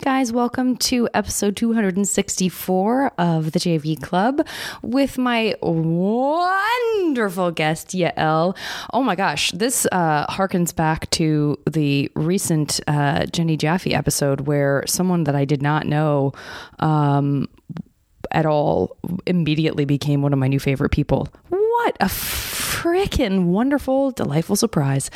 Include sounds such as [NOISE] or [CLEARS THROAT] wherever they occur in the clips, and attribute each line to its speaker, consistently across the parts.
Speaker 1: guys. Welcome to episode 264 of the JV Club with my wonderful guest, Yael. Oh my gosh, this uh, harkens back to the recent uh, Jenny Jaffe episode where someone that I did not know um, at all immediately became one of my new favorite people. What a freaking wonderful, delightful surprise.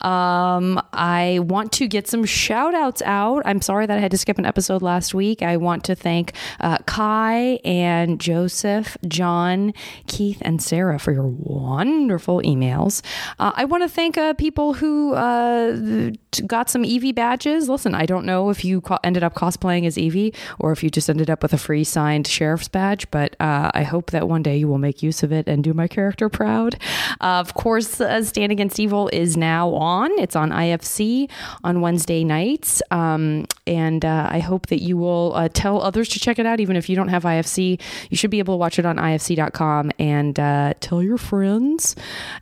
Speaker 1: Um, I want to get some shout outs out. I'm sorry that I had to skip an episode last week. I want to thank uh, Kai and Joseph, John, Keith, and Sarah for your wonderful emails. Uh, I want to thank uh, people who uh, t- got some Eevee badges. Listen, I don't know if you co- ended up cosplaying as Eevee or if you just ended up with a free signed sheriff's badge, but uh, I hope that one day you will make use of it and do my character [LAUGHS] proud. Uh, of course, uh, Stand Against Evil is now on. It's on IFC on Wednesday nights. Um, and uh, I hope that you will uh, tell others to check it out, even if you don't have IFC. You should be able to watch it on ifc.com and uh, tell your friends.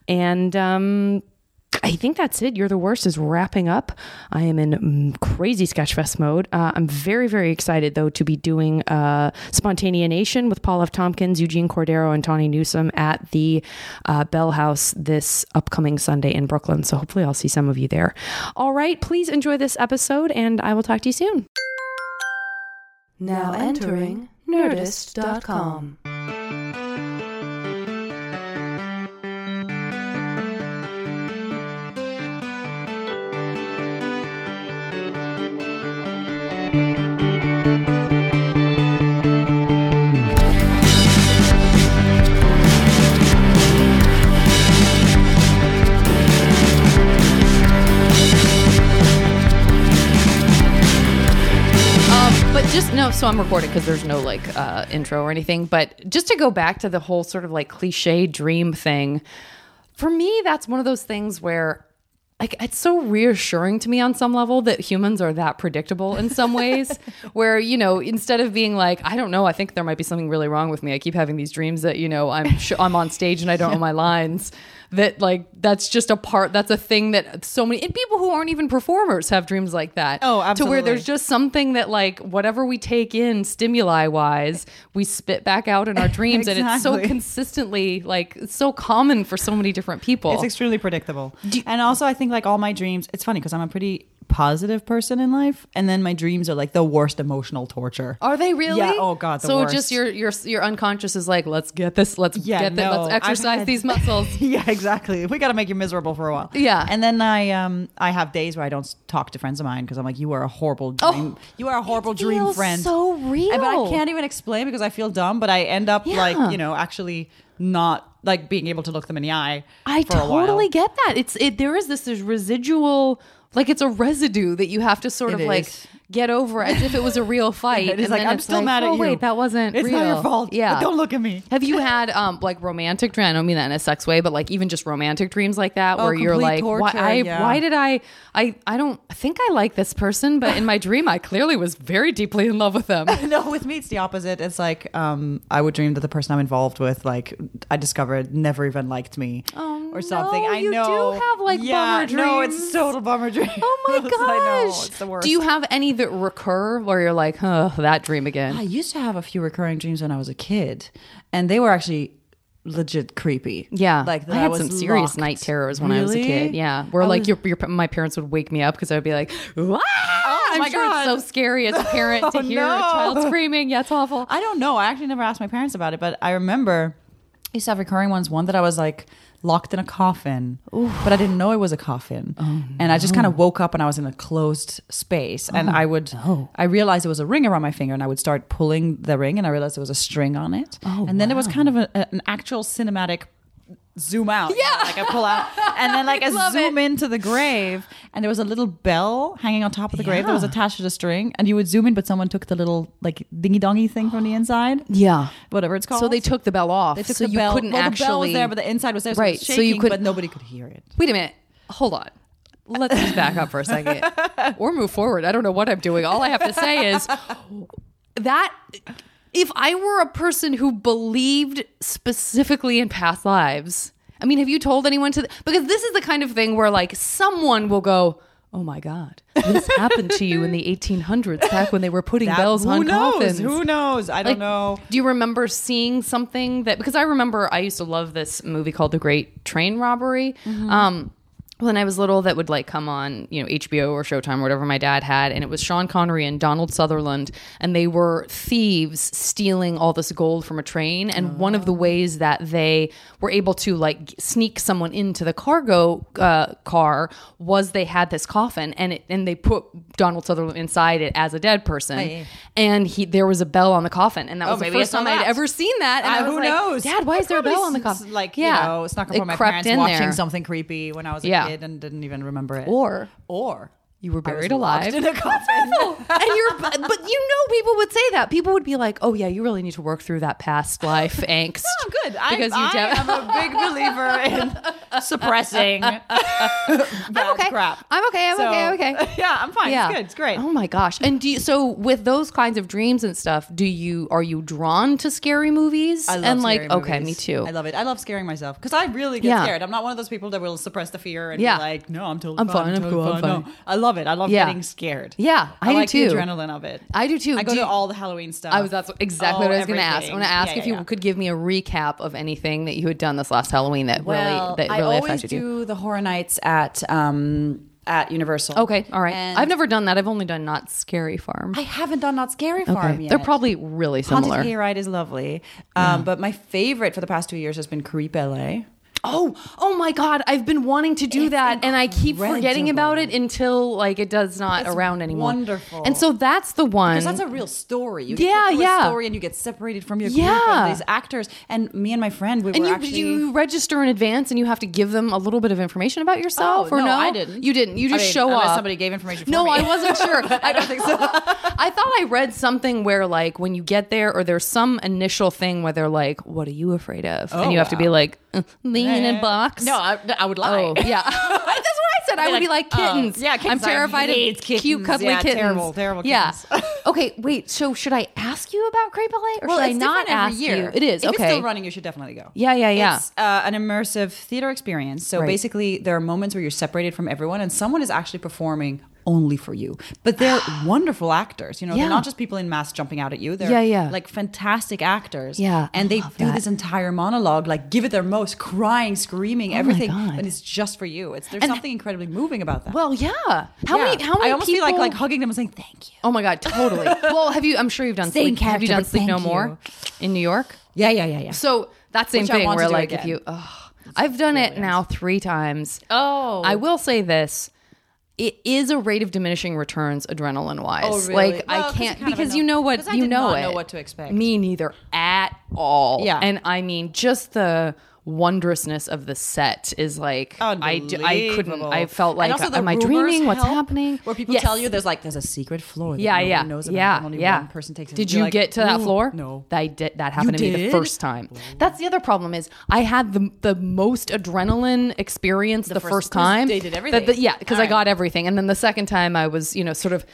Speaker 1: And, um, I think that's it. You're the worst is wrapping up. I am in mm, crazy Sketchfest mode. Uh, I'm very, very excited though to be doing uh, Spontanea Nation with Paul F. Tompkins, Eugene Cordero, and Tawny Newsom at the uh, Bell House this upcoming Sunday in Brooklyn. So hopefully I'll see some of you there. All right, please enjoy this episode, and I will talk to you soon.
Speaker 2: Now entering Nerdist.com.
Speaker 1: Um, but just no, so I'm recording because there's no like uh, intro or anything. But just to go back to the whole sort of like cliche dream thing, for me, that's one of those things where like it's so reassuring to me on some level that humans are that predictable in some ways [LAUGHS] where you know instead of being like i don't know i think there might be something really wrong with me i keep having these dreams that you know i'm sh- i'm on stage and i don't know my lines that like that's just a part that's a thing that so many and people who aren't even performers have dreams like that
Speaker 3: Oh,
Speaker 1: to where
Speaker 3: absolutely.
Speaker 1: there's just something that like whatever we take in stimuli wise we spit back out
Speaker 3: [LAUGHS]
Speaker 1: in our dreams and it's so
Speaker 3: Exactly.
Speaker 1: consistently like it's so common for so many different people
Speaker 3: It's extremely predictable. and also, I think like all my dreams, it's funny because I'm a pretty positive person in life, and then my dreams are like the worst emotional torture. [LAUGHS]
Speaker 1: Are they really?
Speaker 3: Yeah, oh God, the
Speaker 1: so
Speaker 3: worst.
Speaker 1: just your your your unconscious is like, let's get this, let's
Speaker 3: Yeah,
Speaker 1: get that,
Speaker 3: no,
Speaker 1: let's
Speaker 3: I've
Speaker 1: exercise
Speaker 3: had-
Speaker 1: these muscles.
Speaker 3: yeah, exactly. We got to make you miserable for a while.
Speaker 1: Yeah.
Speaker 3: and then I um I have days where I don't s- talk to friends of mine because I'm like, you are a horrible dream. you are a [LAUGHS] horrible dream
Speaker 1: Oh, feels
Speaker 3: friend.
Speaker 1: so real.
Speaker 3: And- but I can't even explain because I feel dumb. But I end up
Speaker 1: Yeah.
Speaker 3: like you know actually not like being able to look them in the eye.
Speaker 1: I
Speaker 3: for a while.
Speaker 1: totally get that. It's it. There is this there's residual. Like it's a residue that you have to sort of
Speaker 3: It
Speaker 1: like
Speaker 3: is.
Speaker 1: get over as if it was a
Speaker 3: [LAUGHS]
Speaker 1: real fight.
Speaker 3: It is
Speaker 1: And
Speaker 3: like
Speaker 1: then
Speaker 3: I'm
Speaker 1: it's
Speaker 3: still
Speaker 1: like,
Speaker 3: mad at
Speaker 1: oh,
Speaker 3: you.
Speaker 1: Wait, that wasn't.
Speaker 3: It's not your
Speaker 1: real.
Speaker 3: fault.
Speaker 1: Yeah.
Speaker 3: But don't look at me.
Speaker 1: Have you had um like romantic dreams? I don't mean that in a sex way, but like even just romantic dreams like that,
Speaker 3: Oh,
Speaker 1: where you're
Speaker 3: complete
Speaker 1: like, why?
Speaker 3: torture,
Speaker 1: I,
Speaker 3: yeah.
Speaker 1: Why did I? I I don't think I like this person, but in my dream, I clearly was very deeply in love with them.
Speaker 3: [LAUGHS] no, with me it's the opposite. It's like um, I would dream that the person I'm involved with, like I discovered, never even liked me
Speaker 1: Oh,
Speaker 3: or something.
Speaker 1: no,
Speaker 3: I
Speaker 1: you do
Speaker 3: know.
Speaker 1: have, like,
Speaker 3: yeah,
Speaker 1: bummer
Speaker 3: No,
Speaker 1: dreams.
Speaker 3: it's total bummer [LAUGHS] dream.
Speaker 1: [LAUGHS] Oh [LAUGHS] my gosh!
Speaker 3: I know, it's the worst.
Speaker 1: Do you have any that recur where you're like, huh, that dream
Speaker 3: I
Speaker 1: again?
Speaker 3: used to have a few recurring dreams when I was a kid, and they were actually legit creepy.
Speaker 1: Yeah,
Speaker 3: like that
Speaker 1: I had
Speaker 3: was
Speaker 1: some serious
Speaker 3: locked.
Speaker 1: night terrors when I was a
Speaker 3: Really?
Speaker 1: kid. Yeah, where
Speaker 3: I
Speaker 1: like
Speaker 3: was-
Speaker 1: your, your my parents would wake me up because I would be like, "Wah!" I'm
Speaker 3: my
Speaker 1: sure
Speaker 3: God.
Speaker 1: it's so scary as a parent to [LAUGHS]
Speaker 3: Oh,
Speaker 1: hear a
Speaker 3: no.
Speaker 1: child screaming. Yeah, it's awful.
Speaker 3: I don't know. I actually never asked my parents about it, but I remember I used to have recurring ones. One that I was like locked in a coffin, but I didn't know it was a coffin, and I just kind of woke up and I was in a closed space, and I would I realized there was a ring around my finger, and I would start pulling the ring, and I realized there was a string on it, and then there was kind of a, a- an actual cinematic. Zoom out, yeah. like I pull out, and then [LAUGHS] like I,
Speaker 1: love
Speaker 3: zoom into the grave, and there was a little bell hanging on top of the grave that was
Speaker 1: Yeah.
Speaker 3: attached to the string, and you would zoom in, but someone took the little like dingy dongy thing from the inside
Speaker 1: Yeah.
Speaker 3: whatever it's called.
Speaker 1: So they took the bell off.
Speaker 3: They took
Speaker 1: so
Speaker 3: the
Speaker 1: you
Speaker 3: bell.
Speaker 1: couldn't
Speaker 3: well,
Speaker 1: actually.
Speaker 3: the bell was there, but the inside was there, so
Speaker 1: Right,
Speaker 3: It was
Speaker 1: so
Speaker 3: shaking,
Speaker 1: you could-
Speaker 3: but nobody could hear it.
Speaker 1: Wait a minute. Hold on. Let's just back up for a
Speaker 3: [LAUGHS]
Speaker 1: second or move forward. I don't know what I'm doing. All I have to say is that if I were a person who believed specifically in past lives, I mean, have you told anyone to? The, because this is the kind of thing where like someone will go, oh my God, this happened to you in
Speaker 3: [LAUGHS]
Speaker 1: the 1800s, back when they were putting bells
Speaker 3: who
Speaker 1: on
Speaker 3: knows?
Speaker 1: coffins.
Speaker 3: Who knows? I
Speaker 1: Like,
Speaker 3: don't know.
Speaker 1: Do you remember seeing something that? Because I remember I used to love this movie called The Great Train Robbery. Um, when I was little, that would like come on, you know, HBO or Showtime, or whatever my dad had, and it was Sean Connery and Donald Sutherland, and they were thieves stealing all this gold from a train. And one of the ways that they were able to like sneak someone into the cargo uh, car was they had this coffin, and it, and they put Donald Sutherland inside it as a dead person,
Speaker 3: Aye.
Speaker 1: and he there was a bell on the coffin, and that
Speaker 3: Oh,
Speaker 1: was the
Speaker 3: maybe I
Speaker 1: first
Speaker 3: saw
Speaker 1: time I'd
Speaker 3: that.
Speaker 1: ever seen that. And
Speaker 3: Uh,
Speaker 1: I was
Speaker 3: who
Speaker 1: like,
Speaker 3: knows?
Speaker 1: Dad, why is there a
Speaker 3: Probably
Speaker 1: bell on the
Speaker 3: s-
Speaker 1: coffin?
Speaker 3: Like, you know, snuck up
Speaker 1: It
Speaker 3: on my
Speaker 1: crept
Speaker 3: parents
Speaker 1: in
Speaker 3: watching
Speaker 1: there.
Speaker 3: something creepy when I was a
Speaker 1: Yeah.
Speaker 3: kid and didn't even remember it.
Speaker 1: Or
Speaker 3: or
Speaker 1: you were
Speaker 3: I was
Speaker 1: buried
Speaker 3: locked
Speaker 1: alive.
Speaker 3: in a coffin.
Speaker 1: [LAUGHS]
Speaker 3: [LAUGHS]
Speaker 1: and you're, but, but you know, people would say that. People would be like, "Oh yeah, you really need to work through that past
Speaker 3: [LAUGHS]
Speaker 1: life angst."
Speaker 3: Oh, good. I,
Speaker 1: because you
Speaker 3: I
Speaker 1: don't- [LAUGHS]
Speaker 3: am a big believer in [LAUGHS] suppressing bad
Speaker 1: okay.
Speaker 3: crap.
Speaker 1: I'm okay. I'm okay, okay.
Speaker 3: Yeah, I'm fine. It's good. It's great.
Speaker 1: Oh my gosh! And do you, so with those kinds of dreams and stuff, do you are you drawn to scary movies?
Speaker 3: I love
Speaker 1: and like,
Speaker 3: scary
Speaker 1: okay, me
Speaker 3: movies.
Speaker 1: too.
Speaker 3: I love it. I love scaring myself because I really get
Speaker 1: Yeah.
Speaker 3: scared. I'm not one of those people that will suppress the fear and
Speaker 1: Yeah.
Speaker 3: be like, "No, I'm totally
Speaker 1: I'm
Speaker 3: fine.
Speaker 1: fine, I'm
Speaker 3: totally
Speaker 1: cool, I'm
Speaker 3: No.
Speaker 1: fine.
Speaker 3: I love it. I love
Speaker 1: Yeah.
Speaker 3: getting scared.
Speaker 1: Yeah, I do
Speaker 3: like
Speaker 1: too.
Speaker 3: the adrenaline of it.
Speaker 1: I do too.
Speaker 3: I go
Speaker 1: Do
Speaker 3: to
Speaker 1: you-
Speaker 3: all the Halloween stuff.
Speaker 1: I was that's exactly
Speaker 3: Oh,
Speaker 1: what I was going to ask. I'm
Speaker 3: everything.
Speaker 1: going to ask
Speaker 3: Yeah,
Speaker 1: if
Speaker 3: yeah,
Speaker 1: you
Speaker 3: yeah.
Speaker 1: could give me a recap of anything that you had done this last Halloween that
Speaker 3: Well,
Speaker 1: really that
Speaker 3: I
Speaker 1: really
Speaker 3: always
Speaker 1: affected you.
Speaker 3: do the horror nights at um at Universal.
Speaker 1: Okay, all right.
Speaker 3: And
Speaker 1: I've never done that. I've only done Not Scary Farm.
Speaker 3: I haven't done Not Scary Farm
Speaker 1: Okay.
Speaker 3: yet.
Speaker 1: They're probably really similar.
Speaker 3: Haunted Hayride is lovely, um, but my favorite for the past two years has been Creep LA.
Speaker 1: Oh, oh my God! I've been wanting to do that, and I keep forgetting about it until like it does not
Speaker 3: It's
Speaker 1: around anymore.
Speaker 3: wonderful.
Speaker 1: And so that's the one.
Speaker 3: Because that's a real story. You
Speaker 1: Yeah,
Speaker 3: get put through
Speaker 1: yeah.
Speaker 3: A story, and you get separated from your group
Speaker 1: Yeah.
Speaker 3: of these actors. And me and my friend, we
Speaker 1: and
Speaker 3: were
Speaker 1: you,
Speaker 3: actually.
Speaker 1: you register in advance, and you have to give them a little bit of information about yourself, or no?
Speaker 3: Oh, I didn't.
Speaker 1: You didn't. You
Speaker 3: I
Speaker 1: just
Speaker 3: mean,
Speaker 1: show
Speaker 3: unless
Speaker 1: up.
Speaker 3: Somebody gave information. For
Speaker 1: No,
Speaker 3: me.
Speaker 1: I wasn't
Speaker 3: [LAUGHS]
Speaker 1: sure. I don't think so. I thought I read something where like when you get there or there's some initial thing where they're like, "What are you afraid of?" and
Speaker 3: Oh,
Speaker 1: you have to
Speaker 3: wow.
Speaker 1: be like, uh, "Lean
Speaker 3: Yeah,
Speaker 1: in
Speaker 3: [LAUGHS] yeah.
Speaker 1: a box."
Speaker 3: No, I, I would lie.
Speaker 1: Oh, yeah. [LAUGHS] That's what I said. I would be like
Speaker 3: like, oh,
Speaker 1: kittens.
Speaker 3: yeah,
Speaker 1: I'm
Speaker 3: kittens. I
Speaker 1: terrified
Speaker 3: hate
Speaker 1: of cute,
Speaker 3: kittens.
Speaker 1: cuddly
Speaker 3: Yeah,
Speaker 1: kittens.
Speaker 3: terrible, terrible
Speaker 1: Yeah.
Speaker 3: kittens. [LAUGHS]
Speaker 1: okay, wait. So should I ask you about Crepe LA or
Speaker 3: Well,
Speaker 1: should I
Speaker 3: it's
Speaker 1: not
Speaker 3: different every
Speaker 1: ask
Speaker 3: year.
Speaker 1: you? It is.
Speaker 3: If
Speaker 1: okay.
Speaker 3: it's still running, you should definitely go.
Speaker 1: Yeah, yeah, yeah.
Speaker 3: It's uh, an immersive theater experience. So
Speaker 1: Right.
Speaker 3: basically, there are moments where you're separated from everyone, and someone is actually performing only for you.
Speaker 1: [GASPS]
Speaker 3: But they're wonderful actors. You know,
Speaker 1: Yeah.
Speaker 3: they're not just people in masks jumping out at you. They're
Speaker 1: Yeah, yeah.
Speaker 3: like fantastic actors.
Speaker 1: Yeah, I
Speaker 3: and they
Speaker 1: love
Speaker 3: do
Speaker 1: that.
Speaker 3: this entire monologue, like give it their most, crying, screaming, everything,
Speaker 1: Oh God.
Speaker 3: and it's just for you. It's there's something incredibly moving about that.
Speaker 1: well, yeah. How
Speaker 3: Yeah.
Speaker 1: many? How many
Speaker 3: I almost
Speaker 1: people?
Speaker 3: feel like like hugging them and saying thank you.
Speaker 1: oh my god, totally. [LAUGHS] well, have you? I'm sure you've done
Speaker 3: Same
Speaker 1: sleep. Have you
Speaker 3: character,
Speaker 1: done
Speaker 3: but
Speaker 1: Sleep No
Speaker 3: thank
Speaker 1: More in New York?
Speaker 3: Yeah, yeah, yeah, yeah.
Speaker 1: So that same
Speaker 3: Which I
Speaker 1: thing
Speaker 3: want
Speaker 1: where
Speaker 3: to do
Speaker 1: like if
Speaker 3: again.
Speaker 1: you ugh, I've done it now three times.
Speaker 3: Oh.
Speaker 1: I will say this. It is a rate of diminishing returns adrenaline wise.
Speaker 3: Oh, really?
Speaker 1: Like
Speaker 3: Well,
Speaker 1: I
Speaker 3: 'cause you
Speaker 1: can't
Speaker 3: kind of
Speaker 1: because
Speaker 3: know-
Speaker 1: you know what
Speaker 3: 'cause I
Speaker 1: you
Speaker 3: did
Speaker 1: know
Speaker 3: not
Speaker 1: it.
Speaker 3: know what to expect.
Speaker 1: Me neither at all.
Speaker 3: Yeah.
Speaker 1: And I mean just the wondrousness of the set is like I, d- I couldn't
Speaker 3: Unbelievable.
Speaker 1: I felt like uh,
Speaker 3: And also the
Speaker 1: am I
Speaker 3: rumors
Speaker 1: dreaming what's
Speaker 3: help,
Speaker 1: happening
Speaker 3: Where people
Speaker 1: Yes.
Speaker 3: tell you there's like there's a secret floor. That
Speaker 1: yeah,
Speaker 3: no one
Speaker 1: yeah,
Speaker 3: knows about
Speaker 1: yeah,
Speaker 3: and only
Speaker 1: yeah.
Speaker 3: one person takes. it.
Speaker 1: Did
Speaker 3: You're
Speaker 1: you
Speaker 3: like,
Speaker 1: get to that
Speaker 3: "Ooh,
Speaker 1: floor?
Speaker 3: No,
Speaker 1: I did. That happened
Speaker 3: You
Speaker 1: to me the
Speaker 3: did?
Speaker 1: first time. That's the other problem is I had the the most adrenaline experience the,
Speaker 3: first-
Speaker 1: first,
Speaker 3: 'cause
Speaker 1: time.
Speaker 3: they did
Speaker 1: That-
Speaker 3: everything.
Speaker 1: that- yeah, because
Speaker 3: All
Speaker 1: I got
Speaker 3: right.
Speaker 1: everything, and then the second time I was you know sort of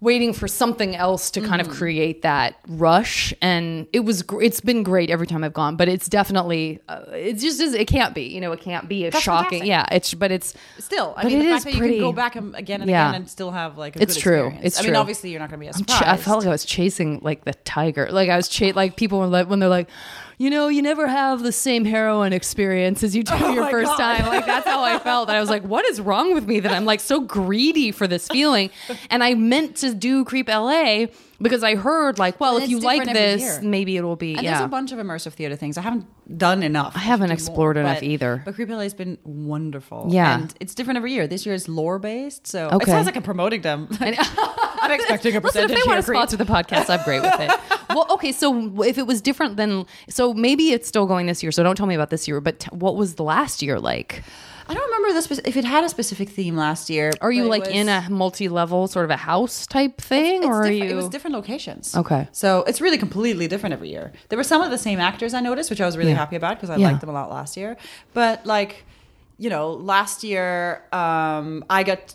Speaker 1: waiting for something else to kind of
Speaker 3: Mm-hmm.
Speaker 1: create that rush and it was gr- it's been great every time I've gone but it's definitely uh, it just is it can't be you know it can't be a shocking
Speaker 3: fantastic.
Speaker 1: yeah it's but it's
Speaker 3: Still, I
Speaker 1: but
Speaker 3: mean,
Speaker 1: it
Speaker 3: the
Speaker 1: is
Speaker 3: fact that you
Speaker 1: pretty-
Speaker 3: can go back and- again and
Speaker 1: Yeah.
Speaker 3: again and still have like a
Speaker 1: It's
Speaker 3: good
Speaker 1: true.
Speaker 3: experience.
Speaker 1: It's
Speaker 3: I mean,
Speaker 1: true.
Speaker 3: obviously, you're not going to be as
Speaker 1: I'm ch- I
Speaker 3: surprised.
Speaker 1: felt like I was chasing like the tiger. Like I was chasing like people were like when they're like, you know, you never have the same heroin experience as you
Speaker 3: [LAUGHS]
Speaker 1: do your
Speaker 3: Oh my
Speaker 1: first
Speaker 3: God.
Speaker 1: time. Like that's how I felt. And I was like, what is wrong with me that I'm like so greedy for this feeling? And I meant to do Creep LA because I heard like, well,
Speaker 3: And
Speaker 1: if
Speaker 3: it's
Speaker 1: you like
Speaker 3: different every
Speaker 1: this,
Speaker 3: year.
Speaker 1: maybe it'll be
Speaker 3: And
Speaker 1: yeah.
Speaker 3: there's a bunch of immersive theater things. I haven't done enough. I
Speaker 1: haven't
Speaker 3: should do
Speaker 1: explored enough
Speaker 3: but-
Speaker 1: either.
Speaker 3: But Creepy has been wonderful.
Speaker 1: Yeah.
Speaker 3: And it's different every year. This year is lore based. So it
Speaker 1: Okay.
Speaker 3: sounds like I'm promoting them. [LAUGHS] I'm expecting
Speaker 1: [LAUGHS]
Speaker 3: a
Speaker 1: Listen, if
Speaker 3: percentage
Speaker 1: they want to
Speaker 3: here, Creep.
Speaker 1: sponsor the podcast, I'm great
Speaker 3: [LAUGHS]
Speaker 1: with it. well, okay, so if it was different than, so maybe it's still going this year. So don't tell me about this year, but t- what was the last year like?
Speaker 3: I don't remember the spec- if it had a specific theme last year.
Speaker 1: Are you
Speaker 3: but it
Speaker 1: like
Speaker 3: was-
Speaker 1: in a multi-level sort of a house type thing, or are
Speaker 3: It's
Speaker 1: you?
Speaker 3: different- It was different locations.
Speaker 1: Okay.
Speaker 3: So it's really completely different every year. There were some of the same actors I noticed, which I was really
Speaker 1: Yeah.
Speaker 3: happy about because I
Speaker 1: Yeah.
Speaker 3: liked them a lot last year. But like, you know, last year um, I got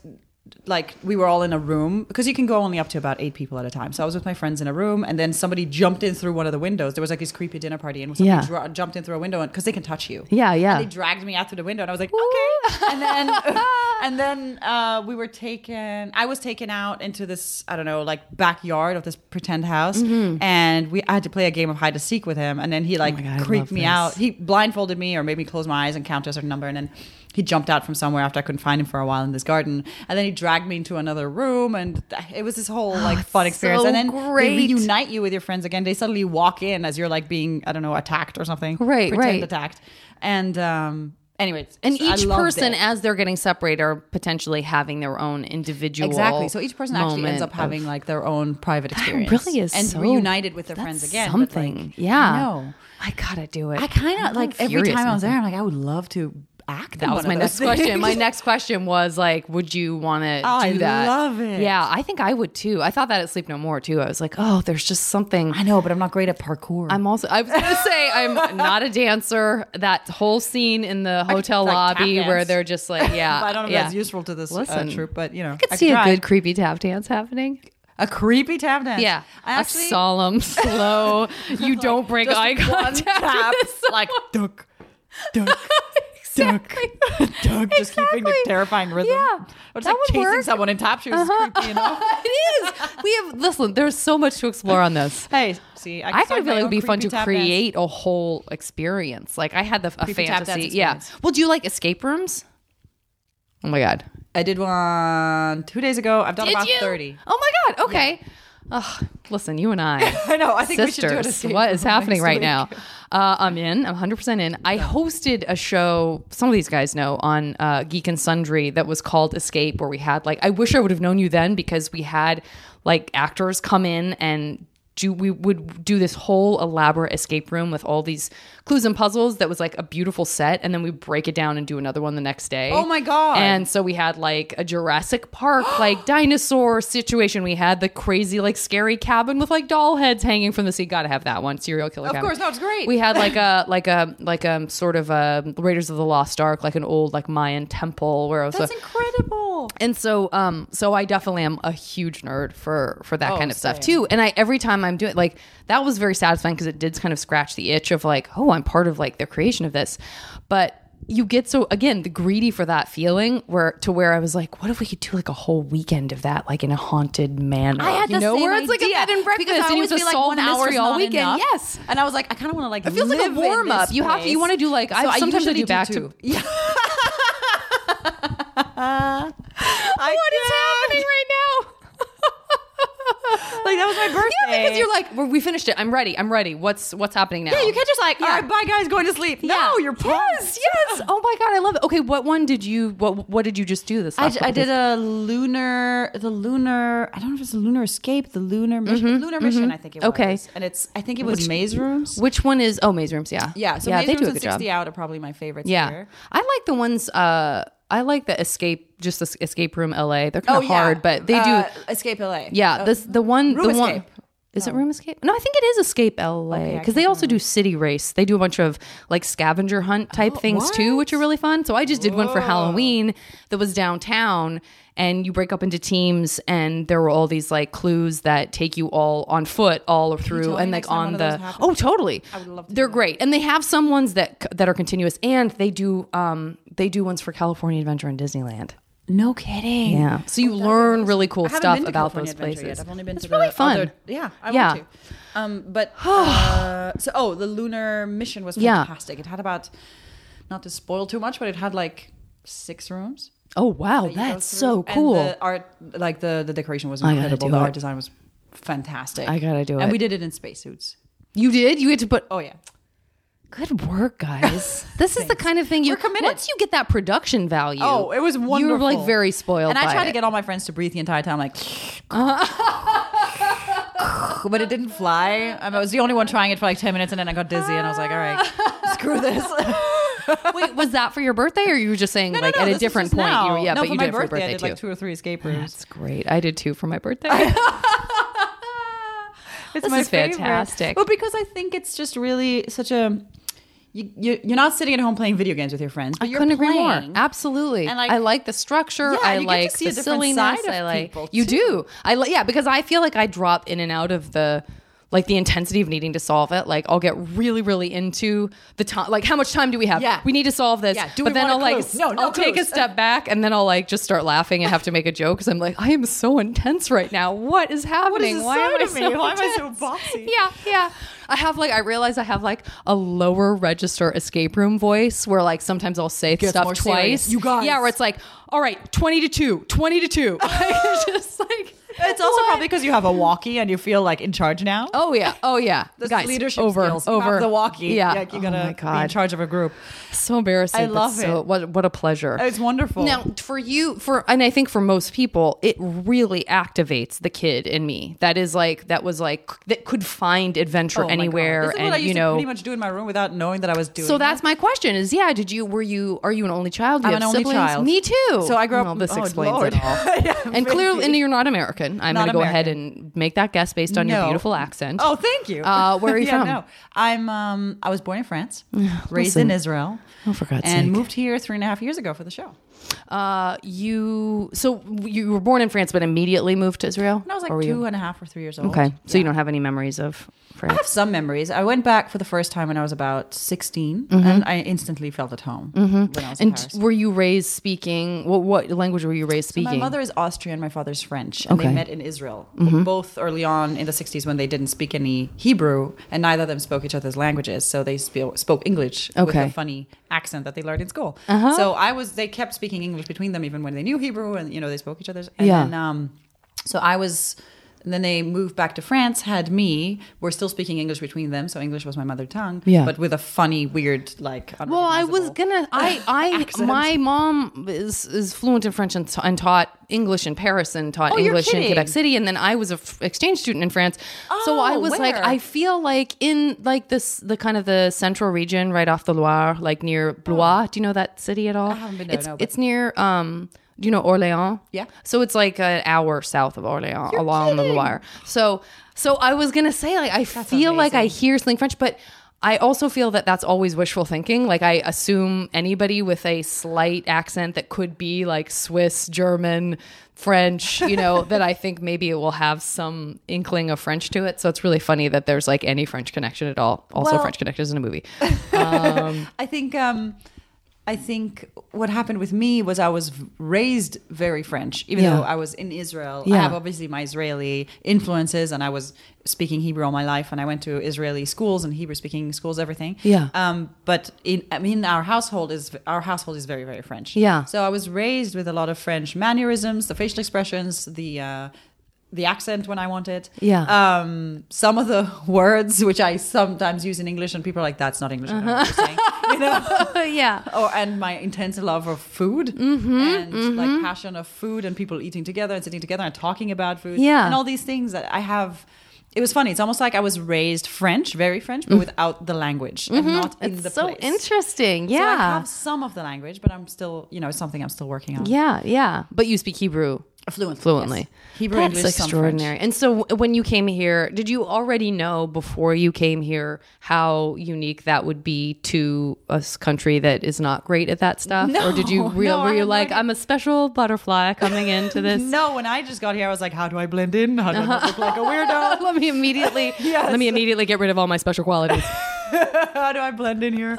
Speaker 3: like we were all in a room because you can go only up to about eight people at a time. So I was with my friends in a room, and then somebody jumped in through one of the windows. There was like this creepy dinner party, and somebody
Speaker 1: Yeah.
Speaker 3: dra- jumped in through a window because they can touch you.
Speaker 1: Yeah, yeah.
Speaker 3: And they dragged me out through the window, and I was like, okay.
Speaker 1: [LAUGHS]
Speaker 3: and then, and then uh, we were taken. I was taken out into this I don't know like backyard of this pretend house, and we I had to play a game of hide and seek with him. And then he like
Speaker 1: Mm-hmm. Oh my God, I love
Speaker 3: creeped me
Speaker 1: this.
Speaker 3: out. He blindfolded me or made me close my eyes and count to a certain number, and then he jumped out from somewhere after I couldn't find him for a while in this garden, and then he dragged me into another room, and it was this
Speaker 1: [GASPS]
Speaker 3: whole like fun experience.
Speaker 1: so
Speaker 3: and then
Speaker 1: great.
Speaker 3: they reunite you with your friends again. They suddenly walk in as you're like being I don't know attacked or something,
Speaker 1: Right,
Speaker 3: Pretend
Speaker 1: right.
Speaker 3: attacked, and um, anyways,
Speaker 1: And
Speaker 3: I
Speaker 1: each
Speaker 3: loved
Speaker 1: person,
Speaker 3: it.
Speaker 1: as they're getting separated, are potentially having their own individual.
Speaker 3: Exactly. So each person actually ends
Speaker 1: moment
Speaker 3: up
Speaker 1: of-
Speaker 3: having like their own private experience.
Speaker 1: really is
Speaker 3: and
Speaker 1: so-
Speaker 3: reunited with their
Speaker 1: That's
Speaker 3: friends again. but, like,
Speaker 1: Something. yeah.
Speaker 3: No.
Speaker 1: I gotta do it.
Speaker 3: I kind of like every
Speaker 1: furious
Speaker 3: time I was
Speaker 1: with
Speaker 3: there, I'm like, I would love to act. in
Speaker 1: That was
Speaker 3: one
Speaker 1: my
Speaker 3: of
Speaker 1: next
Speaker 3: those
Speaker 1: question.
Speaker 3: things. [LAUGHS]
Speaker 1: My next question was like, would you want to
Speaker 3: Oh,
Speaker 1: do
Speaker 3: I
Speaker 1: that?
Speaker 3: love it.
Speaker 1: Yeah, I think I would too. I thought that at Sleep No More too. I was like, oh, there's just something.
Speaker 3: I know, but I'm not great at parkour. [LAUGHS]
Speaker 1: I'm also. I was gonna say I'm not a dancer. That whole scene in the hotel
Speaker 3: like, tap
Speaker 1: lobby where
Speaker 3: dance.
Speaker 1: they're just
Speaker 3: [LAUGHS]
Speaker 1: like, yeah,
Speaker 3: I don't know if
Speaker 1: yeah.
Speaker 3: that's useful to this uh,
Speaker 1: Listen,
Speaker 3: troop, but you know,
Speaker 1: I could see a
Speaker 3: try.
Speaker 1: good creepy tap dance happening.
Speaker 3: a creepy tap dance.
Speaker 1: Yeah,
Speaker 3: I actually
Speaker 1: a
Speaker 3: [LAUGHS]
Speaker 1: solemn, slow. You don't break
Speaker 3: just
Speaker 1: eye
Speaker 3: one
Speaker 1: contact.
Speaker 3: tap,
Speaker 1: with
Speaker 3: [LAUGHS]
Speaker 1: this
Speaker 3: like duck,
Speaker 1: [LAUGHS]
Speaker 3: duck,
Speaker 1: Exactly.
Speaker 3: duck, duck, just keeping the
Speaker 1: Exactly.
Speaker 3: terrifying rhythm.
Speaker 1: Yeah.
Speaker 3: or just
Speaker 1: That
Speaker 3: like
Speaker 1: would
Speaker 3: chasing
Speaker 1: work. Uh-huh.
Speaker 3: someone in tap shoes is
Speaker 1: [LAUGHS]
Speaker 3: creepy enough.
Speaker 1: [LAUGHS] it is. We have listen. There's so much to explore on this.
Speaker 3: Hey, see, I, can
Speaker 1: I
Speaker 3: start
Speaker 1: kind of feel
Speaker 3: my
Speaker 1: like it
Speaker 3: own
Speaker 1: would be fun
Speaker 3: creepy
Speaker 1: to
Speaker 3: tap
Speaker 1: create a whole experience. Like I had the, a
Speaker 3: Creepy tap dance
Speaker 1: fantasy. Yeah.
Speaker 3: experience.
Speaker 1: Well, do you like escape rooms? Oh my god.
Speaker 3: dance. I did one two days ago. I've done about thirty.
Speaker 1: Oh my god. Okay. Ugh, listen, you and I.
Speaker 3: [LAUGHS] I know. I think we should do an
Speaker 1: Sisters,
Speaker 3: escape
Speaker 1: what
Speaker 3: [LAUGHS]
Speaker 1: is
Speaker 3: room
Speaker 1: happening
Speaker 3: next
Speaker 1: right
Speaker 3: week.
Speaker 1: now? Uh, I'm in. I'm 100% in. I hosted a show, some of these guys know, on uh, Geek and Sundry that was called Escape, where we had, like, I wish I would have known you then because we had, like, actors come in and do, we would do this whole elaborate escape room with all these clues and puzzles that was like a beautiful set. And then we break it down and do another one the next day.
Speaker 3: Oh my God.
Speaker 1: And and so we had like a Jurassic
Speaker 3: [GASPS]
Speaker 1: Park, like dinosaur situation. We had the crazy, like scary cabin with like doll heads hanging from the sea. Gotta have that one. Serial killer. Of
Speaker 3: course, no, it's great.
Speaker 1: We had
Speaker 3: [LAUGHS]
Speaker 1: like a like a like a sort of a Raiders of the Lost Ark, like an old like Mayan temple where it was
Speaker 3: That's
Speaker 1: a-
Speaker 3: incredible.
Speaker 1: and so um so I definitely am a huge nerd for for that
Speaker 3: Oh,
Speaker 1: kind of stuff
Speaker 3: same.
Speaker 1: too. And I every time I'm doing like that was very satisfying because it did kind of scratch the itch of like, oh, I'm part of like the creation of this. But you get so again the greedy for that feeling where to where I was like, what if we could do like a whole weekend of that, like in a haunted manor?
Speaker 3: I had
Speaker 1: you
Speaker 3: the
Speaker 1: know,
Speaker 3: same
Speaker 1: where it's like a
Speaker 3: idea,
Speaker 1: bed and breakfast
Speaker 3: because I
Speaker 1: and you have
Speaker 3: always
Speaker 1: to
Speaker 3: feel like
Speaker 1: solve
Speaker 3: one
Speaker 1: the
Speaker 3: hour
Speaker 1: mystery
Speaker 3: is
Speaker 1: all
Speaker 3: not
Speaker 1: weekend.
Speaker 3: enough.
Speaker 1: Yes.
Speaker 3: and I was like, I kind of want to like. It
Speaker 1: feels like a warm-up. You have to- you wanna do, like, I- sometimes I do back to- [LAUGHS]
Speaker 3: Yeah.
Speaker 1: What is happening right now? [LAUGHS]
Speaker 3: Like that was my birthday.
Speaker 1: Yeah, because you're like, well, we finished it. I'm ready. I'm ready. What's what's happening now?
Speaker 3: Yeah, you can't just like, all
Speaker 1: Yeah.
Speaker 3: right, bye guys, going to sleep. No, you're pumped.
Speaker 1: Yes, yes. [LAUGHS] Oh my god, I love it. Okay, what one did you what what did you just do this
Speaker 3: I,
Speaker 1: last
Speaker 3: j- I
Speaker 1: couple
Speaker 3: did a lunar, the lunar. I don't know if it's a lunar escape, the lunar mission, lunar mission. I think it was.
Speaker 1: Okay.
Speaker 3: and it's I think it was maze rooms.
Speaker 1: days? Which one is Oh, Maze Rooms, yeah.
Speaker 3: yeah, so
Speaker 1: yeah,
Speaker 3: maze rooms and sixty out are probably my favorites.
Speaker 1: Yeah.
Speaker 3: here.
Speaker 1: I like the ones uh I like the escape just the escape room LA. They're kind of hard, but they do
Speaker 3: Oh, Uh, escape LA.
Speaker 1: Yeah,
Speaker 3: Uh,
Speaker 1: this the one
Speaker 3: Room
Speaker 1: the one
Speaker 3: Escape.
Speaker 1: is it room escape? No, I think it is escape LA
Speaker 3: I
Speaker 1: because they also do city race. They do a bunch of like scavenger hunt type
Speaker 3: Oh,
Speaker 1: things too, which are really fun. So I just did one for Halloween that was downtown, and you break up into teams, and there were all these like clues that take you all on foot all through
Speaker 3: tell me
Speaker 1: and
Speaker 3: next
Speaker 1: like
Speaker 3: time one
Speaker 1: on
Speaker 3: of
Speaker 1: the
Speaker 3: those happens?
Speaker 1: oh totally.
Speaker 3: I would love to
Speaker 1: They're
Speaker 3: do that.
Speaker 1: great, and they have some ones that c- that are continuous, and they do um they do ones for California Adventure and Disneyland.
Speaker 3: No kidding.
Speaker 1: Yeah, so you learn really cool stuff about those places.
Speaker 3: I've only been
Speaker 1: it's
Speaker 3: to
Speaker 1: really
Speaker 3: the
Speaker 1: fun.
Speaker 3: other- yeah, I
Speaker 1: Yeah.
Speaker 3: want to. Um,
Speaker 1: [SIGHS]
Speaker 3: but uh, so oh, the lunar mission was
Speaker 1: Yeah.
Speaker 3: fantastic. It had about not to spoil too much, but it had like six rooms.
Speaker 1: Oh wow,
Speaker 3: you go
Speaker 1: that's
Speaker 3: through.
Speaker 1: so
Speaker 3: And
Speaker 1: cool.
Speaker 3: the art, like the the decoration was
Speaker 1: I gotta
Speaker 3: incredible.
Speaker 1: do
Speaker 3: The
Speaker 1: it.
Speaker 3: art design was fantastic.
Speaker 1: I gotta do
Speaker 3: And
Speaker 1: it.
Speaker 3: we did it in spacesuits.
Speaker 1: you did? You had to put
Speaker 3: Oh yeah.
Speaker 1: good work,
Speaker 3: [LAUGHS]
Speaker 1: guys. this is the kind of thing you
Speaker 3: We're committed.
Speaker 1: Once you get that production value.
Speaker 3: Oh, it was wonderful.
Speaker 1: You were like very spoiled.
Speaker 3: And I
Speaker 1: by
Speaker 3: tried
Speaker 1: it.
Speaker 3: to get all my friends to breathe the entire time, like,
Speaker 1: [LAUGHS]
Speaker 3: but it didn't fly. Um, I was the only one trying it for like ten minutes, and then I got dizzy, and I was like, all
Speaker 1: [LAUGHS]
Speaker 3: right, screw [LAUGHS] this.
Speaker 1: [LAUGHS] Wait, was that for your birthday or you were just saying like at
Speaker 3: this
Speaker 1: a
Speaker 3: is
Speaker 1: different
Speaker 3: just
Speaker 1: point?
Speaker 3: now.
Speaker 1: You, yeah,
Speaker 3: No,
Speaker 1: but
Speaker 3: for
Speaker 1: you
Speaker 3: my
Speaker 1: did it for your
Speaker 3: birthday,
Speaker 1: birthday
Speaker 3: I did
Speaker 1: too.
Speaker 3: like two or three escape rooms.
Speaker 1: that's great. I did two for my
Speaker 3: [LAUGHS]
Speaker 1: birthday.
Speaker 3: It's
Speaker 1: This
Speaker 3: my
Speaker 1: is
Speaker 3: favorite.
Speaker 1: fantastic.
Speaker 3: Well, because I think it's just really such a you, you you're not sitting at home playing video games with your friends. But
Speaker 1: I
Speaker 3: Oh, you're
Speaker 1: couldn't agree more.
Speaker 3: playing.
Speaker 1: Absolutely.
Speaker 3: And, like-
Speaker 1: I like the structure.
Speaker 3: Yeah,
Speaker 1: I
Speaker 3: you get to
Speaker 1: like
Speaker 3: see
Speaker 1: the
Speaker 3: a different
Speaker 1: silliness.
Speaker 3: side of
Speaker 1: I like
Speaker 3: people,
Speaker 1: you
Speaker 3: too.
Speaker 1: do. I li- yeah because I feel like I drop in and out of the like the intensity of needing to solve it. Like I'll get really really into the time. Like how much time do we have?
Speaker 3: Yeah.
Speaker 1: we need to solve this.
Speaker 3: Yeah, do
Speaker 1: but
Speaker 3: we
Speaker 1: then
Speaker 3: want a
Speaker 1: I'll like
Speaker 3: clue?
Speaker 1: s-
Speaker 3: No, no
Speaker 1: I'll take a
Speaker 3: clues.
Speaker 1: step back and then I'll like just start laughing and have to make a joke because I'm like I am so intense right now. What is happening?
Speaker 3: this
Speaker 1: Why am
Speaker 3: side
Speaker 1: I
Speaker 3: of me?
Speaker 1: so
Speaker 3: Why am I so
Speaker 1: intense?"
Speaker 3: bossy?
Speaker 1: Yeah, yeah. I have like I realize I have like a lower register escape room voice where like sometimes I'll say
Speaker 3: gets
Speaker 1: stuff
Speaker 3: more
Speaker 1: twice.
Speaker 3: serious. You guys.
Speaker 1: Yeah, where it's like, all right, 20 to 2, 20 to
Speaker 3: [LAUGHS]
Speaker 1: 2. [LAUGHS] It's just like
Speaker 3: It's also probably because you have a walkie and you feel like in charge now.
Speaker 1: Oh yeah, oh yeah.
Speaker 3: Those
Speaker 1: Guys,
Speaker 3: leadership
Speaker 1: over,
Speaker 3: skills. You have
Speaker 1: over
Speaker 3: the walkie.
Speaker 1: Yeah.
Speaker 3: like you
Speaker 1: Oh
Speaker 3: gotta
Speaker 1: my
Speaker 3: be in
Speaker 1: God.
Speaker 3: charge of a group.
Speaker 1: So embarrassing.
Speaker 3: I
Speaker 1: but
Speaker 3: love
Speaker 1: so,
Speaker 3: it.
Speaker 1: What what a pleasure.
Speaker 3: It's wonderful.
Speaker 1: Now, for you, for and I think for most people, it really activates the kid in me. That is like that was like that could find adventure
Speaker 3: Oh my God.
Speaker 1: anywhere,
Speaker 3: This is
Speaker 1: and
Speaker 3: what I used
Speaker 1: you
Speaker 3: to
Speaker 1: know,
Speaker 3: pretty much do in my room without knowing that I was doing.
Speaker 1: So that's my question: Is yeah? Did you were you are you an only child? Do
Speaker 3: I'm
Speaker 1: you
Speaker 3: an
Speaker 1: have
Speaker 3: only
Speaker 1: siblings?
Speaker 3: child.
Speaker 1: Me too.
Speaker 3: So I grew up-
Speaker 1: Well, this
Speaker 3: oh,
Speaker 1: explains
Speaker 3: Lord. [LAUGHS]
Speaker 1: it all. and clearly, and you're not American. I'm
Speaker 3: Not
Speaker 1: going to go ahead and make that guess based on your
Speaker 3: No.
Speaker 1: beautiful accent.
Speaker 3: Oh, thank you.
Speaker 1: Uh, where are you
Speaker 3: [LAUGHS] Yeah,
Speaker 1: from?
Speaker 3: No. I'm. Um, I was born in France,
Speaker 1: [SIGHS]
Speaker 3: raised
Speaker 1: listen.
Speaker 3: in Israel,
Speaker 1: Oh, for God's
Speaker 3: and
Speaker 1: sake.
Speaker 3: moved here three and a half years ago for the show.
Speaker 1: Uh, you so you were born in France, but immediately moved to Israel.
Speaker 3: And I was like
Speaker 1: Or
Speaker 3: two
Speaker 1: were
Speaker 3: and a half
Speaker 1: you-
Speaker 3: or three years old.
Speaker 1: Okay, so you don't have any memories of
Speaker 3: I
Speaker 1: France.
Speaker 3: have some memories. I went back for the first time when I was about 16, and I instantly felt at home when I was in
Speaker 1: Mm-hmm. And
Speaker 3: Paris.
Speaker 1: were you raised speaking? What, what language were you raised speaking?
Speaker 3: My mother is Austrian, my father's French, and
Speaker 1: Okay. Mm-hmm.
Speaker 3: they met in Israel, both early on in the 60s when they didn't speak any Hebrew, and neither of them spoke each other's languages, so they sp- spoke English with
Speaker 1: Okay. Uh-huh.
Speaker 3: a funny accent that they learned in school. So I was, they kept speaking English between them even when they knew Hebrew, and you know they spoke each other's. And
Speaker 1: Yeah.
Speaker 3: Then, um, so I was. And then they moved back to France, had me. We're still speaking English between them, so English was my mother tongue.
Speaker 1: Yeah.
Speaker 3: But with a funny, weird, like.
Speaker 1: Well, I was
Speaker 3: unrecognizable-
Speaker 1: gonna.
Speaker 3: [LAUGHS]
Speaker 1: I, I,
Speaker 3: accent.
Speaker 1: my mom is is fluent in French and, ta- and taught English in Paris and taught
Speaker 3: Oh, you're
Speaker 1: English in
Speaker 3: kidding.
Speaker 1: Quebec City, and then I was a f- exchange student in France. so
Speaker 3: Oh,
Speaker 1: I was like,
Speaker 3: where?
Speaker 1: I feel like in like this the kind of the central region right off the Loire, like near Blois. Do you know that city at all? I
Speaker 3: Oh. haven't been there,
Speaker 1: It's
Speaker 3: no, but-
Speaker 1: it's near. Um, do you know Orléans?
Speaker 3: Yeah.
Speaker 1: So it's like an hour south of Orléans along the Loire. So so I was gonna say like I feel like I hear something French, but I also feel that that's always wishful thinking. Like I assume anybody with a slight accent that could be like Swiss, German, French, you know, that I think maybe it will have some inkling of French to it. So it's really funny that there's like any French connection at all. Also,
Speaker 3: Well-
Speaker 1: French connection is in a movie. [LAUGHS]
Speaker 3: I think um, I think what happened with me was I was v- raised very French, even
Speaker 1: Yeah.
Speaker 3: though I was in Israel. I
Speaker 1: Yeah.
Speaker 3: have obviously my Israeli influences, and I was speaking Hebrew all my life, and I went to Israeli schools and Hebrew speaking schools, everything.
Speaker 1: Yeah.
Speaker 3: Um, but in I mean, our household is our household is very very French.
Speaker 1: Yeah.
Speaker 3: So I was raised with a lot of French mannerisms, the facial expressions, the. Uh, the accent when I want it.
Speaker 1: Yeah.
Speaker 3: Um, some of the [LAUGHS] words which I sometimes use in English, and people are like, "That's not English." I don't know what you're saying."
Speaker 1: Uh-huh. [LAUGHS]
Speaker 3: you know.
Speaker 1: yeah.
Speaker 3: Oh, and my intense love of food
Speaker 1: Mm-hmm,
Speaker 3: and like passion of food and people eating together and sitting together and talking about food.
Speaker 1: Yeah.
Speaker 3: And all these things that I have. It was funny. It's almost like I was raised French, very French, but without the language and not in the
Speaker 1: Mm-hmm. It's so
Speaker 3: place.
Speaker 1: interesting.
Speaker 3: So I
Speaker 1: Yeah.
Speaker 3: have some of the language, but I'm still, you know, it's something I'm still working on.
Speaker 1: yeah. Yeah. But you speak Hebrew.
Speaker 3: Fluently.
Speaker 1: fluently.
Speaker 3: yes. Hebrew,
Speaker 1: That's
Speaker 3: English, some French.
Speaker 1: extraordinary. And so, w- when you came here, did you already know before you came here how unique that would be to a s- country that is not great at that stuff, or did you
Speaker 3: No,
Speaker 1: real
Speaker 3: no,
Speaker 1: were
Speaker 3: I
Speaker 1: you
Speaker 3: had no
Speaker 1: like,
Speaker 3: idea.
Speaker 1: I'm a special butterfly coming
Speaker 3: [LAUGHS]
Speaker 1: into this?
Speaker 3: No, when I just got here, I was like, how do I blend in? How do I not look [LAUGHS] like a weirdo?
Speaker 1: let me immediately
Speaker 3: [LAUGHS] Yes.
Speaker 1: let me immediately get rid of all my special
Speaker 3: [LAUGHS]
Speaker 1: qualities.
Speaker 3: how do I blend in here?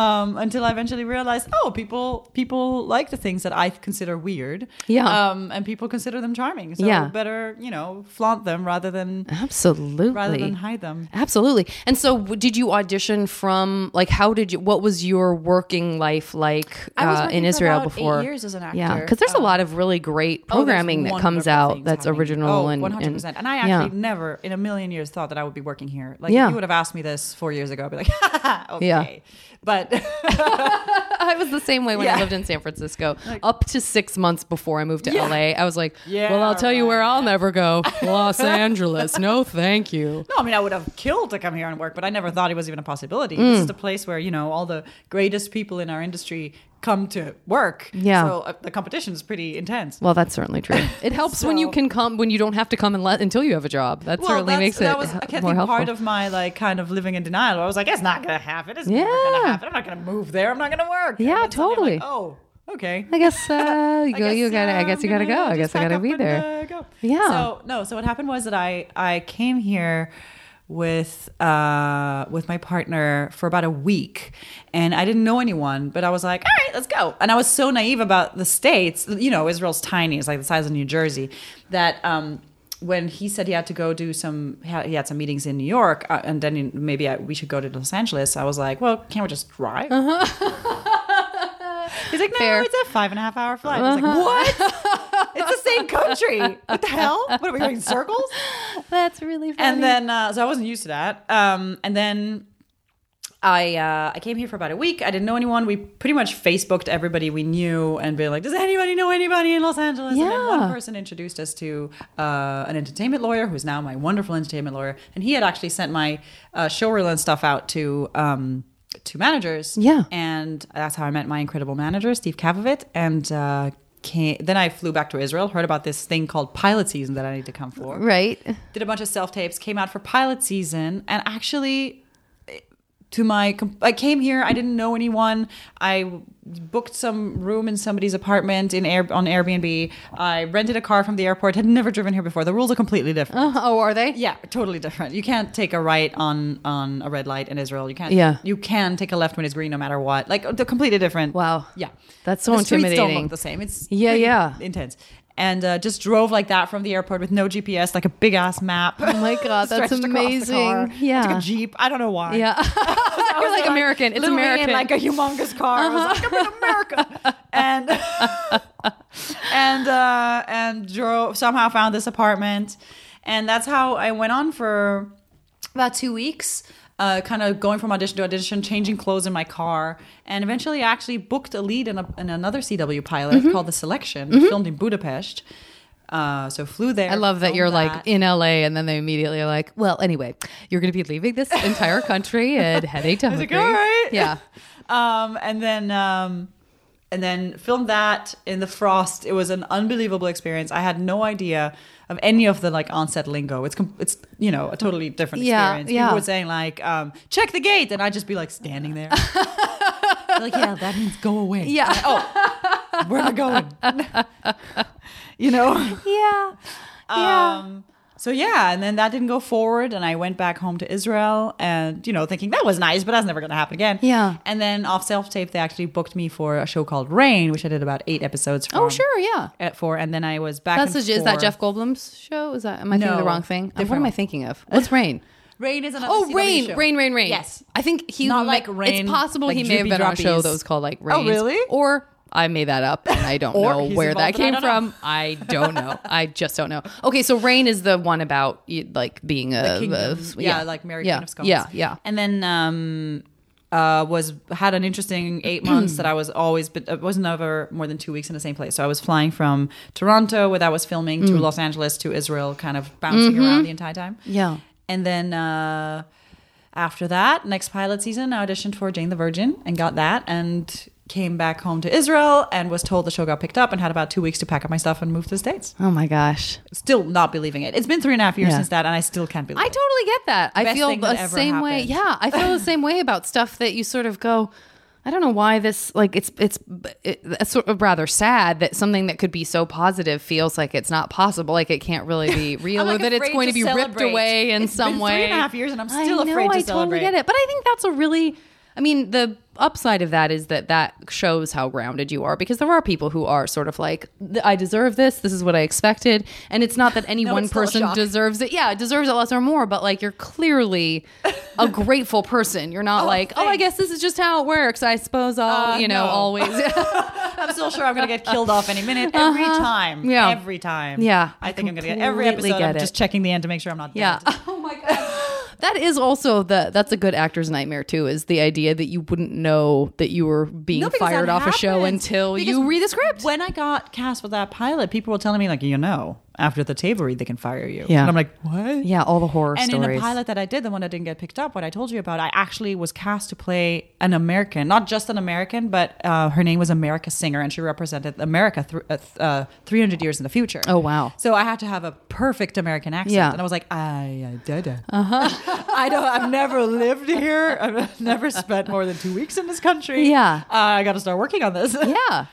Speaker 3: Um, until I eventually realized, oh, people people like the things that I consider weird.
Speaker 1: Yeah.
Speaker 3: Um, and people consider them charming. So
Speaker 1: Yeah.
Speaker 3: better, you know, flaunt them rather than
Speaker 1: Absolutely.
Speaker 3: rather than hide them.
Speaker 1: Absolutely. And so, w- did you audition from like how did you? What was your working life like
Speaker 3: I was
Speaker 1: uh,
Speaker 3: working
Speaker 1: in
Speaker 3: for
Speaker 1: Israel
Speaker 3: about eight
Speaker 1: before?
Speaker 3: years as an
Speaker 1: Yeah,
Speaker 3: actor.
Speaker 1: because there's a
Speaker 3: Um,
Speaker 1: lot of really great
Speaker 3: Oh, there's
Speaker 1: programming that comes
Speaker 3: wonderful
Speaker 1: out
Speaker 3: things
Speaker 1: that's
Speaker 3: happening.
Speaker 1: original
Speaker 3: Oh,
Speaker 1: and
Speaker 3: 100%. And, I
Speaker 1: yeah.
Speaker 3: actually never in a million years thought that I would be working here. Like
Speaker 1: Yeah.
Speaker 3: if you would have asked me this 4 years ago, I'd be like, [LAUGHS] okay.
Speaker 1: Yeah.
Speaker 3: But
Speaker 1: [LAUGHS]
Speaker 3: [LAUGHS]
Speaker 1: I was the same way when I
Speaker 3: Yeah.
Speaker 1: lived in San
Speaker 3: [LAUGHS]
Speaker 1: Francisco. Up to six months before I moved to LA, I was like,
Speaker 3: Yeah,
Speaker 1: "Well, I'll tell you where
Speaker 3: right.
Speaker 1: I'll never
Speaker 3: [LAUGHS]
Speaker 1: go: Los Angeles. No, thank you."
Speaker 3: No, I mean, I would have killed to come
Speaker 1: Mm.
Speaker 3: here and work, but I never thought it was even a possibility. This is the place where, you know, all the greatest people in our industry come to work.
Speaker 1: Yeah.
Speaker 3: So uh, the competition is pretty intense.
Speaker 1: Well, that's certainly
Speaker 3: [LAUGHS]
Speaker 1: true. It helps when you
Speaker 3: So-
Speaker 1: can come when you don't have to come and let, until you have a job. That certainly
Speaker 3: that's-
Speaker 1: makes it
Speaker 3: that was,
Speaker 1: he-
Speaker 3: I think,
Speaker 1: more helpful.
Speaker 3: part of my like kind of living in denial. I was like, it's not gonna happen. It's never
Speaker 1: Yeah.
Speaker 3: gonna happen. I'm not gonna move there. I'm not gonna work. And
Speaker 1: Yeah,
Speaker 3: then suddenly
Speaker 1: totally.
Speaker 3: I'm like, oh, okay.
Speaker 1: I
Speaker 3: [LAUGHS]
Speaker 1: guess uh, you,
Speaker 3: I
Speaker 1: go,
Speaker 3: guess,
Speaker 1: you gotta.
Speaker 3: uh,
Speaker 1: I guess
Speaker 3: I'm
Speaker 1: you gotta
Speaker 3: gonna
Speaker 1: go. I
Speaker 3: just
Speaker 1: guess I
Speaker 3: pack
Speaker 1: gotta
Speaker 3: up
Speaker 1: be
Speaker 3: and,
Speaker 1: there.
Speaker 3: uh, go.
Speaker 1: Yeah.
Speaker 3: So no. So what happened was that I I came here with uh with my partner for about a week and I didn't know anyone but I was like all right let's go and I was so naive about the states you know Israel's tiny it's like the size of New Jersey that um when he said he had to go do some he had some meetings in New York uh, and then in- maybe I, we should go to Los Angeles I was like well can't we just drive [LAUGHS] he's like
Speaker 1: Uh-huh.
Speaker 3: no
Speaker 1: Fair. Uh-huh.
Speaker 3: it's a five and a half hour flight I was like what it's the same country. What the hell? What are we going in circles?
Speaker 1: That's really funny.
Speaker 3: And then, uh, so I wasn't used to that. Um, and then I uh, I came here for about a week. I didn't know anyone. We pretty much Facebooked everybody we knew and be like, does anybody know anybody in Los Angeles? And then
Speaker 1: Yeah.
Speaker 3: one person introduced us to uh, an entertainment lawyer who is now my wonderful entertainment lawyer, and he had actually sent my uh, showreel and stuff out to. Um, to managers,
Speaker 1: Yeah.
Speaker 3: and that's how I met my incredible manager, Steve Kavovit, and uh, came, then I flew back to Israel. Heard about this thing called pilot season that I need to come for,
Speaker 1: right?
Speaker 3: [LAUGHS] did a bunch of self tapes, came out for pilot season, and actually, to my, com- I came here. I didn't know anyone. I booked some room in somebody's apartment in Air on Airbnb. I rented a car from the airport. Had never driven here before. The rules are completely different.
Speaker 1: Uh, oh, are they?
Speaker 3: Yeah, totally different. You can't take a right on on a red light in Israel. You can't.
Speaker 1: Yeah.
Speaker 3: You can take a left when it's green, no matter what. Like they're completely different.
Speaker 1: Wow.
Speaker 3: Yeah.
Speaker 1: That's so
Speaker 3: the streets Don't
Speaker 1: intimidating.
Speaker 3: look the same. It's
Speaker 1: Yeah,
Speaker 3: pretty
Speaker 1: yeah.
Speaker 3: Intense. And uh, just drove like that from the airport with no GPS, like a big ass map. Oh
Speaker 1: my God, that's amazing.
Speaker 3: I took
Speaker 1: Yeah.
Speaker 3: a jeep. I don't know why. [LAUGHS]
Speaker 1: [LAUGHS] Yeah.
Speaker 3: I
Speaker 1: You're like, American. It's
Speaker 3: literally
Speaker 1: American. Uh-huh.
Speaker 3: In like a humongous car. I was like, I'm in
Speaker 1: [LAUGHS]
Speaker 3: America. and [LAUGHS] and uh, and drove somehow found this apartment, and that's how I went on for about two weeks. Uh, kind of going from audition to audition, changing clothes in my car, and eventually I actually booked a lead in, a, in another CW pilot
Speaker 1: Mm-hmm.
Speaker 3: called The Selection, filmed in Budapest. Uh, so flew there.
Speaker 1: I love that
Speaker 3: filmed
Speaker 1: you're
Speaker 3: that.
Speaker 1: like in LA and then they immediately are like, well, anyway, you're going to be leaving this entire country and heading
Speaker 3: [LAUGHS]
Speaker 1: to
Speaker 3: I was like,
Speaker 1: Hungary.
Speaker 3: all right. [LAUGHS]
Speaker 1: Yeah.
Speaker 3: um, and then um, and then filmed that in the frost. It was an unbelievable experience. I had no idea of any of the like onset lingo. It's com- it's you know a totally different
Speaker 1: Yeah,
Speaker 3: experience.
Speaker 1: yeah.
Speaker 3: People were saying like um, check the gate, and I'd just be like
Speaker 1: [LAUGHS]
Speaker 3: standing there. They're like yeah, that means go away.
Speaker 1: Yeah.
Speaker 3: Where am I going? [LAUGHS] you know.
Speaker 1: Yeah. Yeah.
Speaker 3: Um, so yeah, and then that didn't go forward, and I went back home to Israel, and you know, thinking that was nice, but that's never going to happen again.
Speaker 1: Yeah.
Speaker 3: And then off self tape, they actually booked me for a show called Rain, which I did about eight episodes. From,
Speaker 1: Oh, sure. Yeah.
Speaker 3: At four, and then I was back.
Speaker 1: That's
Speaker 3: and
Speaker 1: the, is that
Speaker 3: forth.
Speaker 1: Jeff Goldblum's show? Is that am I thinking
Speaker 3: No,
Speaker 1: the wrong thing? Um, What
Speaker 3: different
Speaker 1: am I
Speaker 3: one.
Speaker 1: thinking of? What's
Speaker 3: [LAUGHS]
Speaker 1: rain?
Speaker 3: Rain is another.
Speaker 1: Oh,
Speaker 3: CW
Speaker 1: rain,
Speaker 3: show.
Speaker 1: rain, rain, rain.
Speaker 3: Yes.
Speaker 1: I think he
Speaker 3: Not
Speaker 1: may-
Speaker 3: like Rain,
Speaker 1: It's possible
Speaker 3: like
Speaker 1: he may have
Speaker 3: droopy
Speaker 1: been on a show
Speaker 3: droppies.
Speaker 1: that was called like rain.
Speaker 3: Oh, really?
Speaker 1: Or I made that up and I don't
Speaker 3: [LAUGHS] Or
Speaker 1: know
Speaker 3: he's
Speaker 1: where that
Speaker 3: involved and
Speaker 1: came
Speaker 3: I
Speaker 1: from. I don't
Speaker 3: don't know. [LAUGHS]
Speaker 1: know. I just don't know. Okay, so rain is the one about you- like being a,
Speaker 3: Kingdom.
Speaker 1: a-
Speaker 3: yeah, like Mary
Speaker 1: yeah,
Speaker 3: Queen of Scots.
Speaker 1: Yeah, yeah.
Speaker 3: And then um, uh, was had an interesting
Speaker 1: [CLEARS THROAT]
Speaker 3: eight months that I was always, but it was never more than two weeks in the same place. So I was flying from Toronto, where that was filming,
Speaker 1: Mm.
Speaker 3: to Los Angeles to Israel, kind of bouncing around the entire time.
Speaker 1: Mm-hmm. Yeah.
Speaker 3: And then uh, after that, next pilot season, I auditioned for Jane the Virgin and got that and came back home to Israel and was told the show got picked up and had about two weeks to pack up my stuff and move to the States.
Speaker 1: Oh my gosh.
Speaker 3: Still not believing it. It's been three and a half years
Speaker 1: Yeah.
Speaker 3: since that and I still can't believe
Speaker 1: I
Speaker 3: it.
Speaker 1: totally get that. I
Speaker 3: Best
Speaker 1: feel
Speaker 3: thing that
Speaker 1: the
Speaker 3: ever
Speaker 1: same way.
Speaker 3: happened.
Speaker 1: Yeah, I feel the same way about stuff that you sort of go. I don't know why this like it's it's it- it's sort of rather sad that something that could be so positive feels like it's not possible, like it can't really be real,
Speaker 3: [LAUGHS] I'm, like,
Speaker 1: or that it's
Speaker 3: afraid
Speaker 1: going to
Speaker 3: to
Speaker 1: be ripped
Speaker 3: celebrate.
Speaker 1: away in
Speaker 3: It's
Speaker 1: some
Speaker 3: been
Speaker 1: way.
Speaker 3: three and a half years and I'm
Speaker 1: I
Speaker 3: still
Speaker 1: know,
Speaker 3: afraid to
Speaker 1: I totally
Speaker 3: celebrate.
Speaker 1: get it, but I think that's a really. I mean, the upside of that is that that shows how grounded you are because there are people who are sort of like, I deserve this. This is what I expected, and it's not that any
Speaker 3: [LAUGHS] No,
Speaker 1: one
Speaker 3: it's still a
Speaker 1: person
Speaker 3: shock.
Speaker 1: deserves deserves it. Yeah, it deserves it less or more, but like you're clearly a
Speaker 3: [LAUGHS]
Speaker 1: grateful person. You're not like, oh, I
Speaker 3: thanks.
Speaker 1: guess this is just how it works. I suppose I'll,
Speaker 3: Uh,
Speaker 1: you know,
Speaker 3: no.
Speaker 1: always.
Speaker 3: [LAUGHS] I'm still sure I'm gonna get killed off any minute. Every time.
Speaker 1: Uh-huh. Yeah.
Speaker 3: Every time.
Speaker 1: Yeah.
Speaker 3: I
Speaker 1: I
Speaker 3: think I'm gonna get every
Speaker 1: completely
Speaker 3: episode.
Speaker 1: get
Speaker 3: I'm
Speaker 1: it.
Speaker 3: just checking the end to make sure I'm not
Speaker 1: yeah.
Speaker 3: [LAUGHS] dead.
Speaker 1: Oh my God. [LAUGHS] That is also the that's a good actor's nightmare too is the idea that you wouldn't know that you were being
Speaker 3: No, because
Speaker 1: fired
Speaker 3: that
Speaker 1: off a show
Speaker 3: happens.
Speaker 1: until
Speaker 3: Because
Speaker 1: you read the script.
Speaker 3: When I got cast with that pilot, people were telling me like, you know, after the table read, they can fire you.
Speaker 1: Yeah.
Speaker 3: And I'm like, what?
Speaker 1: Yeah, all the horror
Speaker 3: and
Speaker 1: stories.
Speaker 3: in the pilot that I did, the one that didn't get picked up, what I told you about, I actually was cast to play an American, not just an American, but uh, her name was America Singer, and she represented America thr uh, th- uh, 300 years in the future.
Speaker 1: Oh, wow.
Speaker 3: So I had to have a perfect American accent,
Speaker 1: Yeah. Uh-huh.
Speaker 3: and I was like, I, I did it. [LAUGHS] I don't. I've never lived here. I've [LAUGHS] never spent more than two weeks in this country.
Speaker 1: Yeah.
Speaker 3: uh, I got to start working on this. [LAUGHS]
Speaker 1: yeah.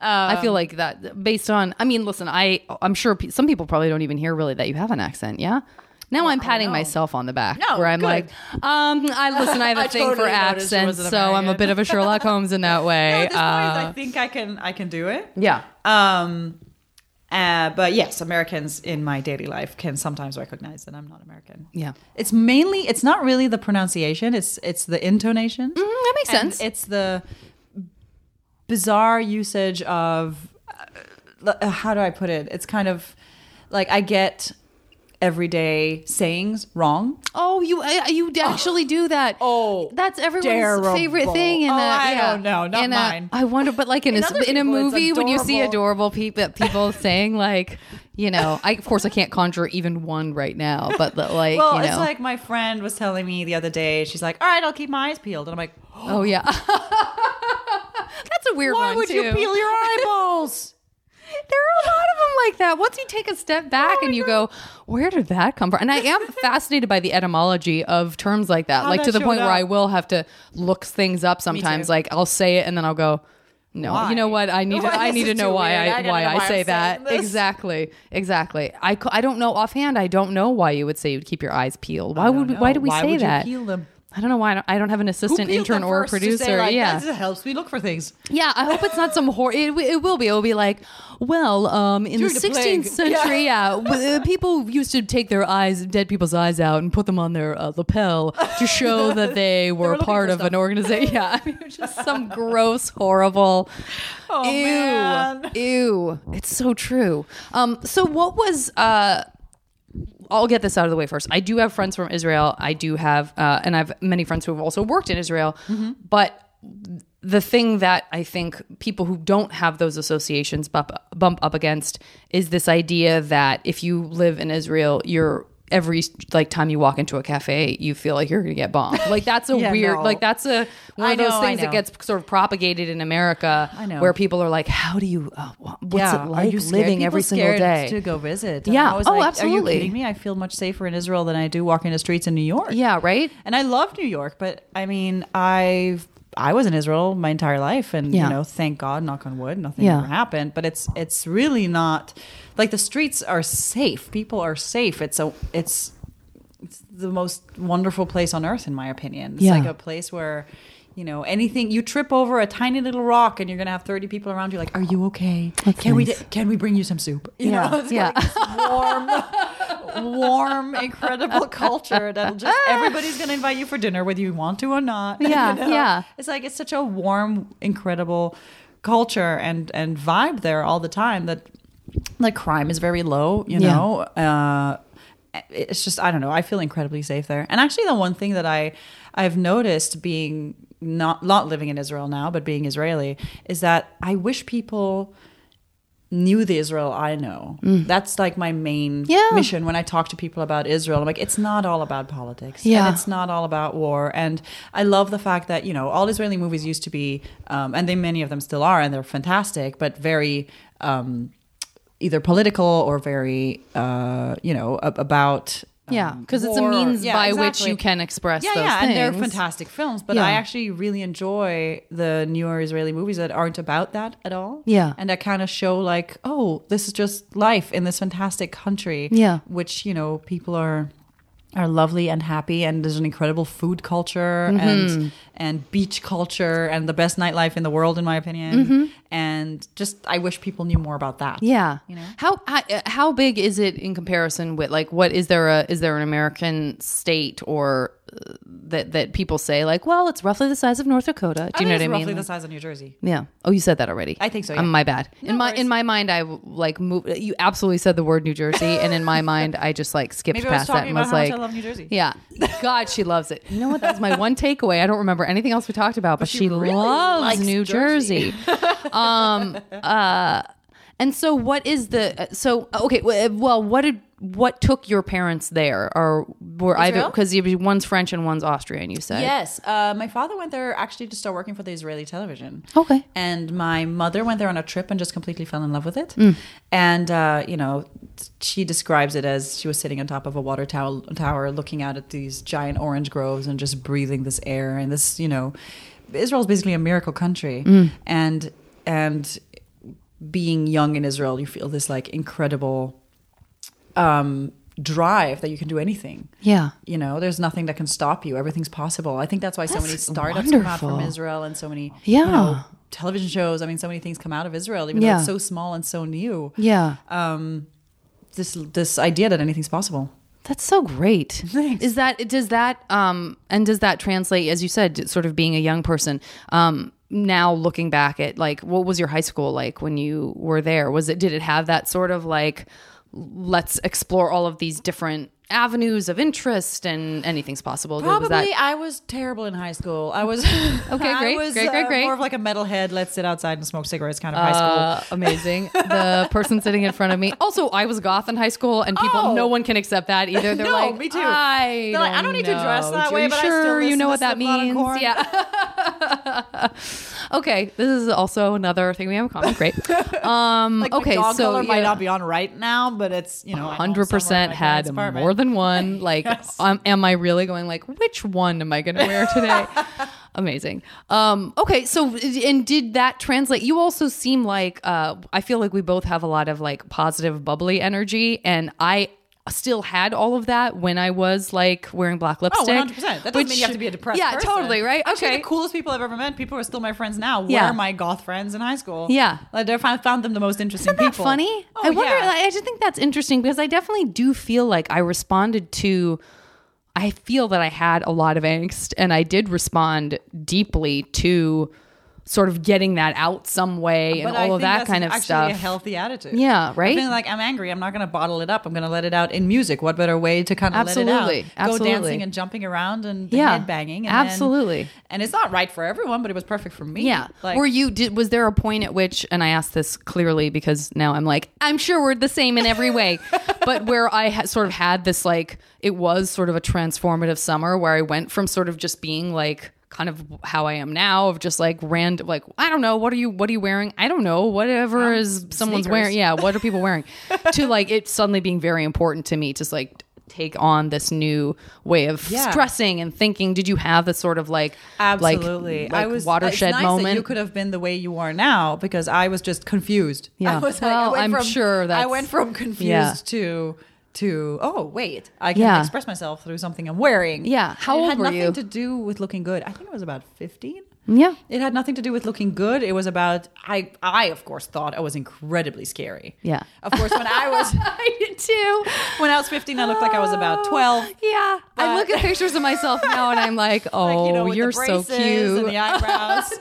Speaker 1: I
Speaker 3: Um,
Speaker 1: feel like that based on I mean listen I I'm sure pe- some people probably don't even hear really that you have an accent yeah now I'm patting myself on the back
Speaker 3: No,
Speaker 1: where I'm
Speaker 3: good.
Speaker 1: like um
Speaker 3: [LAUGHS]
Speaker 1: I listen I have a
Speaker 3: I
Speaker 1: thing for
Speaker 3: totally noticed you
Speaker 1: accents
Speaker 3: was an
Speaker 1: so I'm a
Speaker 3: American.
Speaker 1: bit of a Sherlock Holmes in that
Speaker 3: [LAUGHS] No,
Speaker 1: way
Speaker 3: at this point,
Speaker 1: Uh,
Speaker 3: I think I can. I can do it.
Speaker 1: yeah
Speaker 3: Um, uh, but yes, Americans in my daily life can sometimes recognize that I'm not American.
Speaker 1: Yeah.
Speaker 3: it's mainly it's not really the pronunciation; it's it's the intonation.
Speaker 1: that makes
Speaker 3: And
Speaker 1: Mm-hmm. sense
Speaker 3: It's the bizarre usage of uh, uh, how do I put it? It's kind of like I get everyday sayings wrong.
Speaker 1: oh you I- you actually do that
Speaker 3: Oh,
Speaker 1: that's everyone's
Speaker 3: terrible.
Speaker 1: favorite thing in
Speaker 3: Oh,
Speaker 1: the
Speaker 3: I
Speaker 1: yeah.
Speaker 3: don't know, not
Speaker 1: in a-
Speaker 3: mine.
Speaker 1: I wonder but like in a,
Speaker 3: In other
Speaker 1: in a
Speaker 3: people, it's
Speaker 1: movie when you see
Speaker 3: adorable.
Speaker 1: adorable people people saying like you know I of course I can't conjure even one right now but the, like
Speaker 3: Well,
Speaker 1: you know
Speaker 3: it's like my friend was telling me the other day. She's like, "All right, I'll keep my eyes peeled," and I'm like,
Speaker 1: Oh yeah,
Speaker 3: [GASPS]
Speaker 1: that's a weird
Speaker 3: "Why
Speaker 1: one
Speaker 3: would
Speaker 1: too.
Speaker 3: you
Speaker 1: [LAUGHS]
Speaker 3: peel your eyeballs?"
Speaker 1: there are a lot of them like that. Once you take a step back
Speaker 3: Oh
Speaker 1: and you go, "Where did that come from?" And I
Speaker 3: [LAUGHS]
Speaker 1: am fascinated by the etymology of terms like that,
Speaker 3: How
Speaker 1: like
Speaker 3: Oh,
Speaker 1: to
Speaker 3: that
Speaker 1: the
Speaker 3: showed
Speaker 1: point where
Speaker 3: up.
Speaker 1: I will have to look things up sometimes.
Speaker 3: too.
Speaker 1: Like I'll say it and then I'll go. No,
Speaker 3: Why?
Speaker 1: you know what? I need to,
Speaker 3: Why
Speaker 1: I
Speaker 3: is
Speaker 1: need
Speaker 3: it
Speaker 1: to know
Speaker 3: too
Speaker 1: why
Speaker 3: weird?
Speaker 1: I
Speaker 3: I don't
Speaker 1: why
Speaker 3: know
Speaker 1: I
Speaker 3: why I'm
Speaker 1: say
Speaker 3: saying
Speaker 1: that
Speaker 3: this.
Speaker 1: exactly exactly. I, cou- I don't know offhand. I don't know why you would say you'd keep your eyes peeled. Oh, Why would we, why do we say
Speaker 3: would you
Speaker 1: that?
Speaker 3: peel them?
Speaker 1: I don't know why I don't, I don't have an
Speaker 3: Who
Speaker 1: assistant,
Speaker 3: peeled
Speaker 1: intern,
Speaker 3: them
Speaker 1: or a
Speaker 3: first to say,
Speaker 1: producer.
Speaker 3: like,
Speaker 1: yeah,
Speaker 3: "This helps me look for things.
Speaker 1: Yeah, I hope it's not some horror. It, it will be. It will be like, well, um, in
Speaker 3: During
Speaker 1: the
Speaker 3: the
Speaker 1: 16th
Speaker 3: plague.
Speaker 1: century, yeah, w- uh, people used to take their eyes, dead people's eyes out, and put them on their uh, lapel to show that [LAUGHS] they were,
Speaker 3: were looking
Speaker 1: part
Speaker 3: for
Speaker 1: of an organization. [LAUGHS] Yeah, I mean, it's just some gross, horrible.
Speaker 3: Oh,
Speaker 1: ew,
Speaker 3: man.
Speaker 1: ew. It's so true. Um, so what was uh. I'll get this out of the way first. I do have friends from Israel. I do have, uh, and I have many friends who have also worked in Israel.
Speaker 3: Mm-hmm.
Speaker 1: But the thing that I think people who don't have those associations bump, bump up against is this idea that if you live in Israel, you're every like time you walk into a cafe, you feel like you're going to get bombed. Like that's a
Speaker 3: [LAUGHS] Yeah,
Speaker 1: weird,
Speaker 3: no.
Speaker 1: like that's a one
Speaker 3: I
Speaker 1: of those
Speaker 3: know, I
Speaker 1: things that
Speaker 3: know.
Speaker 1: gets sort of propagated in America,
Speaker 3: I know.
Speaker 1: where people are like, "How do you? Uh, wha- what's
Speaker 3: Yeah,
Speaker 1: it
Speaker 3: are
Speaker 1: like
Speaker 3: you scared?
Speaker 1: living
Speaker 3: People
Speaker 1: every single
Speaker 3: scared
Speaker 1: day?"
Speaker 3: to go visit.
Speaker 1: Yeah.
Speaker 3: I was
Speaker 1: Oh,
Speaker 3: like, Are
Speaker 1: absolutely.
Speaker 3: you kidding me? I feel much safer in Israel than I do walking the streets in New York.
Speaker 1: yeah, [LAUGHS] right.
Speaker 3: and I love New York, but I mean, I've I was in Israel my entire life, and
Speaker 1: Yeah.
Speaker 3: you know, thank God, knock on wood, nothing
Speaker 1: Yeah.
Speaker 3: ever happened. But it's it's really not like the streets are safe. People are safe. It's a it's it's the most wonderful place on earth, in my opinion. It's
Speaker 1: Yeah.
Speaker 3: like a place where. You know, anything you trip over a tiny little rock, and you're gonna have 30 people around you. Like, are you okay? can we
Speaker 1: nice.
Speaker 3: can we bring you some soup? [LAUGHS] You
Speaker 1: Yeah,
Speaker 3: know, it's
Speaker 1: yeah.
Speaker 3: like this warm, warm, incredible culture that'll just everybody's gonna invite you for dinner, whether you want to or not. [LAUGHS] you
Speaker 1: Yeah,
Speaker 3: know?
Speaker 1: yeah.
Speaker 3: It's like it's such a warm, incredible culture and and vibe there all the time that like crime is very low. You
Speaker 1: Yeah.
Speaker 3: know, uh, it's just I don't know. I feel incredibly safe there. And actually, the one thing that I I've noticed being not not living in Israel now, but being Israeli, is that I wish people knew the Israel I know. That's like my main
Speaker 1: Mm. Yeah.
Speaker 3: mission when I talk to people about Israel. I'm like, it's not all about politics.
Speaker 1: Yeah.
Speaker 3: And it's not all about war. And I love the fact that, you know, all Israeli movies used to be, um, and they many of them still are, and they're fantastic, but very um, either political or very, uh, you know, ab- about. um,
Speaker 1: [LAUGHS] Yeah, because it's a
Speaker 3: war.
Speaker 1: means
Speaker 3: Yeah,
Speaker 1: by which
Speaker 3: exactly
Speaker 1: you can express
Speaker 3: yeah,
Speaker 1: those
Speaker 3: yeah,
Speaker 1: things.
Speaker 3: and they're fantastic films. But I
Speaker 1: Yeah.
Speaker 3: actually really enjoy the newer Israeli movies that aren't about that at all.
Speaker 1: Yeah.
Speaker 3: and that kind of show like, oh, this is just life in this fantastic country.
Speaker 1: Yeah.
Speaker 3: which you know people are are lovely and happy, and there's an incredible food culture
Speaker 1: Mm-hmm.
Speaker 3: and and beach culture and the best nightlife in the world, in my opinion.
Speaker 1: Mm-hmm.
Speaker 3: And just I wish people knew more about that.
Speaker 1: Yeah.
Speaker 3: You know?
Speaker 1: How how uh, how big is it in comparison with like what is there a is there an American state or uh, that that people say like well it's roughly the size of North Dakota. Do you know what
Speaker 3: I
Speaker 1: I
Speaker 3: think it's
Speaker 1: mean?
Speaker 3: roughly the
Speaker 1: Like-
Speaker 3: size of New Jersey.
Speaker 1: yeah. Oh, you said that already.
Speaker 3: I think so,
Speaker 1: Um,
Speaker 3: yeah.
Speaker 1: my bad. in my in my mind, I like move. You absolutely said the word New Jersey, and in my mind, I just like skipped
Speaker 3: Maybe I was
Speaker 1: past that
Speaker 3: talking
Speaker 1: and
Speaker 3: about
Speaker 1: was
Speaker 3: how much
Speaker 1: like,
Speaker 3: I love New Jersey.
Speaker 1: Yeah, God, she loves it. You know what? That's my
Speaker 3: [LAUGHS]
Speaker 1: one takeaway. I don't remember anything else we talked about, but, she,
Speaker 3: really
Speaker 1: loves
Speaker 3: [LAUGHS] likes
Speaker 1: New Jersey.
Speaker 3: Jersey.
Speaker 1: um. Uh. And so, what is the so okay? w- uh, Well, what did what took your parents there, or were either
Speaker 3: Israel?
Speaker 1: because one's French and one's Austrian? You said
Speaker 3: Yes, uh, my father went there actually to start working for the Israeli television.
Speaker 1: Okay.
Speaker 3: and my mother went there on a trip and just completely fell in love with it. And uh, you know, she describes it as she was sitting on top of a water tower, tower, looking out at these giant orange groves and just breathing this air and this. You know, Israel's basically a miracle country, and and being young in Israel, you feel this like incredible um, drive that you can do anything.
Speaker 1: Yeah.
Speaker 3: You know, there's nothing that can stop you. Everything's possible. I think that's why so many
Speaker 1: That's
Speaker 3: startups come out from
Speaker 1: wonderful.
Speaker 3: Israel and so many
Speaker 1: Yeah.
Speaker 3: you know, television shows. I mean, so many things come out of Israel, even
Speaker 1: Yeah.
Speaker 3: though it's so small and so new.
Speaker 1: Yeah.
Speaker 3: Um, this this idea that anything's possible.
Speaker 1: That's so great. Is that does that um and does that translate as you said sort of being a young person um now looking back at like what was your high school like when you were there was it did it have that sort of like let's explore all of these different avenues of interest and anything's possible Or
Speaker 3: Probably,
Speaker 1: was that
Speaker 3: I was terrible in high school. I [LAUGHS] was
Speaker 1: Okay,
Speaker 3: I
Speaker 1: great,
Speaker 3: was,
Speaker 1: great, great,
Speaker 3: uh,
Speaker 1: great.
Speaker 3: More of like a metalhead. Let's sit outside and smoke cigarettes kind of high school.
Speaker 1: uh, amazing. The person sitting in front of me. Also, I was goth in high school, and people,
Speaker 3: Oh.
Speaker 1: no one can accept that either. They're
Speaker 3: No,
Speaker 1: like,
Speaker 3: me too.
Speaker 1: I,
Speaker 3: They're like, I
Speaker 1: don't
Speaker 3: don't need to dress
Speaker 1: know.
Speaker 3: that
Speaker 1: Are
Speaker 3: way,
Speaker 1: you
Speaker 3: but I still
Speaker 1: sure you
Speaker 3: listen
Speaker 1: know
Speaker 3: to
Speaker 1: what that
Speaker 3: Slipknot and
Speaker 1: means.
Speaker 3: Korn.
Speaker 1: Yeah. [LAUGHS] okay, this is also another thing we have in common. Great.
Speaker 3: [LAUGHS]
Speaker 1: Um,
Speaker 3: Like
Speaker 1: okay,
Speaker 3: my dog
Speaker 1: so
Speaker 3: color might
Speaker 1: yeah.
Speaker 3: not be on right now, but it's you know I know
Speaker 1: Hundred
Speaker 3: somewhere in
Speaker 1: percent
Speaker 3: my
Speaker 1: had
Speaker 3: parents' apartment.
Speaker 1: more than
Speaker 3: [LAUGHS]
Speaker 1: one. Like, um, am I really going? Like, which one am I going to wear
Speaker 3: [LAUGHS]
Speaker 1: today? Amazing. Um, okay, so and did that translate? You also seem like uh, I feel like we both have a lot of like positive, bubbly energy, and I still had all of that when I was like wearing black
Speaker 3: Oh,
Speaker 1: lipstick.
Speaker 3: 100%. That doesn't mean you have to be a depressed
Speaker 1: Yeah,
Speaker 3: person.
Speaker 1: totally. Right.
Speaker 3: Actually,
Speaker 1: Okay.
Speaker 3: the coolest people I've ever met, people who are still my friends now,
Speaker 1: Yeah.
Speaker 3: were my goth friends in high school.
Speaker 1: Yeah.
Speaker 3: Like, I found, found them the most interesting
Speaker 1: Isn't that
Speaker 3: people.
Speaker 1: funny?
Speaker 3: Oh,
Speaker 1: I wonder.
Speaker 3: yeah.
Speaker 1: I just think that's interesting because I definitely do feel like I responded to. I feel that I had a lot of angst, and I did respond deeply to sort of getting that out some way and
Speaker 3: But I
Speaker 1: all of
Speaker 3: think
Speaker 1: that
Speaker 3: that's
Speaker 1: kind of
Speaker 3: actually
Speaker 1: stuff.
Speaker 3: a healthy attitude.
Speaker 1: Yeah,
Speaker 3: I
Speaker 1: right?
Speaker 3: feel like I'm angry. I'm not going to bottle it up. I'm going to let it out in music. What better way to kind of let
Speaker 1: Absolutely.
Speaker 3: it out?
Speaker 1: Absolutely.
Speaker 3: Go dancing and jumping around and
Speaker 1: Yeah.
Speaker 3: head banging.
Speaker 1: Absolutely.
Speaker 3: and it's not right for everyone, but it was perfect for me.
Speaker 1: yeah.
Speaker 3: Like,
Speaker 1: Were you? Did, was there a point at which? And I asked this clearly because now I'm like, I'm sure we're the same in every
Speaker 3: [LAUGHS]
Speaker 1: way, but where I ha- sort of had this like, it was sort of a transformative summer where I went from sort of just being like kind of how I am now of just like random like I don't know what are you what are you wearing I don't know whatever is someone's
Speaker 3: Oh, sneakers.
Speaker 1: wearing yeah what are people
Speaker 3: [LAUGHS]
Speaker 1: wearing to like it suddenly being very important to me just like take on this new way of
Speaker 3: Yeah.
Speaker 1: stressing and thinking did you have this sort of like like-
Speaker 3: Absolutely,
Speaker 1: like,
Speaker 3: I was
Speaker 1: watershed
Speaker 3: it's nice
Speaker 1: moment.
Speaker 3: That you could have been the way you are now because I was just confused.
Speaker 1: Yeah.
Speaker 3: [LAUGHS] I was
Speaker 1: Well,
Speaker 3: I went
Speaker 1: I'm
Speaker 3: from,
Speaker 1: sure
Speaker 3: I
Speaker 1: that's-
Speaker 3: went from confused
Speaker 1: Yeah.
Speaker 3: to to oh wait, I can
Speaker 1: Yeah.
Speaker 3: express myself through something I'm wearing.
Speaker 1: Yeah. How
Speaker 3: it
Speaker 1: old
Speaker 3: had
Speaker 1: were
Speaker 3: nothing
Speaker 1: you?
Speaker 3: To do with looking good. I think it was about fifteen.
Speaker 1: yeah.
Speaker 3: It had nothing to do with looking good. It was about I. I of course thought I was incredibly scary.
Speaker 1: Yeah.
Speaker 3: Of course,
Speaker 1: [LAUGHS]
Speaker 3: when I was
Speaker 1: I did too.
Speaker 3: when I was fifteen, I looked like I was about twelve.
Speaker 1: Yeah. I
Speaker 3: But-
Speaker 1: look at pictures of myself now and I'm like, oh,
Speaker 3: [LAUGHS] like, you know, with
Speaker 1: you're
Speaker 3: the
Speaker 1: so
Speaker 3: braces
Speaker 1: cute.
Speaker 3: and the
Speaker 1: [LAUGHS]
Speaker 3: eyebrows,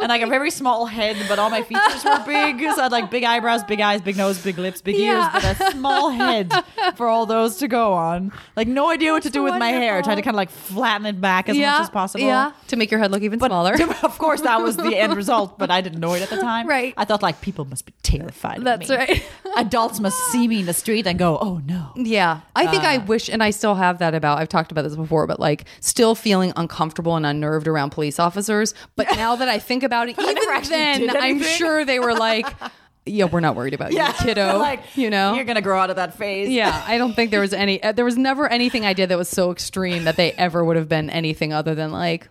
Speaker 3: and like a very small head, but all my features were big. [LAUGHS] So I had like big eyebrows, big eyes, big nose, big lips, big
Speaker 1: Yeah.
Speaker 3: ears, but a small head for all those to go on. Like no idea what to do with my hair.
Speaker 1: wonderful.
Speaker 3: Tried to kind of like flatten it back as
Speaker 1: yeah.
Speaker 3: much as possible.
Speaker 1: Yeah. To make your head look even
Speaker 3: But [LAUGHS]
Speaker 1: smaller.
Speaker 3: of course, that was
Speaker 1: [LAUGHS]
Speaker 3: the end result, but I didn't know it at the time.
Speaker 1: Right.
Speaker 3: I thought like people must be terrified. of
Speaker 1: That's
Speaker 3: me.
Speaker 1: right.
Speaker 3: [LAUGHS] Adults must see me in the street and go, "Oh no."
Speaker 1: [LAUGHS] Yeah. I think
Speaker 3: Uh.
Speaker 1: I wish, and I still have that about, I've talked about this before, but like still feeling uncomfortable and unnerved around police officers.
Speaker 3: [LAUGHS]
Speaker 1: But now that I think about it, even
Speaker 3: never actually
Speaker 1: then,
Speaker 3: did
Speaker 1: I'm
Speaker 3: anything.
Speaker 1: sure they were like,
Speaker 3: [LAUGHS]
Speaker 1: yeah, we're not worried about you, [LAUGHS] kiddo.
Speaker 3: like [LAUGHS]
Speaker 1: you know?
Speaker 3: you're gonna grow out of that phase.
Speaker 1: Yeah, I don't think there was any. uh, There was never anything I did that was so extreme that they ever would have been anything other than like.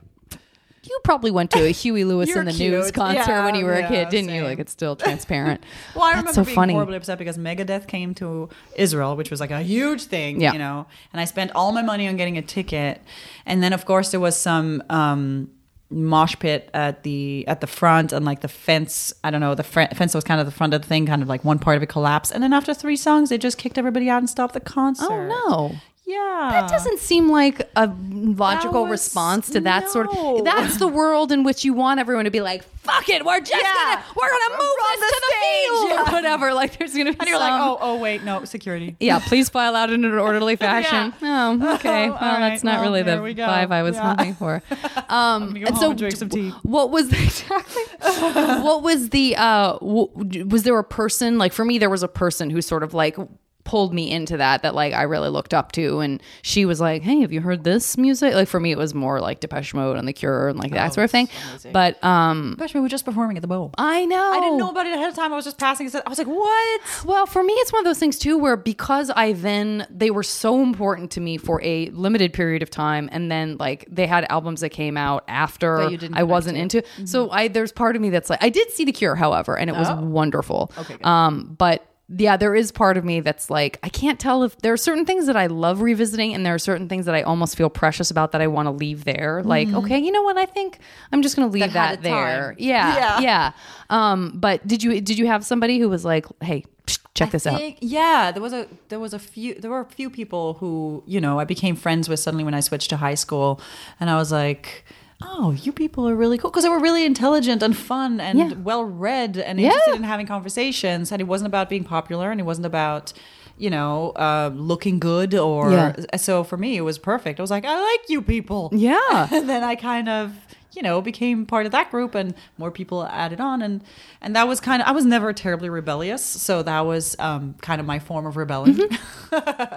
Speaker 1: You probably went to a
Speaker 3: [LAUGHS]
Speaker 1: Huey Lewis
Speaker 3: You're
Speaker 1: in the
Speaker 3: cute.
Speaker 1: News concert
Speaker 3: Yeah,
Speaker 1: when you were a
Speaker 3: yeah,
Speaker 1: kid, didn't you?
Speaker 3: same.
Speaker 1: Like it's still transparent.
Speaker 3: [LAUGHS] Well, I
Speaker 1: That's
Speaker 3: remember
Speaker 1: so
Speaker 3: being
Speaker 1: funny.
Speaker 3: horribly upset because Megadeth came to Israel, which was like a huge thing,
Speaker 1: Yeah.
Speaker 3: you know. And I spent all my money on getting a ticket, and then of course there was some um, mosh pit at the at the front and like the fence. I don't know the fr- fence was kind of the front of the thing, kind of like one part of it collapsed, and then after three songs, they just kicked everybody out and stopped the concert.
Speaker 1: Oh no!
Speaker 3: Yeah.
Speaker 1: That doesn't seem like a logical
Speaker 3: That was-
Speaker 1: response to that sort
Speaker 3: no.
Speaker 1: of. That's the world in which you want everyone to be like, "Fuck it, we're just
Speaker 3: Yeah.
Speaker 1: gonna we're gonna move
Speaker 3: Run
Speaker 1: this
Speaker 3: the
Speaker 1: to the
Speaker 3: stage."
Speaker 1: field
Speaker 3: Yeah.
Speaker 1: or whatever." Like, there's gonna be
Speaker 3: And you're like,
Speaker 1: some-
Speaker 3: oh, oh, wait, no, security.
Speaker 1: yeah, please file out in an
Speaker 3: [LAUGHS]
Speaker 1: orderly fashion. Oh, okay.
Speaker 3: Oh,
Speaker 1: well,
Speaker 3: all
Speaker 1: that's
Speaker 3: right.
Speaker 1: not
Speaker 3: Well,
Speaker 1: really the
Speaker 3: there we go.
Speaker 1: vibe I was
Speaker 3: Yeah.
Speaker 1: hoping for. Um,
Speaker 3: gonna [LAUGHS] go
Speaker 1: and
Speaker 3: home
Speaker 1: so,
Speaker 3: and drink some tea.
Speaker 1: what was the, [LAUGHS] exactly? what was the? Uh, w- was there a person like for me? There was a person who sort of like pulled me into that that like I really looked up to, and she was like, "Hey, have you heard this music?" Like for me, it was more like Depeche Mode and The Cure and like
Speaker 3: Oh,
Speaker 1: that sort of thing. But um,
Speaker 3: But we were just performing at the bowl.
Speaker 1: I know
Speaker 3: I didn't know about it ahead of time. I was just passing. I was like, what?
Speaker 1: Well, for me, it's one of those things too, where because I then they were so important to me for a limited period of time, and then like they had albums that came out after
Speaker 3: That you didn't Mm-hmm.
Speaker 1: I wasn't into. So I there's part of me that's like I did see The Cure, however, and it was
Speaker 3: Oh.
Speaker 1: wonderful. Okay, um, but. Yeah, there is part of me that's like I can't tell if there are certain things that I love revisiting, and there are certain things that I almost feel precious about that I want to leave there. Like, okay, you know what? I think I'm just going to leave
Speaker 3: Mm-hmm. That
Speaker 1: that,
Speaker 3: had a time.
Speaker 1: there. Yeah,
Speaker 3: Yeah.
Speaker 1: yeah, Um, but did you did you have somebody who was like, hey, psh, check this out?
Speaker 3: think- Yeah, there was a there was a few there were a few people who you know I became friends with suddenly when I switched to high school, and I was like. Oh, you people are really cool because they were really intelligent and fun and
Speaker 1: Yeah.
Speaker 3: well read and
Speaker 1: Yeah.
Speaker 3: interested in having conversations. And it wasn't about being popular and it wasn't about, you know, uh, looking good or.
Speaker 1: Yeah.
Speaker 3: So for me, it was perfect. I was like, I like you people.
Speaker 1: Yeah.
Speaker 3: [LAUGHS] and then I kind of you know became part of that group and more people added on and and that was kind of I was never terribly rebellious so that was um, kind of my form of rebellion
Speaker 1: Mm-hmm.
Speaker 3: [LAUGHS]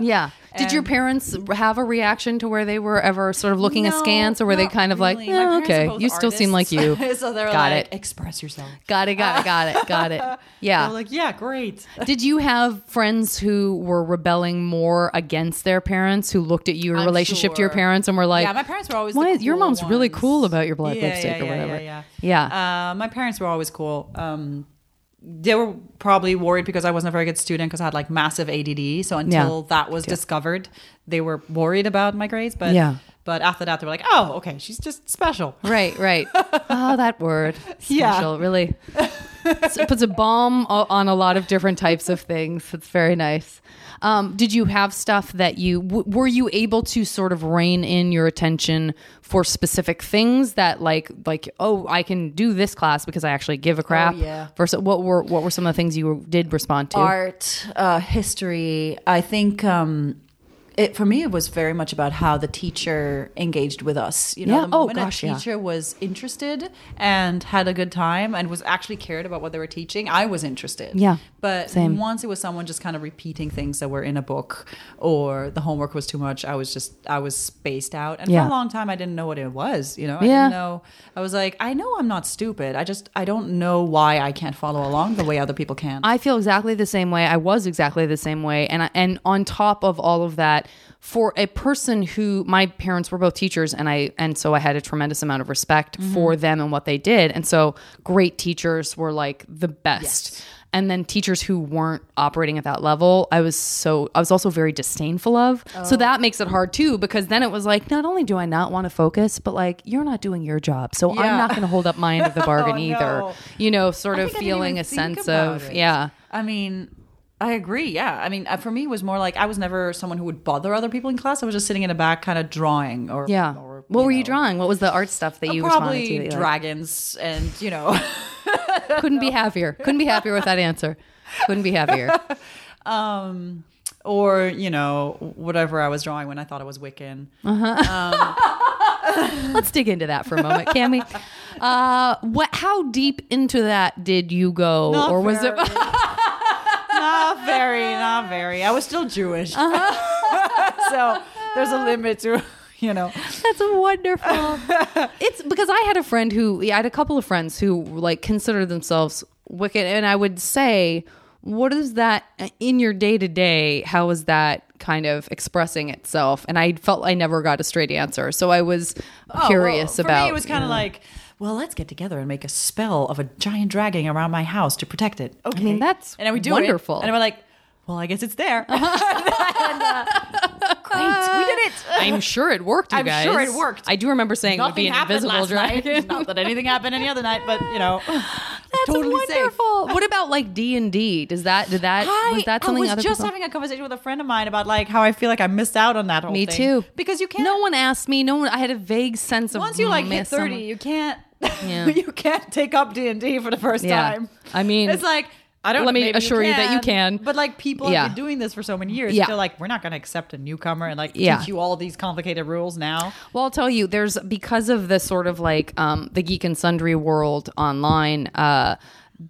Speaker 1: Yeah. Did your parents have a reaction to where they were ever sort of looking
Speaker 3: No,
Speaker 1: askance, or were they
Speaker 3: not
Speaker 1: kind of like,
Speaker 3: really. My
Speaker 1: "Eh,
Speaker 3: parents are
Speaker 1: okay,
Speaker 3: both
Speaker 1: you still seem like you?
Speaker 3: artists. [LAUGHS] so they're
Speaker 1: Got
Speaker 3: like
Speaker 1: it.
Speaker 3: express yourself
Speaker 1: Got it, got it, got it, got
Speaker 3: [LAUGHS]
Speaker 1: it.
Speaker 3: They were
Speaker 1: Yeah.
Speaker 3: like yeah great
Speaker 1: Did you have friends who were rebelling more against their parents, who looked at your
Speaker 3: I'm
Speaker 1: relationship to your
Speaker 3: sure.
Speaker 1: parents and were like,
Speaker 3: yeah my parents were always
Speaker 1: why
Speaker 3: the
Speaker 1: is- your
Speaker 3: cool
Speaker 1: mom's really
Speaker 3: ones.
Speaker 1: cool about your black
Speaker 3: Yeah,
Speaker 1: lipstick
Speaker 3: yeah,
Speaker 1: or
Speaker 3: yeah,
Speaker 1: whatever?
Speaker 3: yeah, yeah.
Speaker 1: Yeah.
Speaker 3: Uh, my parents were always cool um, they were probably worried because I wasn't a very good student because I had like massive ADD. So until that was discovered, they were worried about my grades. But
Speaker 1: Yeah.
Speaker 3: but after that, they were like, "Oh, okay, she's just special."
Speaker 1: Right, right. oh, that word. Special,
Speaker 3: [LAUGHS] Yeah.
Speaker 1: really. It puts a bomb o- on a lot of different types of things. It's very nice. Um, did you have stuff that you w- were you able to sort of rein in your attention for specific things that like like oh I can do this class because I actually give a crap.
Speaker 3: Oh, yeah.
Speaker 1: Versus what were what were some of the things you did respond to?
Speaker 3: Art, uh, history. I think um, it for me it was very much about how the teacher engaged with us. You know,
Speaker 1: Yeah.
Speaker 3: the
Speaker 1: Oh,
Speaker 3: moment
Speaker 1: gosh,
Speaker 3: a
Speaker 1: yeah.
Speaker 3: teacher was interested and had a good time and was actually cared about what they were teaching, I was interested.
Speaker 1: Yeah.
Speaker 3: But
Speaker 1: Same.
Speaker 3: once it was someone just kind of repeating things that were in a book or the homework was too much, I was just I was spaced out. And for
Speaker 1: Yeah.
Speaker 3: a long time I didn't know what it was, you know. I
Speaker 1: Yeah.
Speaker 3: didn't know I was like, I know I'm not stupid. I just I don't know why I can't follow along the way other people can.
Speaker 1: I feel exactly the same way. I was exactly the same way, and I, and on top of all of that, for a person who my parents were both teachers, and I and so I had a tremendous amount of respect
Speaker 3: Mm-hmm.
Speaker 1: for them and what they did, and so great teachers were like the best. And then teachers who weren't operating at that level, I was so I was also very disdainful of.
Speaker 3: Oh.
Speaker 1: So that makes it hard too, because then it was like, not only do I not want to focus, but like you're not doing your job, so
Speaker 3: Yeah. Oh,
Speaker 1: I'm not going to hold up my
Speaker 3: [LAUGHS]
Speaker 1: end of the bargain
Speaker 3: no.
Speaker 1: either. You know, sort
Speaker 3: I
Speaker 1: of
Speaker 3: think I didn't
Speaker 1: feeling
Speaker 3: even
Speaker 1: a
Speaker 3: think
Speaker 1: sense
Speaker 3: about
Speaker 1: of
Speaker 3: it.
Speaker 1: yeah.
Speaker 3: I mean, I agree. Yeah. I mean, uh, for me, it was more like I was never someone who would bother other people in class. I was just sitting in the back, kind of drawing. Or
Speaker 1: Yeah.
Speaker 3: or,
Speaker 1: what were you
Speaker 3: know, uh,
Speaker 1: drawing? What was the art stuff that you responded to?
Speaker 3: Probably
Speaker 1: that you liked?
Speaker 3: dragons, and you know, [LAUGHS]
Speaker 1: Couldn't be happier. Couldn't be happier with that answer. Couldn't be
Speaker 3: [LAUGHS]
Speaker 1: happier.
Speaker 3: um, or you know, whatever I was drawing when I thought I
Speaker 1: [LAUGHS]
Speaker 3: was Wiccan.
Speaker 1: Let's dig into that for a moment, can
Speaker 3: [LAUGHS]
Speaker 1: we? Uh, what? How deep into that did you go,
Speaker 3: Not
Speaker 1: or was it?
Speaker 3: very. not very, not very. I was still Jewish,
Speaker 1: Uh-huh.
Speaker 3: [LAUGHS] so there's a limit to [LAUGHS] you know.
Speaker 1: That's
Speaker 3: [LAUGHS]
Speaker 1: wonderful. it's because I had a friend who yeah, I had a couple of friends who like consider themselves wicked, and I would say, what is that uh, in your day to day? How is that kind of expressing itself? And I felt I never got a straight answer, so I was
Speaker 3: Oh,
Speaker 1: curious
Speaker 3: well, for
Speaker 1: about.
Speaker 3: me, it was kind of like, well, let's get together and make a spell of a giant dragon around my house to protect it. Okay,
Speaker 1: mean, that's
Speaker 3: and then we do
Speaker 1: wonderful.
Speaker 3: It, and we're like, well, I guess it's [LAUGHS] there. uh, great, we did it.
Speaker 1: [LAUGHS] I'm sure it worked, you
Speaker 3: I'm
Speaker 1: guys.
Speaker 3: sure it workked.
Speaker 1: I do remember saying it would be
Speaker 3: Nothing
Speaker 1: an
Speaker 3: happened
Speaker 1: invisible
Speaker 3: [LAUGHS]
Speaker 1: [LAUGHS]
Speaker 3: last
Speaker 1: dragon.
Speaker 3: [GASPS] night. Not that anything happened any other night, but you know, totally safe.
Speaker 1: wonderful. What about like D and D? Does that did that was that something
Speaker 3: I was
Speaker 1: other
Speaker 3: just
Speaker 1: people?
Speaker 3: having a conversation with a friend of mine about like how I feel like I missed out on that whole
Speaker 1: me
Speaker 3: thing.
Speaker 1: too.
Speaker 3: Because you can't.
Speaker 1: No one asked me. No one. I had a vague sense of
Speaker 3: once you like hit
Speaker 1: miss
Speaker 3: thirty,
Speaker 1: someone.
Speaker 3: you can't. [LAUGHS]
Speaker 1: Yeah.
Speaker 3: you can't take up D and D for the first
Speaker 1: Yeah.
Speaker 3: time.
Speaker 1: I mean,
Speaker 3: it's like I don't.
Speaker 1: let me
Speaker 3: maybe
Speaker 1: assure you that you can.
Speaker 3: But like people
Speaker 1: Yeah.
Speaker 3: have been doing this for so many years.
Speaker 1: Yeah.
Speaker 3: They're like, we're not going to accept a newcomer and like
Speaker 1: Yeah.
Speaker 3: teach you all these complicated rules now.
Speaker 1: Well, I'll tell you, there's because of the sort of like um, the geek and sundry world online uh,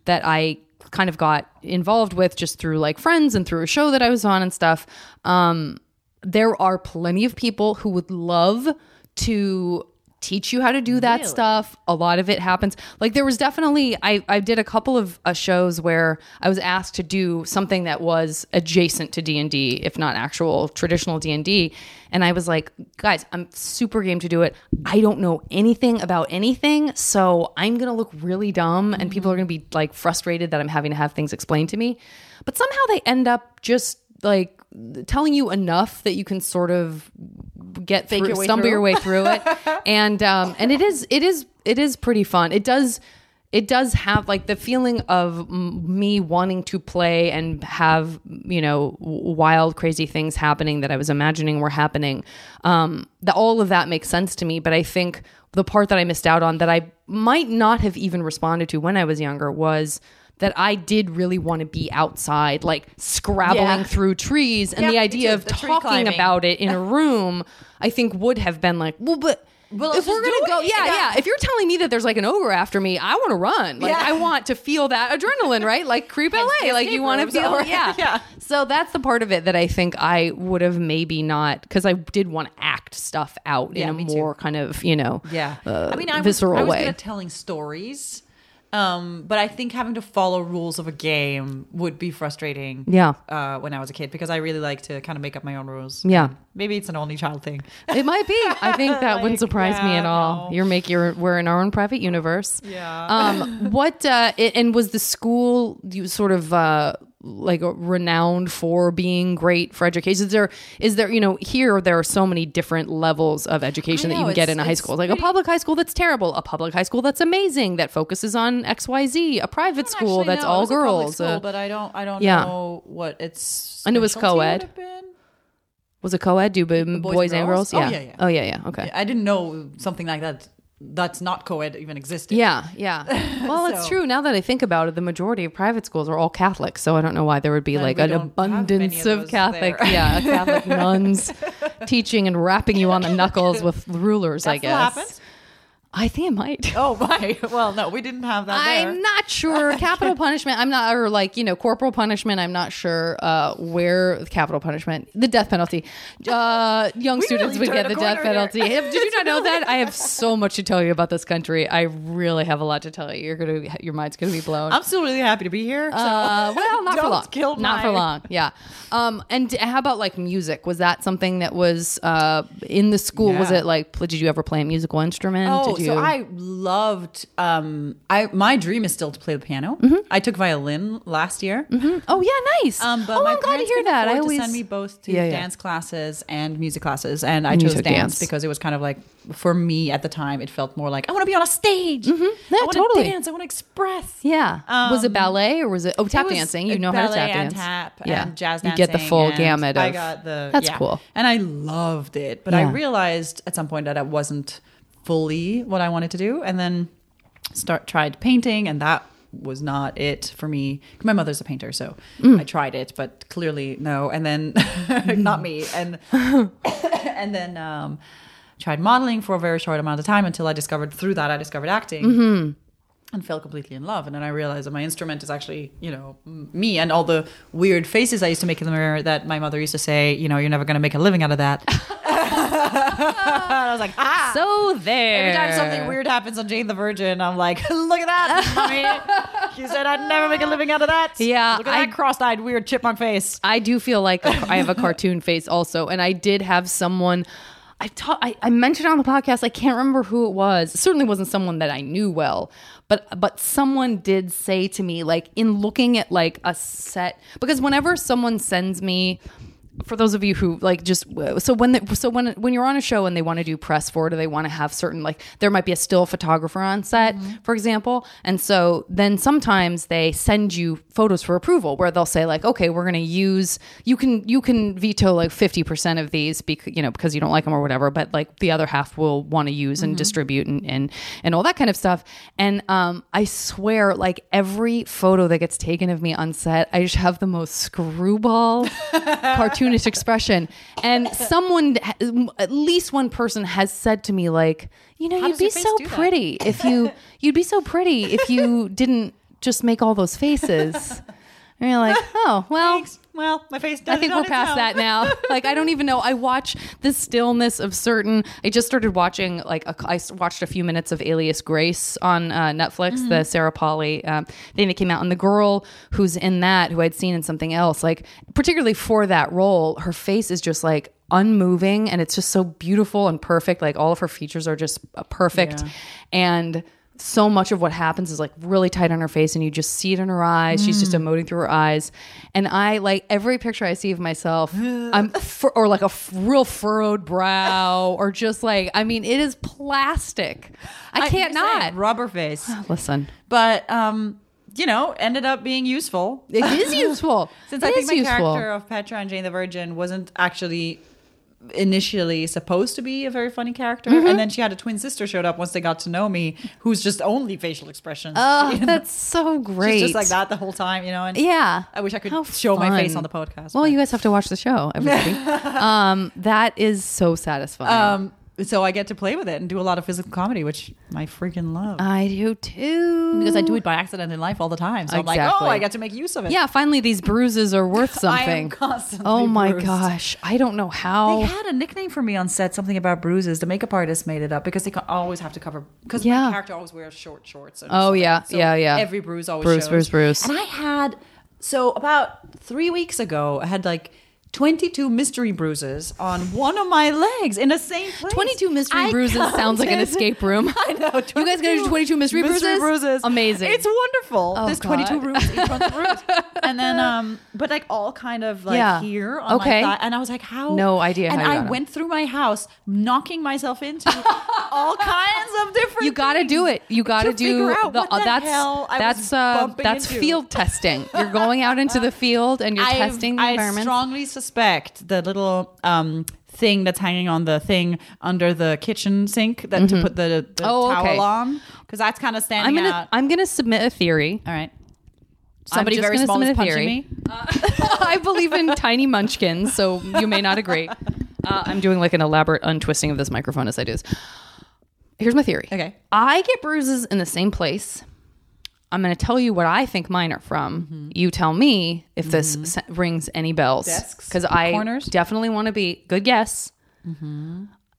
Speaker 1: that I kind of got involved with just through like friends and through a show that I was on and stuff. Um, there are plenty of people who would love to teach you how to do that stuff. A lot of it happens. Like there was definitely I I did a couple of uh, shows where I was asked to do something that was adjacent to D&D, if not actual traditional D&D, and I was like, guys, I'm super game to do it. I don't know anything about anything, so I'm going to look really dumb and people are going to be like frustrated that I'm having to have things explained to me. But somehow they end up just like telling you enough that you can sort of get through,
Speaker 3: your way
Speaker 1: stumble
Speaker 3: through.
Speaker 1: your way through
Speaker 3: [LAUGHS]
Speaker 1: it, and um, and it is it is it is pretty fun. It does it does have like the feeling of m- me wanting to play and have you know w- wild crazy things happening that I was imagining were happening. Um, that all of that makes sense to me, but I think the part that I missed out on that I might not have even responded to when I was younger was. That I did really want to be outside, like scrabbling
Speaker 3: Yeah.
Speaker 1: through trees, and
Speaker 3: Yeah,
Speaker 1: the
Speaker 3: me
Speaker 1: idea
Speaker 3: too.
Speaker 1: of
Speaker 3: The tree
Speaker 1: talking
Speaker 3: climbing.
Speaker 1: about about it in
Speaker 3: [LAUGHS]
Speaker 1: a room, I think would have been like, well, but
Speaker 3: Well,
Speaker 1: if
Speaker 3: let's
Speaker 1: we're
Speaker 3: just
Speaker 1: gonna go,
Speaker 3: do it.
Speaker 1: yeah, yeah,
Speaker 3: Yeah.
Speaker 1: If you're telling me that there's like an ogre after me, I want to run. Like
Speaker 3: Yeah.
Speaker 1: I want to feel that adrenaline, right? Like
Speaker 3: [LAUGHS]
Speaker 1: creep LA.
Speaker 3: the
Speaker 1: Like you
Speaker 3: escape
Speaker 1: want to
Speaker 3: rooms
Speaker 1: feel,
Speaker 3: [LAUGHS] over.
Speaker 1: yeah.
Speaker 3: Yeah.
Speaker 1: So that's the part of it that I think I would have maybe not because I did want to act stuff out
Speaker 3: Yeah,
Speaker 1: in a
Speaker 3: me too.
Speaker 1: more kind of you know,
Speaker 3: yeah
Speaker 1: uh,
Speaker 3: i mean i was,
Speaker 1: visceral
Speaker 3: I was
Speaker 1: way.
Speaker 3: good at telling stories um, but i think having to follow rules of a game would be frustrating
Speaker 1: Yeah.
Speaker 3: uh, when i was a kid because i really like to kind of make up my own rules
Speaker 1: Yeah.
Speaker 3: maybe it's an only child thing
Speaker 1: It might be. I think
Speaker 3: [LAUGHS]
Speaker 1: that wouldn't
Speaker 3: Like,
Speaker 1: surprise me
Speaker 3: yeah,
Speaker 1: at all.
Speaker 3: no.
Speaker 1: You're make your we're in our own private universe.
Speaker 3: Yeah. [LAUGHS]
Speaker 1: Um. What? Uh. It, and was the school you sort of uh like renowned for being great for education? Is there is there you know here there are so many different levels of education
Speaker 3: I
Speaker 1: that you can
Speaker 3: know,
Speaker 1: get
Speaker 3: it's-
Speaker 1: in a high
Speaker 3: it's
Speaker 1: school. Like a
Speaker 3: pretty-
Speaker 1: public high school that's terrible, a public high school that's amazing that focuses on X Y Z, a private school
Speaker 3: Actually,
Speaker 1: that's
Speaker 3: no, it
Speaker 1: all
Speaker 3: was a public
Speaker 1: girls.
Speaker 3: school,
Speaker 1: uh,
Speaker 3: but i don't i don't
Speaker 1: yeah.
Speaker 3: know what it's
Speaker 1: I knew it was
Speaker 3: specialty would
Speaker 1: co-ed.
Speaker 3: have been.
Speaker 1: was it co-ed? Do b- boys,
Speaker 3: boys and
Speaker 1: and
Speaker 3: girls?
Speaker 1: girls?
Speaker 3: Oh, yeah, yeah.
Speaker 1: Oh yeah. Yeah. Okay.
Speaker 3: i didn't know something like that that's not co-ed even existed
Speaker 1: Yeah,
Speaker 3: [LAUGHS]
Speaker 1: yeah. Well, it's
Speaker 3: So-
Speaker 1: true. Now that I think about it, the majority of private schools are all Catholic, so I don't know why there would be like
Speaker 3: we
Speaker 1: an
Speaker 3: don't have many
Speaker 1: abundance
Speaker 3: of
Speaker 1: of,
Speaker 3: those
Speaker 1: Catholic,
Speaker 3: there.
Speaker 1: yeah,
Speaker 3: [LAUGHS]
Speaker 1: Catholic nuns teaching and rapping you on the knuckles with rulers. I
Speaker 3: That still
Speaker 1: guess.
Speaker 3: happens?
Speaker 1: I think it might.
Speaker 3: oh [LAUGHS] my well no we didn't have that there.
Speaker 1: I'm not
Speaker 3: [LAUGHS]
Speaker 1: sure. Capital punishment. I'm not, or like you know, corporal punishment. I'm not sure uh, where capital punishment, the death penalty.
Speaker 3: [LAUGHS]
Speaker 1: Uh, young
Speaker 3: We
Speaker 1: students
Speaker 3: really
Speaker 1: would get
Speaker 3: turned
Speaker 1: the
Speaker 3: a
Speaker 1: death
Speaker 3: corner
Speaker 1: penalty. Did you not know that? I
Speaker 3: [LAUGHS]
Speaker 1: have so much to tell you about this country. I really have a lot to tell you. You're gonna, your mind's gonna be blown.
Speaker 3: i'm still really happy to be here so- um,
Speaker 1: Uh, well, not for
Speaker 3: Don't
Speaker 1: long.
Speaker 3: kill
Speaker 1: not for
Speaker 3: mine.
Speaker 1: long. Yeah. Um, and d- how about like music? Was that something that was uh, in the school? Was
Speaker 3: Yeah.
Speaker 1: it like? pl- Did you ever play a musical instrument?
Speaker 3: Oh,
Speaker 1: did you?
Speaker 3: so I loved. Um, I my dream is still to play the piano.
Speaker 1: Mm-hmm.
Speaker 3: I took violin last year.
Speaker 1: oh yeah, nice.
Speaker 3: Um, but
Speaker 1: oh,
Speaker 3: my
Speaker 1: I'm glad to
Speaker 3: parents
Speaker 1: hear
Speaker 3: couldn't
Speaker 1: that.
Speaker 3: afford
Speaker 1: I
Speaker 3: to
Speaker 1: always
Speaker 3: send me both to
Speaker 1: Yeah, yeah.
Speaker 3: dance classes and music classes, and I chose
Speaker 1: took
Speaker 3: dance,
Speaker 1: dance.
Speaker 3: because it was kind of like for me at the time it felt more like I want to be on a stage.
Speaker 1: Mm-hmm. Yeah,
Speaker 3: I want to
Speaker 1: totally.
Speaker 3: dance. I want to express.
Speaker 1: Yeah. was it
Speaker 3: Um,
Speaker 1: ballet or was it oh tap
Speaker 3: It was
Speaker 1: dancing? You know how to
Speaker 3: ballet
Speaker 1: tap
Speaker 3: and
Speaker 1: dance.
Speaker 3: tap
Speaker 1: yeah.
Speaker 3: and jazz
Speaker 1: You
Speaker 3: dancing.
Speaker 1: get the full
Speaker 3: and
Speaker 1: gamut. Of,
Speaker 3: I got the
Speaker 1: That's
Speaker 3: yeah.
Speaker 1: cool.
Speaker 3: and I loved it. But
Speaker 1: Yeah.
Speaker 3: I realized at some point that it wasn't fully what I wanted to do, and then start tried painting, and that was not it for me. My mother's a painter, so
Speaker 1: Mm.
Speaker 3: I tried it, but clearly no. And then [LAUGHS]
Speaker 1: Mm-hmm.
Speaker 3: not me, and and then. um Tried modeling for a very short amount of time until I discovered through that I discovered acting
Speaker 1: Mm-hmm.
Speaker 3: and fell completely in love. And then I realized that my instrument is actually, you know, m- me and all the weird faces I used to make in the mirror that my mother used to say, you know, you're never going to make a living out of
Speaker 1: [LAUGHS]
Speaker 3: that. [LAUGHS] I was like, ah.
Speaker 1: So there.
Speaker 3: Every time something weird happens on Jane the Virgin, I'm like, [LAUGHS] look at that,
Speaker 1: [LAUGHS]
Speaker 3: mommy. She said I'd never make a living out of that.
Speaker 1: Yeah,
Speaker 3: Look at
Speaker 1: I-
Speaker 3: that cross-eyed, weird chipmunk face.
Speaker 1: I do feel like a- I
Speaker 3: [LAUGHS]
Speaker 1: have a cartoon face also, and I did have someone. I, ta- I I mentioned on the podcast. I can't remember who it was. It certainly wasn't someone that I knew well, but but someone did say to me, like in looking at like a set, because whenever someone sends me for those of you who like just so when the, so when when you're on a show and they want to do press for it or they want to have certain like there might be a still photographer on set for example and so then sometimes they send you photos for approval where they'll say like okay we're going to use you can you can veto like 50% of these because you know because you don't like them or whatever but like the other half will want to use and distribute and, and and all that kind of stuff and um I swear like every photo that gets taken of me on set I just have the most screwball cartoonish expression.
Speaker 3: [LAUGHS]
Speaker 1: And someone, at least one person, has said to me like, you know, you'd
Speaker 3: does your
Speaker 1: be
Speaker 3: face
Speaker 1: so
Speaker 3: do that?"
Speaker 1: pretty if
Speaker 3: [LAUGHS]
Speaker 1: you you'd be so pretty if you didn't just make all those faces. And you're like, oh well.
Speaker 3: Thanks. Well, my face.
Speaker 1: I think we're past that now. Like I don't even know. I watch the stillness of certain. I just started watching like a, I s- watched a few minutes of Alias Grace on uh, Netflix, the Sarah Polly um, thing that came out, and the girl who's in that, who I'd seen in something else, like particularly for that role, her face is just like unmoving, and it's just so beautiful and perfect. Like all of her features are just uh, perfect,
Speaker 3: Yeah.
Speaker 1: and so much of what happens is like really tight on her face and you just see it in her eyes she's
Speaker 3: Mm.
Speaker 1: just emoting through her eyes and i like every picture i see of myself
Speaker 3: [LAUGHS]
Speaker 1: i'm fur- or like a f- real furrowed brow or just like i mean it is plastic i can't not
Speaker 3: rubber face.
Speaker 1: listen
Speaker 3: But um, you know, ended up being useful.
Speaker 1: it
Speaker 3: [LAUGHS]
Speaker 1: is useful
Speaker 3: Since
Speaker 1: It
Speaker 3: I
Speaker 1: is
Speaker 3: think my
Speaker 1: useful.
Speaker 3: character of Petra and Jane the Virgin wasn't actually initially supposed to be a very funny character,
Speaker 1: Mm-hmm.
Speaker 3: and then she had a twin sister showed up once they got to know me, who's just only facial expressions. [LAUGHS]
Speaker 1: oh that's so great
Speaker 3: She's just like that the whole time, you know. And
Speaker 1: yeah
Speaker 3: I wish I could
Speaker 1: How
Speaker 3: show my face
Speaker 1: fun.
Speaker 3: on the podcast.
Speaker 1: well
Speaker 3: but-
Speaker 1: you guys have to watch the show
Speaker 3: [LAUGHS]
Speaker 1: everybody um that is so satisfying
Speaker 3: um, so I get to play with it and do a lot of physical comedy, which I freaking love.
Speaker 1: i do too
Speaker 3: because I do it by accident in life all the time. So I'm like, oh,
Speaker 1: Exactly.
Speaker 3: I get to make use of it.
Speaker 1: Yeah, finally these bruises are worth
Speaker 3: [LAUGHS]
Speaker 1: something.
Speaker 3: constantly
Speaker 1: oh my
Speaker 3: bruised.
Speaker 1: gosh, I don't know
Speaker 3: They
Speaker 1: how.
Speaker 3: had a nickname for me on set, something about bruises. The makeup artist made it up because they co- always have to cover. Because
Speaker 1: Yeah.
Speaker 3: my character always wears short shorts. and
Speaker 1: Oh,
Speaker 3: stuff like
Speaker 1: yeah,
Speaker 3: that. So
Speaker 1: yeah, yeah.
Speaker 3: Every bruise always
Speaker 1: Bruise,
Speaker 3: shows.
Speaker 1: bruise, bruise.
Speaker 3: And I had so about three weeks ago, I had like. 22 mystery bruises on one of my legs in the same place.
Speaker 1: 22 mystery
Speaker 3: I
Speaker 1: bruises sounds like an
Speaker 3: counted-
Speaker 1: escape room.
Speaker 3: [LAUGHS] I know.
Speaker 1: You guys gonna do 22 mystery bruises? Amazing.
Speaker 3: It's wonderful.
Speaker 1: Oh,
Speaker 3: There's
Speaker 1: God.
Speaker 3: 22 bruises, each one's a bruise.
Speaker 1: [LAUGHS]
Speaker 3: And then, um, but like all kind of like
Speaker 1: Yeah.
Speaker 3: here on
Speaker 1: Okay.
Speaker 3: my thigh. And I was like, how?
Speaker 1: No idea
Speaker 3: And
Speaker 1: how you
Speaker 3: I
Speaker 1: got 'em.
Speaker 3: went through my house, knocking
Speaker 1: [LAUGHS]
Speaker 3: myself into all kinds of different.
Speaker 1: You got to do it. You got to
Speaker 3: to
Speaker 1: do uh,
Speaker 3: figure out what the
Speaker 1: that's
Speaker 3: hell I
Speaker 1: that's
Speaker 3: was
Speaker 1: uh
Speaker 3: bumping
Speaker 1: that's
Speaker 3: into.
Speaker 1: field testing.
Speaker 3: [LAUGHS]
Speaker 1: You're going out into the field and you're
Speaker 3: I
Speaker 1: testing the
Speaker 3: I
Speaker 1: environment.
Speaker 3: strongly suspect the little um thing that's hanging on the thing under the kitchen sink that to put the, the
Speaker 1: Oh,
Speaker 3: towel
Speaker 1: okay.
Speaker 3: on because that's kind of
Speaker 1: I'm
Speaker 3: standing
Speaker 1: going to
Speaker 3: out.
Speaker 1: I'm going to submit a
Speaker 3: [LAUGHS]
Speaker 1: theory. [LAUGHS]
Speaker 3: all right.
Speaker 1: I'm
Speaker 3: Somebody
Speaker 1: just
Speaker 3: very
Speaker 1: gonna
Speaker 3: small is
Speaker 1: submit a
Speaker 3: punching
Speaker 1: theory.
Speaker 3: me.
Speaker 1: I believe in tiny munchkins, so you may not agree. Uh, I'm doing like an elaborate untwisting of this microphone as I do this. Here's my theory.
Speaker 3: Okay.
Speaker 1: I get bruises in the same place. I'm going to tell you what I think mine are from.
Speaker 3: Mm-hmm.
Speaker 1: You tell me if this se- rings any bells.
Speaker 3: Desks?
Speaker 1: Because I
Speaker 3: Corners? Mm-hmm.
Speaker 1: definitely want to be good guess.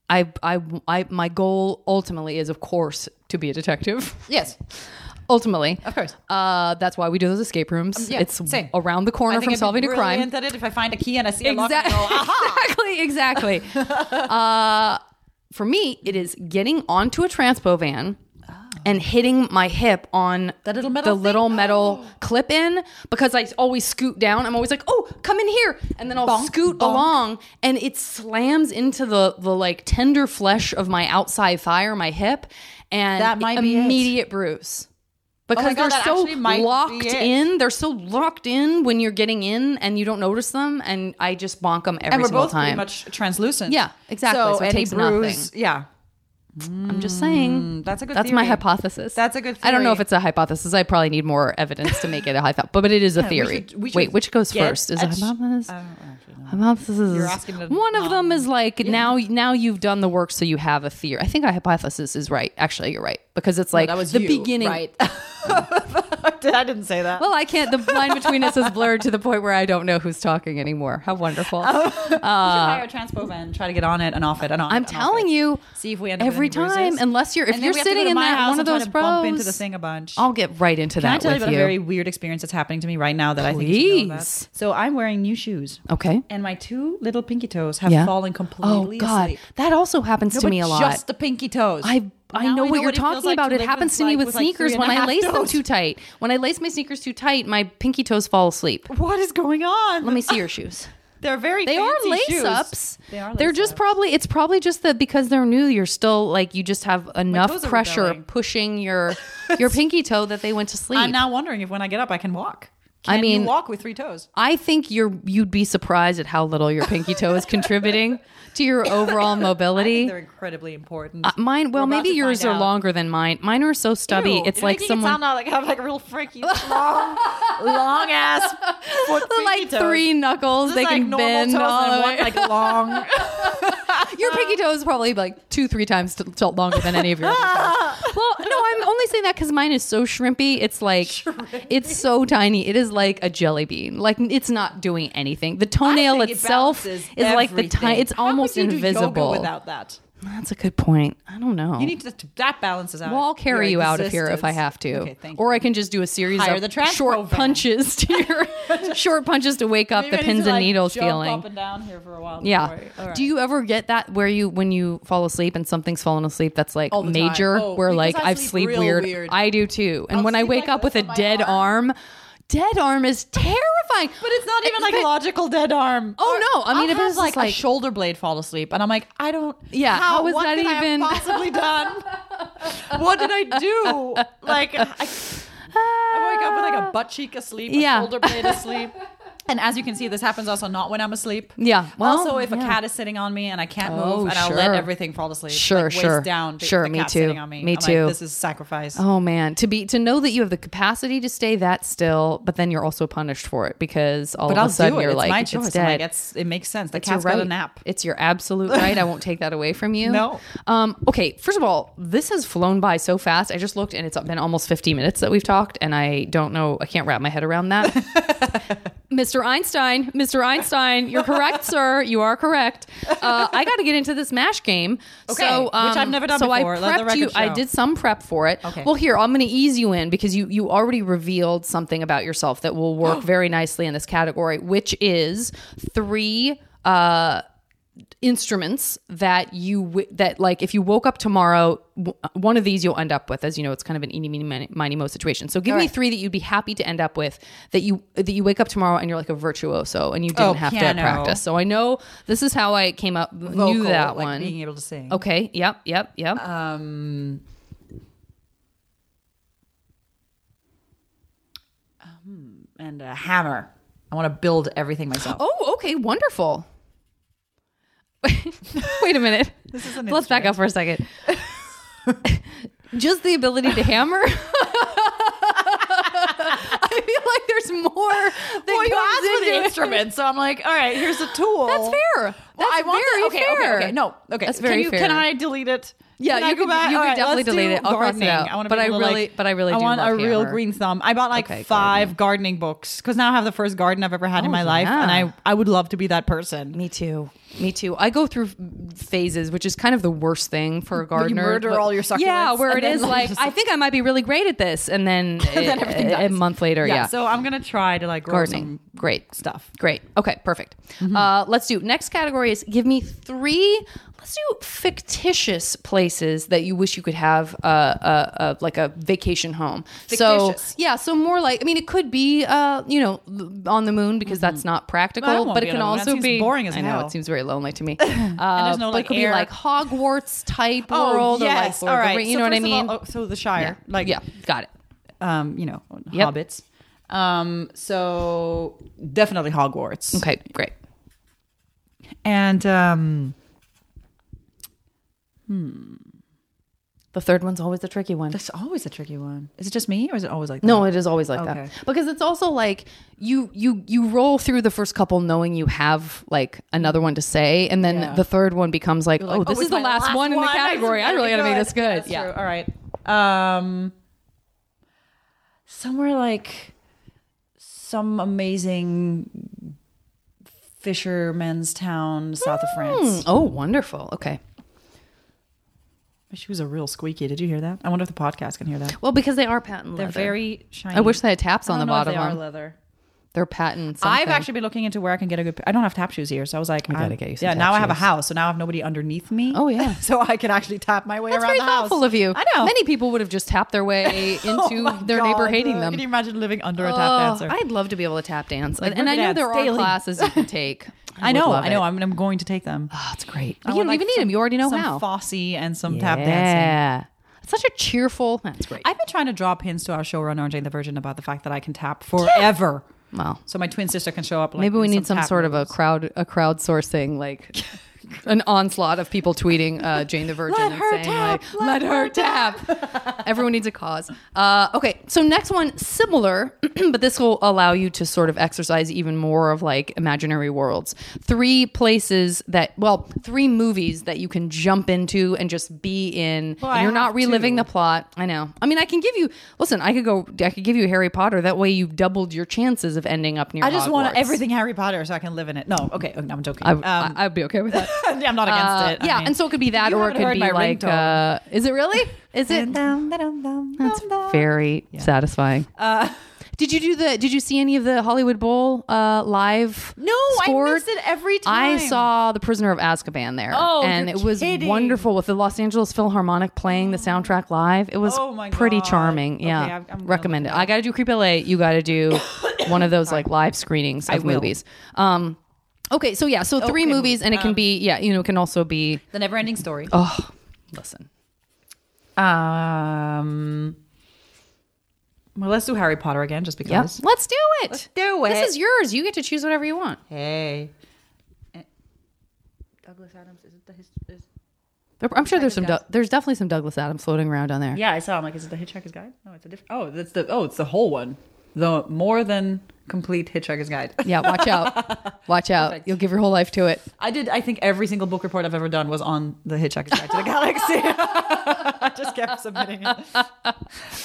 Speaker 1: I, I, I, my goal ultimately is, of course, to be a detective. [LAUGHS]
Speaker 3: Yes,
Speaker 1: ultimately,
Speaker 3: of course.
Speaker 1: uh, that's why we do those escape rooms.
Speaker 3: yeah,
Speaker 1: it's
Speaker 3: same.
Speaker 1: around the corner from solving a crime.
Speaker 3: At it if I find a key and I see a lock,
Speaker 1: Exact-
Speaker 3: and go, Oh, "Ah." aha!
Speaker 1: exactly, exactly. uh, for me, it is getting onto a transpo van and hitting my hip on
Speaker 3: Oh. The little metal
Speaker 1: the
Speaker 3: thing? Oh.
Speaker 1: little metal clip in because I always scoot down. I'm always like, oh, come in here, and then I'll
Speaker 3: Bonk,
Speaker 1: scoot
Speaker 3: bonk.
Speaker 1: along, and it slams into the the like tender flesh of my outside thigh or my hip, and
Speaker 3: That might be it. Oh
Speaker 1: immediate bruise. Because
Speaker 3: God,
Speaker 1: they're
Speaker 3: that
Speaker 1: so
Speaker 3: actually might be
Speaker 1: locked
Speaker 3: it.
Speaker 1: in, Mm, they're so locked in when you're getting in and you don't notice them, and I just bonk them [LAUGHS] every
Speaker 3: And we're
Speaker 1: single
Speaker 3: both
Speaker 1: time.
Speaker 3: pretty much translucent.
Speaker 1: Yeah, exactly. So it
Speaker 3: any
Speaker 1: takes
Speaker 3: bruise, Yeah,
Speaker 1: I'm just saying.
Speaker 3: that's a good.
Speaker 1: Mm, That's my
Speaker 3: theory.
Speaker 1: hypothesis.
Speaker 3: That's a good
Speaker 1: I don't know
Speaker 3: theory.
Speaker 1: if it's a hypothesis. I probably need more evidence to make it a hypothesis, but, but it is a
Speaker 3: we
Speaker 1: theory.
Speaker 3: should- we
Speaker 1: Wait,
Speaker 3: should
Speaker 1: which goes
Speaker 3: get
Speaker 1: first? Is it
Speaker 3: a sh-
Speaker 1: hypothesis?
Speaker 3: I don't actually know.
Speaker 1: hypothesis is
Speaker 3: You're asking to
Speaker 1: one of them is like now now you've done the work, so you have a theory. I think a hypothesis is right. Actually, you're right because it's like
Speaker 3: that was
Speaker 1: the
Speaker 3: you,
Speaker 1: beginning.
Speaker 3: right? [LAUGHS] I didn't say that.
Speaker 1: [LAUGHS] Well, I can't. The line between us is blurred to the point where I don't know who's talking anymore. How
Speaker 3: [LAUGHS]
Speaker 1: wonderful!
Speaker 3: Oh. hire a transphobe and try to get on it and off it and on.
Speaker 1: Uh, I'm telling you,
Speaker 3: See if we end up
Speaker 1: every
Speaker 3: with any
Speaker 1: time,
Speaker 3: bruises.
Speaker 1: unless you're if
Speaker 3: And
Speaker 1: you're
Speaker 3: then we have to go
Speaker 1: sitting
Speaker 3: to
Speaker 1: in
Speaker 3: my
Speaker 1: that
Speaker 3: house
Speaker 1: one of
Speaker 3: and try
Speaker 1: those
Speaker 3: to
Speaker 1: bros,
Speaker 3: bump into the thing a bunch.
Speaker 1: I'll get right into
Speaker 3: Can
Speaker 1: that
Speaker 3: I tell you
Speaker 1: with
Speaker 3: about a very weird experience that's happening to me right now that I think you should know about?
Speaker 1: Please.
Speaker 3: So I'm wearing new shoes.
Speaker 1: okay.
Speaker 3: And my two little pinky toes have fallen completely
Speaker 1: Oh God,
Speaker 3: asleep.
Speaker 1: that also happens
Speaker 3: No,
Speaker 1: to
Speaker 3: but
Speaker 1: me a lot.
Speaker 3: Just the pinky toes.
Speaker 1: I I
Speaker 3: Now
Speaker 1: know what you're
Speaker 3: it feels
Speaker 1: talking
Speaker 3: like
Speaker 1: about.
Speaker 3: to
Speaker 1: It
Speaker 3: live
Speaker 1: happens
Speaker 3: with,
Speaker 1: to me
Speaker 3: like-
Speaker 1: with
Speaker 3: like
Speaker 1: sneakers
Speaker 3: three and
Speaker 1: when
Speaker 3: a
Speaker 1: I
Speaker 3: half
Speaker 1: lace them
Speaker 3: toes. [LAUGHS]
Speaker 1: too tight. When I lace my sneakers too tight, my pinky toes fall asleep.
Speaker 3: What is going on? [LAUGHS]
Speaker 1: Let me see your shoes.
Speaker 3: They're very
Speaker 1: They are
Speaker 3: fancy
Speaker 1: lace
Speaker 3: shoes.
Speaker 1: ups.
Speaker 3: They are
Speaker 1: They're just probably it's probably just that because they're new, you're still like you just have enough
Speaker 3: toes are
Speaker 1: pressure
Speaker 3: rebelling.
Speaker 1: pushing your
Speaker 3: [LAUGHS]
Speaker 1: your pinky toe that they went to sleep.
Speaker 3: I'm now wondering if when I get up I can walk.
Speaker 1: I
Speaker 3: Can you
Speaker 1: mean-
Speaker 3: walk with three toes.
Speaker 1: I think you're you'd be surprised at how little your pinky toe is contributing to your
Speaker 3: [LAUGHS]
Speaker 1: overall mobility.
Speaker 3: They're incredibly important.
Speaker 1: Uh, mine, well,
Speaker 3: We're about
Speaker 1: maybe
Speaker 3: to
Speaker 1: yours
Speaker 3: find
Speaker 1: are
Speaker 3: out.
Speaker 1: longer than mine. Mine are so stubby.
Speaker 3: Ew,
Speaker 1: it's
Speaker 3: you're
Speaker 1: like
Speaker 3: making
Speaker 1: someone
Speaker 3: It sound like I have like
Speaker 1: [LAUGHS]
Speaker 3: real freaky long, long ass foot.
Speaker 1: like
Speaker 3: pinky toes.
Speaker 1: three knuckles.
Speaker 3: Just
Speaker 1: They
Speaker 3: like
Speaker 1: can
Speaker 3: normal
Speaker 1: bend
Speaker 3: toes
Speaker 1: all
Speaker 3: and
Speaker 1: the
Speaker 3: one,
Speaker 1: way. [LAUGHS]
Speaker 3: like uh, long.
Speaker 1: your pinky toe is probably like two, three times t- t- longer than any of
Speaker 3: [LAUGHS]
Speaker 1: your. other toes. Well, no, I'm only saying that because mine is so shrimpy. It's like it's so tiny. It is like a jelly bean. Like it's not doing anything. The toenail
Speaker 3: I think it
Speaker 1: itself is
Speaker 3: balances
Speaker 1: like the
Speaker 3: everything.
Speaker 1: tiny. It's
Speaker 3: How could
Speaker 1: almost
Speaker 3: you do yoga
Speaker 1: invisible.
Speaker 3: without that.
Speaker 1: That's a good point. I don't know.
Speaker 3: You need to, that balances out.
Speaker 1: well, I'll carry
Speaker 3: your
Speaker 1: you out of here if I
Speaker 3: existence.
Speaker 1: have to,
Speaker 3: Okay, thank
Speaker 1: or
Speaker 3: you.
Speaker 1: I can just do a series
Speaker 3: Hire
Speaker 1: of
Speaker 3: the trash
Speaker 1: short
Speaker 3: program.
Speaker 1: punches to
Speaker 3: [LAUGHS]
Speaker 1: your short punches to wake up
Speaker 3: Maybe
Speaker 1: the
Speaker 3: I need
Speaker 1: pins
Speaker 3: to,
Speaker 1: and
Speaker 3: like,
Speaker 1: needles
Speaker 3: jump
Speaker 1: feeling.
Speaker 3: up and down here for a while.
Speaker 1: Yeah.
Speaker 3: before I- all right.
Speaker 1: Do you ever get that where you when you fall asleep and something's fallen asleep that's like
Speaker 3: All the time.
Speaker 1: major
Speaker 3: Oh,
Speaker 1: where
Speaker 3: because
Speaker 1: like
Speaker 3: I
Speaker 1: I've
Speaker 3: sleep
Speaker 1: sleep
Speaker 3: real
Speaker 1: weird.
Speaker 3: weird.
Speaker 1: I do too. And
Speaker 3: I'll
Speaker 1: when I
Speaker 3: sleep
Speaker 1: wake
Speaker 3: like
Speaker 1: up with a
Speaker 3: this on my
Speaker 1: dead
Speaker 3: arm.
Speaker 1: arm. dead arm is terrifying.
Speaker 3: [LAUGHS] [LAUGHS] But it's not even like
Speaker 1: but-
Speaker 3: logical dead arm.
Speaker 1: Oh, no. I mean,
Speaker 3: I'll
Speaker 1: if it
Speaker 3: have,
Speaker 1: was
Speaker 3: like,
Speaker 1: just, like-
Speaker 3: a shoulder blade fall asleep, and I'm like, I don't.
Speaker 1: Yeah,
Speaker 3: How,
Speaker 1: how was
Speaker 3: what
Speaker 1: that
Speaker 3: could I have
Speaker 1: even- [LAUGHS]
Speaker 3: possibly done? what did I do? Like, I, I wake up with like a butt cheek asleep, a
Speaker 1: Yeah.
Speaker 3: shoulder blade asleep. And as you can see, this happens also not when I'm asleep.
Speaker 1: Yeah, well,
Speaker 3: also, if a
Speaker 1: yeah.
Speaker 3: cat is sitting on me and I can't
Speaker 1: Oh,
Speaker 3: move, and I'll let
Speaker 1: sure.
Speaker 3: everything fall asleep.
Speaker 1: Sure,
Speaker 3: like,
Speaker 1: sure.
Speaker 3: Waist down. the-
Speaker 1: Sure,
Speaker 3: the
Speaker 1: me
Speaker 3: cat's
Speaker 1: too.
Speaker 3: Sitting on me.
Speaker 1: Me
Speaker 3: I'm like,
Speaker 1: too.
Speaker 3: this is sacrifice.
Speaker 1: Oh man, to be to know that you have the capacity to stay that still, but then you're also punished for it because all
Speaker 3: But
Speaker 1: of
Speaker 3: I'll
Speaker 1: a sudden
Speaker 3: do it.
Speaker 1: you're
Speaker 3: it's
Speaker 1: like
Speaker 3: my
Speaker 1: it's
Speaker 3: choice. I'm
Speaker 1: dead.
Speaker 3: like, it's, it makes sense. The
Speaker 1: your
Speaker 3: cat's got a nap.
Speaker 1: It's your absolute right. I won't take that away from you.
Speaker 3: [LAUGHS] No.
Speaker 1: Um, okay. First of all, this has flown by so fast. I just looked and it's been almost 50 minutes that we've talked, and I don't know. I can't wrap my head around that.
Speaker 3: [LAUGHS]
Speaker 1: Mr. Einstein, Mr. Einstein, you're correct, sir. You are correct. Uh, I got to get into this mash game.
Speaker 3: Okay,
Speaker 1: so, um,
Speaker 3: which I've never done
Speaker 1: so
Speaker 3: before.
Speaker 1: I
Speaker 3: Let the
Speaker 1: prepped you.
Speaker 3: record
Speaker 1: I
Speaker 3: show.
Speaker 1: did some prep for it.
Speaker 3: Okay.
Speaker 1: Well, here I'm going to ease you in because you you already revealed something about yourself that will
Speaker 3: Oh.
Speaker 1: work very nicely in this category, which is three. Uh, instruments that you w- that like if you woke up tomorrow w- one of these you'll end up with as you know it's kind of an eeny meeny miny, miny mo situation so give me three that you'd be happy to end up with that you that you wake up tomorrow and you're like a virtuoso and you didn't
Speaker 3: Oh,
Speaker 1: have to
Speaker 3: piano.
Speaker 1: practice so i know this is how i came up knew
Speaker 3: vocal,
Speaker 1: that
Speaker 3: like
Speaker 1: one Oh.
Speaker 3: being able to sing.
Speaker 1: okay yep yep yep
Speaker 3: Um, um, and a hammer. I want to build everything myself.
Speaker 1: oh okay wonderful [LAUGHS] wait a minute this is
Speaker 3: an
Speaker 1: let's back up for a second just the ability to [LAUGHS] hammer I feel like there's more that
Speaker 3: well, you
Speaker 1: goes
Speaker 3: asked for
Speaker 1: into
Speaker 3: the
Speaker 1: it.
Speaker 3: instrument, so I'm like, all right, here's a
Speaker 1: [LAUGHS]
Speaker 3: tool.
Speaker 1: That's fair. That's
Speaker 3: Well, I want
Speaker 1: very
Speaker 3: okay,
Speaker 1: fair.
Speaker 3: Okay, okay, no, okay.
Speaker 1: That's
Speaker 3: Can
Speaker 1: very
Speaker 3: you-
Speaker 1: fair.
Speaker 3: Can I delete it?
Speaker 1: Yeah,
Speaker 3: I
Speaker 1: you
Speaker 3: go
Speaker 1: can-
Speaker 3: back?
Speaker 1: you
Speaker 3: All
Speaker 1: can definitely
Speaker 3: let's
Speaker 1: delete
Speaker 3: do
Speaker 1: it. I'll cross it
Speaker 3: gardening.
Speaker 1: out.
Speaker 3: I want to
Speaker 1: But
Speaker 3: be
Speaker 1: I
Speaker 3: able to,
Speaker 1: really-
Speaker 3: like,
Speaker 1: but I really
Speaker 3: I
Speaker 1: do
Speaker 3: want
Speaker 1: love
Speaker 3: a real
Speaker 1: hammer.
Speaker 3: green thumb. I bought like
Speaker 1: Okay, Oh,
Speaker 3: five gardening. books because now I have the first garden I've ever had in my life, and
Speaker 1: yeah.
Speaker 3: I I would love to be that person.
Speaker 1: Me too. Me too. I go through f- phases, which is kind of the worst thing for a gardener.
Speaker 3: murder all your
Speaker 1: Yeah,
Speaker 3: succulents,
Speaker 1: where it
Speaker 3: and then
Speaker 1: is [LAUGHS]
Speaker 3: you
Speaker 1: like
Speaker 3: just-
Speaker 1: I think I might be really great at this, and [LAUGHS] then,
Speaker 3: Then
Speaker 1: it-
Speaker 3: everything
Speaker 1: a, a
Speaker 3: dies.
Speaker 1: month later, yeah.
Speaker 3: So I'm gonna try to like grow
Speaker 1: gardening,
Speaker 3: some
Speaker 1: great
Speaker 3: stuff.
Speaker 1: Great. Okay, perfect.
Speaker 3: Mm-hmm.
Speaker 1: Uh, let's do next category is give me three. Let's do fictitious places that you wish you could have uh, uh, uh, like a vacation home. So
Speaker 3: Fictitious.
Speaker 1: yeah, so more like I mean it could be uh, you know on the moon because that's not practical,
Speaker 3: Mm-hmm. Well, I won't
Speaker 1: but it
Speaker 3: be
Speaker 1: can
Speaker 3: on the moon. That
Speaker 1: also
Speaker 3: seems
Speaker 1: be
Speaker 3: boring as
Speaker 1: I know
Speaker 3: hell.
Speaker 1: it seems very lonely to
Speaker 3: [COUGHS]
Speaker 1: me. Uh, and
Speaker 3: there's no,
Speaker 1: but it
Speaker 3: like,
Speaker 1: could
Speaker 3: air.
Speaker 1: be like Hogwarts type
Speaker 3: Oh,
Speaker 1: world
Speaker 3: yes.
Speaker 1: or like Lord of
Speaker 3: All
Speaker 1: the
Speaker 3: right.
Speaker 1: Ring- you
Speaker 3: So
Speaker 1: know what I
Speaker 3: first of all-
Speaker 1: mean?
Speaker 3: oh, so the Shire, like
Speaker 1: yeah, got it.
Speaker 3: um, you know,
Speaker 1: Yep.
Speaker 3: hobbits. Um, so definitely Hogwarts.
Speaker 1: Okay, great.
Speaker 3: And um,
Speaker 1: The third one's always the tricky one.
Speaker 3: that's always a tricky one. Is it just me, or is it always like
Speaker 1: No, it is always like
Speaker 3: Okay.
Speaker 1: that because it's also like you you you roll through the first couple knowing you have like another one to say, and then
Speaker 3: Yeah.
Speaker 1: the third one becomes like, oh,
Speaker 3: Like,
Speaker 1: this
Speaker 3: it's
Speaker 1: is the
Speaker 3: my
Speaker 1: last, one,
Speaker 3: [LAUGHS]
Speaker 1: in the category. I
Speaker 3: It's
Speaker 1: really got to make this good.
Speaker 3: That's
Speaker 1: yeah.
Speaker 3: true. All right. Um, somewhere like some amazing fisherman's town south of
Speaker 1: Hmm.
Speaker 3: France.
Speaker 1: Oh, wonderful. Okay.
Speaker 3: My shoes are real squeaky. Did you hear that? I wonder if the podcast can hear that.
Speaker 1: Well, because they are patent
Speaker 3: They're
Speaker 1: leather.
Speaker 3: very shiny.
Speaker 1: I wish they had taps
Speaker 3: I
Speaker 1: on the
Speaker 3: don't know if
Speaker 1: bottom.
Speaker 3: They are
Speaker 1: of them.
Speaker 3: leather.
Speaker 1: Their patents.
Speaker 3: I've actually been looking into where I can get a good. I don't have tap shoes here, so I was like, I
Speaker 1: gotta get you some
Speaker 3: Yeah,
Speaker 1: tap
Speaker 3: now I have a
Speaker 1: shoes.
Speaker 3: house, so now I have nobody underneath me.
Speaker 1: Oh, yeah.
Speaker 3: [LAUGHS] so I can actually tap my way
Speaker 1: That's
Speaker 3: around
Speaker 1: very
Speaker 3: the house.
Speaker 1: thoughtful of you.
Speaker 3: I know.
Speaker 1: Many people would have just tapped their way
Speaker 3: [LAUGHS] Oh
Speaker 1: into
Speaker 3: my
Speaker 1: their neighbor
Speaker 3: God.
Speaker 1: hating them.
Speaker 3: Can you imagine living under a tap
Speaker 1: Oh,
Speaker 3: dancer?
Speaker 1: I'd love to be able to tap dance.
Speaker 3: Like,
Speaker 1: and I
Speaker 3: river
Speaker 1: know
Speaker 3: dance
Speaker 1: there are
Speaker 3: daily.
Speaker 1: classes you
Speaker 3: [LAUGHS]
Speaker 1: can take.
Speaker 3: I
Speaker 1: would
Speaker 3: know,
Speaker 1: love
Speaker 3: I know.
Speaker 1: it.
Speaker 3: I'm, I'm going to take them.
Speaker 1: Oh, it's great. But
Speaker 3: I
Speaker 1: you don't
Speaker 3: want, like,
Speaker 1: even need them.
Speaker 3: some-
Speaker 1: You already know
Speaker 3: some
Speaker 1: how.
Speaker 3: Fosse and some
Speaker 1: yeah.
Speaker 3: tap dancing.
Speaker 1: It's such a cheerful. That's great.
Speaker 3: I've been trying to drop hints to our showrunner on Jane the Virgin about the fact that I can tap forever.
Speaker 1: well,
Speaker 3: So my twin sister can show up. Like,
Speaker 1: maybe we
Speaker 3: with
Speaker 1: need some,
Speaker 3: tap
Speaker 1: sort of a
Speaker 3: moves.
Speaker 1: crowd a crowdsourcing
Speaker 3: [LAUGHS]
Speaker 1: like an onslaught of people tweeting uh, Jane the Virgin
Speaker 3: Let
Speaker 1: and
Speaker 3: her
Speaker 1: saying
Speaker 3: tap,
Speaker 1: like, "Let, her tap." Everyone needs a cause. Uh, okay, so next one similar, [CLEARS THROAT] but this will allow you to sort of exercise even more of like imaginary worlds. Three places that well, three movies that you can jump into and just be in.
Speaker 3: Well,
Speaker 1: and
Speaker 3: I
Speaker 1: you're not
Speaker 3: have
Speaker 1: reliving
Speaker 3: to.
Speaker 1: the plot. I know. I mean, I can give you. Listen, I could go. I could give you Harry Potter. That way, you've doubled your chances of ending up near.
Speaker 3: I just want
Speaker 1: Hogwarts.
Speaker 3: everything Harry Potter so I can live in it. No, okay, no, I'm joking.
Speaker 1: I,
Speaker 3: um,
Speaker 1: I, would be okay with that.
Speaker 3: yeah, I'm not
Speaker 1: Uh,
Speaker 3: [LAUGHS] against it. I
Speaker 1: yeah,
Speaker 3: mean-
Speaker 1: and so it could be that,
Speaker 3: You
Speaker 1: or it
Speaker 3: haven't
Speaker 1: could
Speaker 3: heard
Speaker 1: be
Speaker 3: my
Speaker 1: like,
Speaker 3: ringtone.
Speaker 1: uh, is it really? Is it? That's very satisfying.
Speaker 3: Uh, [LAUGHS]
Speaker 1: did you do the? Did you see any of the Hollywood Bowl uh, live?
Speaker 3: No, I
Speaker 1: scored?
Speaker 3: missed it every
Speaker 1: I
Speaker 3: time.
Speaker 1: saw The Prisoner of Azkaban there,
Speaker 3: Oh,
Speaker 1: and
Speaker 3: you're
Speaker 1: it was
Speaker 3: kidding.
Speaker 1: wonderful with the Los Angeles Philharmonic playing the soundtrack live. It was
Speaker 3: Oh my
Speaker 1: pretty
Speaker 3: God.
Speaker 1: charming.
Speaker 3: Okay,
Speaker 1: Yeah,
Speaker 3: I'm- I'm gonna
Speaker 1: recommend it.
Speaker 3: look it
Speaker 1: I got to do Creep LA. You got to
Speaker 3: [COUGHS]
Speaker 1: do one of those like live screenings of
Speaker 3: will. Oh,
Speaker 1: movies. Um, okay, so yeah, so three
Speaker 3: Okay, um,
Speaker 1: movies, and it can be yeah, you know, it can also be
Speaker 3: The never ending story.
Speaker 1: oh, listen.
Speaker 3: Um, well, let's do Harry Potter again just
Speaker 1: Yep.
Speaker 3: because.
Speaker 1: Let's do it.
Speaker 3: do
Speaker 1: This is yours. You get to choose whatever you want.
Speaker 3: Hey.
Speaker 1: There- I'm sure there's some. Doug- there's definitely some Douglas Adams floating around on there.
Speaker 3: Yeah, I saw. I'm like, is it the Hitchhiker's Guide? No, it's a different. Oh, that's the. Oh, it's the whole one. The more than complete Hitchhiker's Guide. [LAUGHS]
Speaker 1: Yeah, watch out. Watch out.
Speaker 3: Perfect.
Speaker 1: You'll give your whole life to it.
Speaker 3: I did. I think every single book report I've ever done was on the Hitchhiker's Guide to the Galaxy. [LAUGHS] I just kept submitting it.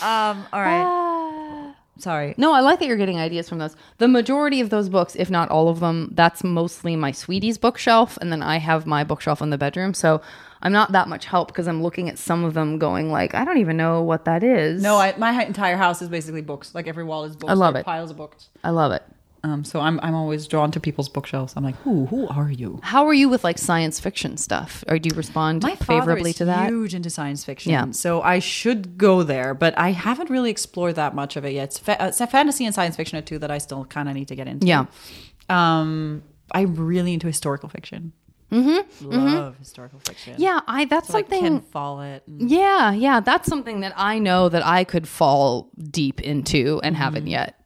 Speaker 3: Um. All right. Sorry.
Speaker 1: No, I like that you're getting ideas from those. The majority of those books, if not all of them, that's mostly my sweetie's bookshelf, and then I have my bookshelf in the bedroom. So I'm not that much help because I'm looking at some of them, going like, I don't even know what that is.
Speaker 3: No, I, my entire house is basically books. Like every wall is books.
Speaker 1: I love
Speaker 3: There are
Speaker 1: it.
Speaker 3: Piles of books.
Speaker 1: I love it.
Speaker 3: Um, so I'm I'm always drawn to people's bookshelves. I'm like, who who are you?
Speaker 1: How are you with like science fiction stuff? Or do you respond
Speaker 3: My father
Speaker 1: favorably
Speaker 3: is
Speaker 1: to that?
Speaker 3: huge into science fiction.
Speaker 1: Yeah.
Speaker 3: So I should go there, but I haven't really explored that much of it yet. It's fa- uh, it's fantasy and science fiction are two that I still kind of need to get into.
Speaker 1: Yeah.
Speaker 3: Um, I'm really into historical fiction. Mm-hmm. Love historical fiction.
Speaker 1: Yeah, I that's
Speaker 3: So, like
Speaker 1: something
Speaker 3: Ken Follett. And-
Speaker 1: Yeah, yeah, that's something that I know that I could fall deep into and haven't
Speaker 3: Mm-hmm.
Speaker 1: yet.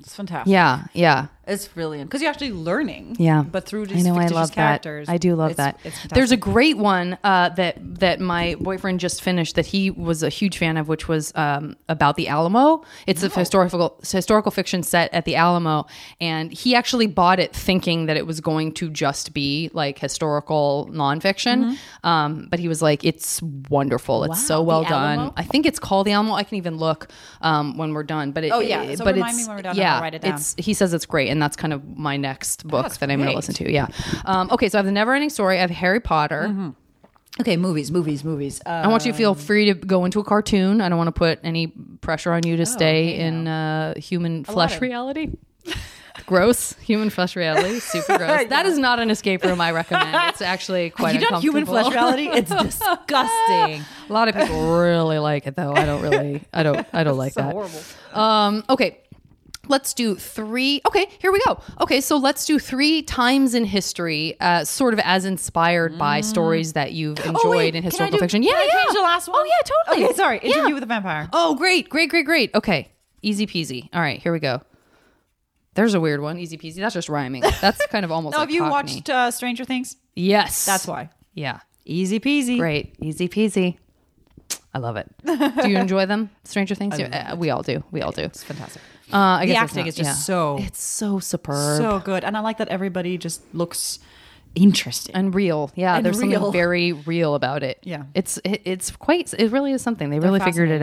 Speaker 3: it's fantastic.
Speaker 1: Yeah, yeah.
Speaker 3: It's really because you're actually learning.
Speaker 1: Yeah,
Speaker 3: But through
Speaker 1: I
Speaker 3: these
Speaker 1: know I
Speaker 3: fictitious
Speaker 1: love
Speaker 3: characters,
Speaker 1: that. I do love
Speaker 3: it's-
Speaker 1: that.
Speaker 3: It's fantastic.
Speaker 1: There's a great one uh, that that my boyfriend just finished that he was a huge fan of, which was um, about the Alamo. It's a historical historical fiction set at the Alamo, and he actually bought it thinking that it was going to just be like historical nonfiction. Um, but he was like, "It's wonderful. It's so
Speaker 3: Mm-hmm. Wow,
Speaker 1: well
Speaker 3: the
Speaker 1: done.
Speaker 3: Alamo?
Speaker 1: I think it's called the Alamo. I can even look um, when we're done. But it,
Speaker 3: Oh, yeah. So
Speaker 1: but
Speaker 3: remind
Speaker 1: it's,
Speaker 3: me when we're done and
Speaker 1: Yeah,
Speaker 3: I'll write it down.
Speaker 1: it's he says it's great, and that's kind of my next book
Speaker 3: That's
Speaker 1: that I'm going to
Speaker 3: great. Mm-hmm.
Speaker 1: listen to. Yeah. Um, okay, so I have the Never Ending Story. I have Harry Potter.
Speaker 3: okay, movies, movies, movies. Uh,
Speaker 1: I want you to feel free to go into a cartoon. I don't want to put any pressure on
Speaker 3: Oh,
Speaker 1: you to stay in uh, human flesh reality. gross human flesh reality.
Speaker 3: [LAUGHS]
Speaker 1: Super gross. That is not an escape room I recommend. It's actually quite
Speaker 3: you don't human
Speaker 1: uncomfortable.
Speaker 3: flesh reality. It's [LAUGHS] disgusting.
Speaker 1: [LAUGHS] A lot of people really like it though. I don't really. I don't. I don't like that.
Speaker 3: horrible.
Speaker 1: Um, okay. Let's do three. Okay, here we go. Okay, so let's do three times in history, uh, sort of as inspired by stories that you've enjoyed in
Speaker 3: Mm. Oh, can I
Speaker 1: historical
Speaker 3: do-
Speaker 1: fiction. Yeah,
Speaker 3: can I
Speaker 1: yeah.
Speaker 3: change the last one?
Speaker 1: Oh yeah, totally.
Speaker 3: Okay, sorry. Interview
Speaker 1: Yeah.
Speaker 3: with a vampire.
Speaker 1: Oh, great, great, great, great. Okay, easy peasy. All right, here we go. There's a weird one, easy peasy. That's just rhyming. That's kind of
Speaker 3: [LAUGHS]
Speaker 1: almost.
Speaker 3: Oh,
Speaker 1: like
Speaker 3: have you
Speaker 1: Cockney.
Speaker 3: watched uh, Stranger Things?
Speaker 1: Yes,
Speaker 3: That's why.
Speaker 1: Yeah,
Speaker 3: Easy peasy.
Speaker 1: Great. Easy peasy. I love it. Do
Speaker 3: [LAUGHS]
Speaker 1: you enjoy them? Stranger Things? Uh, we all do. We all do. It's
Speaker 3: fantastic.
Speaker 1: Uh, I guess
Speaker 3: The
Speaker 1: it's
Speaker 3: acting
Speaker 1: not-
Speaker 3: is just
Speaker 1: yeah.
Speaker 3: so
Speaker 1: It's so superb.
Speaker 3: so good, and I like that everybody just looks interesting.
Speaker 1: and real. Yeah,
Speaker 3: And
Speaker 1: there's [LAUGHS]
Speaker 3: real.
Speaker 1: something very real about it.
Speaker 3: Yeah.
Speaker 1: It's it, it's quite it really is something. They really figured it
Speaker 3: fascinating.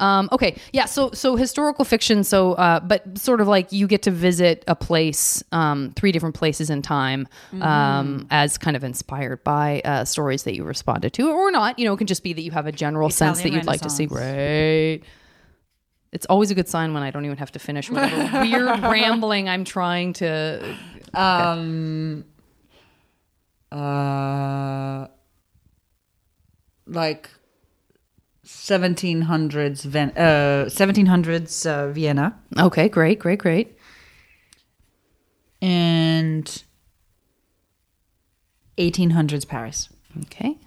Speaker 1: out. Um okay. Yeah, so so historical fiction so uh but sort of like you get to visit a place um three different places in time um as kind of inspired by uh stories that you responded to or not. You know, it can just be that you have a general sense that
Speaker 3: Italian
Speaker 1: you'd like to see.
Speaker 3: Renaissance.
Speaker 1: Great. It's always a good sign when I don't even have to finish whatever [LAUGHS] weird rambling I'm trying to.
Speaker 3: Um, uh, like 1700s, Ven- uh, 1700s uh, Vienna
Speaker 1: Okay, great, great, great.
Speaker 3: and 1800s Paris.
Speaker 1: Okay.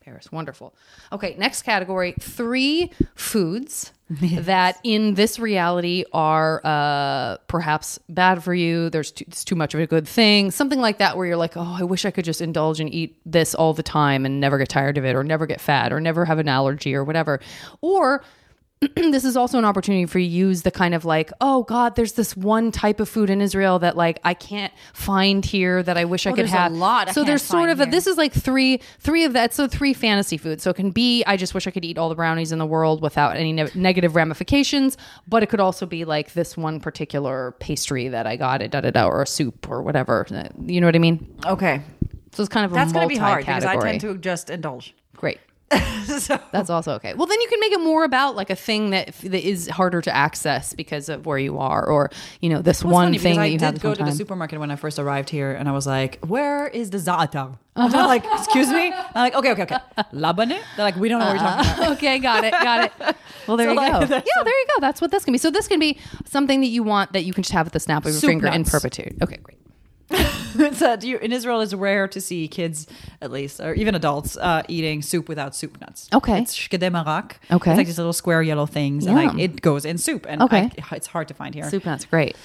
Speaker 1: Paris. Wonderful. Okay, next category three foods that in this reality are uh, perhaps bad for you. There's too, it's too much of a good thing. Something like that where you're like, oh, I wish I could just indulge and eat this all the time and never get tired of it or never get fat or never have an allergy or whatever. Or [CLEARS THROAT] this is also an opportunity for you to use the kind of like, oh God, there's this one type of food in Israel that like I can't find here that I wish I could
Speaker 3: there's a
Speaker 1: have.
Speaker 3: lot I
Speaker 1: so
Speaker 3: can't
Speaker 1: there's sort
Speaker 3: find
Speaker 1: of a,
Speaker 3: here.
Speaker 1: this is like three three of that. So three fantasy foods. So it can be I just wish I could eat all the brownies in the world without any ne- negative ramifications. But it could also be like this one particular pastry that I got at da da da or a soup or whatever. You know what I mean?
Speaker 3: Okay.
Speaker 1: So it's kind of
Speaker 3: That's
Speaker 1: a
Speaker 3: going to be hard because
Speaker 1: multi-category.
Speaker 3: I tend to just indulge. [LAUGHS]
Speaker 1: great.
Speaker 3: so
Speaker 1: That's also okay. Well, then you can make it more about like a thing that that is harder to access because of where you are, or you know, this
Speaker 3: What's
Speaker 1: one
Speaker 3: funny, because
Speaker 1: thing that
Speaker 3: I
Speaker 1: you
Speaker 3: did
Speaker 1: have this
Speaker 3: go
Speaker 1: one
Speaker 3: to the
Speaker 1: time.
Speaker 3: supermarket when I first arrived here, and I was like, "Where is
Speaker 1: [LAUGHS]
Speaker 3: the za'atar?" I'm like, "Excuse me." I'm like, "Okay, okay, okay." Labane? They're like, "We don't know what you're talking about."
Speaker 1: [LAUGHS] okay, got it, got
Speaker 3: [LAUGHS]
Speaker 1: it. Well, there
Speaker 3: So,
Speaker 1: you
Speaker 3: like, [LAUGHS]
Speaker 1: go.
Speaker 3: that's
Speaker 1: Yeah, there you go. That's what this can be. So this can be something that you want that you can just have at the snap of your
Speaker 3: Soup
Speaker 1: finger in
Speaker 3: nuts.
Speaker 1: perpetuity. Okay, great.
Speaker 3: [LAUGHS] it's uh, do you, in Israel, it's rare to see kids, at least, or even adults, uh, eating soup without soup nuts.
Speaker 1: Okay.
Speaker 3: It's shkede marak.
Speaker 1: Okay.
Speaker 3: It's like these little square yellow things, and like
Speaker 1: Yum.
Speaker 3: it goes in soup. And
Speaker 1: Okay.
Speaker 3: I, it's hard to find here.
Speaker 1: Soup nuts, great.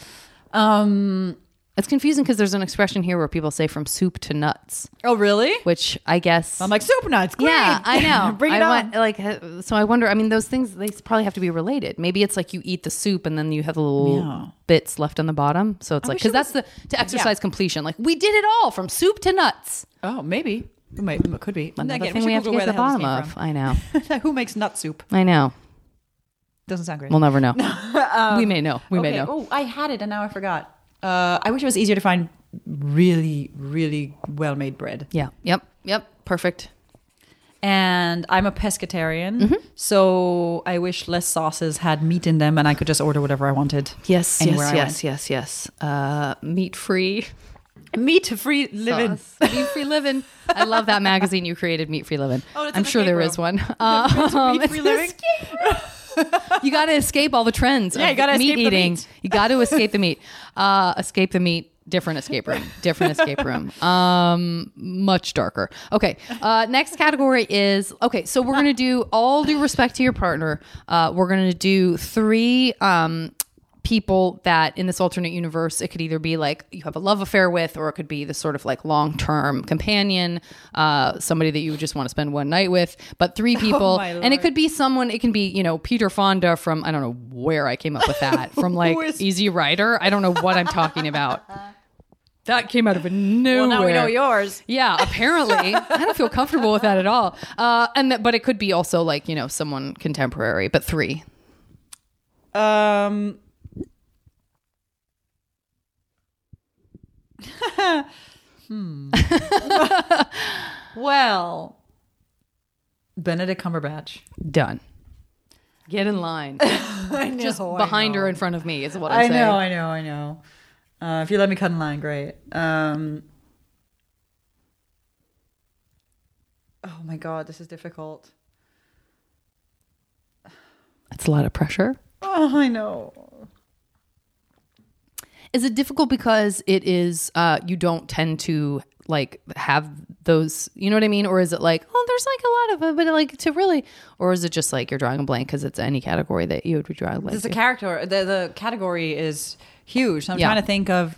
Speaker 3: Um.
Speaker 1: It's confusing because there's an expression here where people say from soup to nuts,
Speaker 3: Oh, really?
Speaker 1: which I guess.
Speaker 3: I'm like soup nuts. Great.
Speaker 1: yeah, I know.
Speaker 3: [LAUGHS] Bring it
Speaker 1: I
Speaker 3: on.
Speaker 1: want- like, uh, so I wonder. I mean, those things they probably have to be related. Maybe it's like you eat the soup and then you have the little
Speaker 3: Yeah.
Speaker 1: bits left on the bottom. So it's like
Speaker 3: wish it
Speaker 1: because that's the to exercise completion. Like we did it all from soup to nuts.
Speaker 3: oh, maybe. It might- it could be.
Speaker 1: Another
Speaker 3: Again,
Speaker 1: thing
Speaker 3: should
Speaker 1: we have to
Speaker 3: Google
Speaker 1: get to the
Speaker 3: where
Speaker 1: bottom
Speaker 3: hell this
Speaker 1: of. I know.
Speaker 3: came from. [LAUGHS] Who makes nut soup?
Speaker 1: I know.
Speaker 3: Doesn't sound great.
Speaker 1: We'll never [LAUGHS] know. we may know. We may
Speaker 3: Okay.
Speaker 1: know.
Speaker 3: Oh, I had it and now I forgot. Uh, I wish it was easier to find really, really well made bread.
Speaker 1: Yeah. Yep. Yep. Perfect.
Speaker 3: And I'm a pescatarian,
Speaker 1: Mm-hmm.
Speaker 3: so I wish less sauces had meat in them and I could just order whatever I wanted.
Speaker 1: Yes.
Speaker 3: Anywhere I
Speaker 1: yes. Yes. Yes. Yes. Uh, meat free.
Speaker 3: Meat free living.
Speaker 1: [LAUGHS] Meat free living. I love that magazine you created, Meat Free Living.
Speaker 3: Oh, it's
Speaker 1: I'm
Speaker 3: in the
Speaker 1: sure
Speaker 3: escape
Speaker 1: there
Speaker 3: room.
Speaker 1: is one. [LAUGHS] Um, [LAUGHS]
Speaker 3: [LAUGHS] Meat free
Speaker 1: it's-
Speaker 3: living.
Speaker 1: you got to escape all the trends.
Speaker 3: Yeah,
Speaker 1: of
Speaker 3: you gotta
Speaker 1: meat
Speaker 3: escape the
Speaker 1: eating.
Speaker 3: meat.
Speaker 1: You got to escape the meat. Uh, escape the meat. Different escape room. Different escape room. Um, much darker. Okay. Uh, next category is okay. So we're gonna do all due respect to your partner. Uh, we're gonna do three. Um, people that in this alternate universe it could either be like you have a love affair with or it could be this sort of like long-term companion uh, somebody that you would just want to spend one night with but
Speaker 3: [LAUGHS]
Speaker 1: three people
Speaker 3: Oh my
Speaker 1: and it could be someone it can be you know peter fonda from i don't know where i came up with that
Speaker 3: [LAUGHS]
Speaker 1: from like
Speaker 3: is-
Speaker 1: easy rider i don't know what i'm talking
Speaker 3: [LAUGHS]
Speaker 1: about that came out of nowhere
Speaker 3: Well, now we know yours.
Speaker 1: yeah,
Speaker 3: [LAUGHS]
Speaker 1: apparently. I don't feel comfortable with that at all. Uh, and that, but it could be also like, you know, someone contemporary, but three. [LAUGHS]
Speaker 3: Um. hmm. [LAUGHS] well, Benedict Cumberbatch.
Speaker 1: Done. Get in line.
Speaker 3: [LAUGHS] I
Speaker 1: [LAUGHS]
Speaker 3: know,
Speaker 1: Just behind her in front of me is what I'm
Speaker 3: I
Speaker 1: saying.
Speaker 3: know, I know, I know. Uh, if you let me cut in line, great. Um, oh my god, this is difficult.
Speaker 1: It's a lot of pressure.
Speaker 3: Oh, I know.
Speaker 1: Is it difficult because it is uh you don't tend to like have those you know what I mean? Or is it like, oh there's like a lot of it, but like to really or is it just like you're drawing a blank because it's any category that you would be drawing a blank?
Speaker 3: This is a
Speaker 1: to?
Speaker 3: character. The the category is huge. So I'm
Speaker 1: Yeah.
Speaker 3: trying to think of.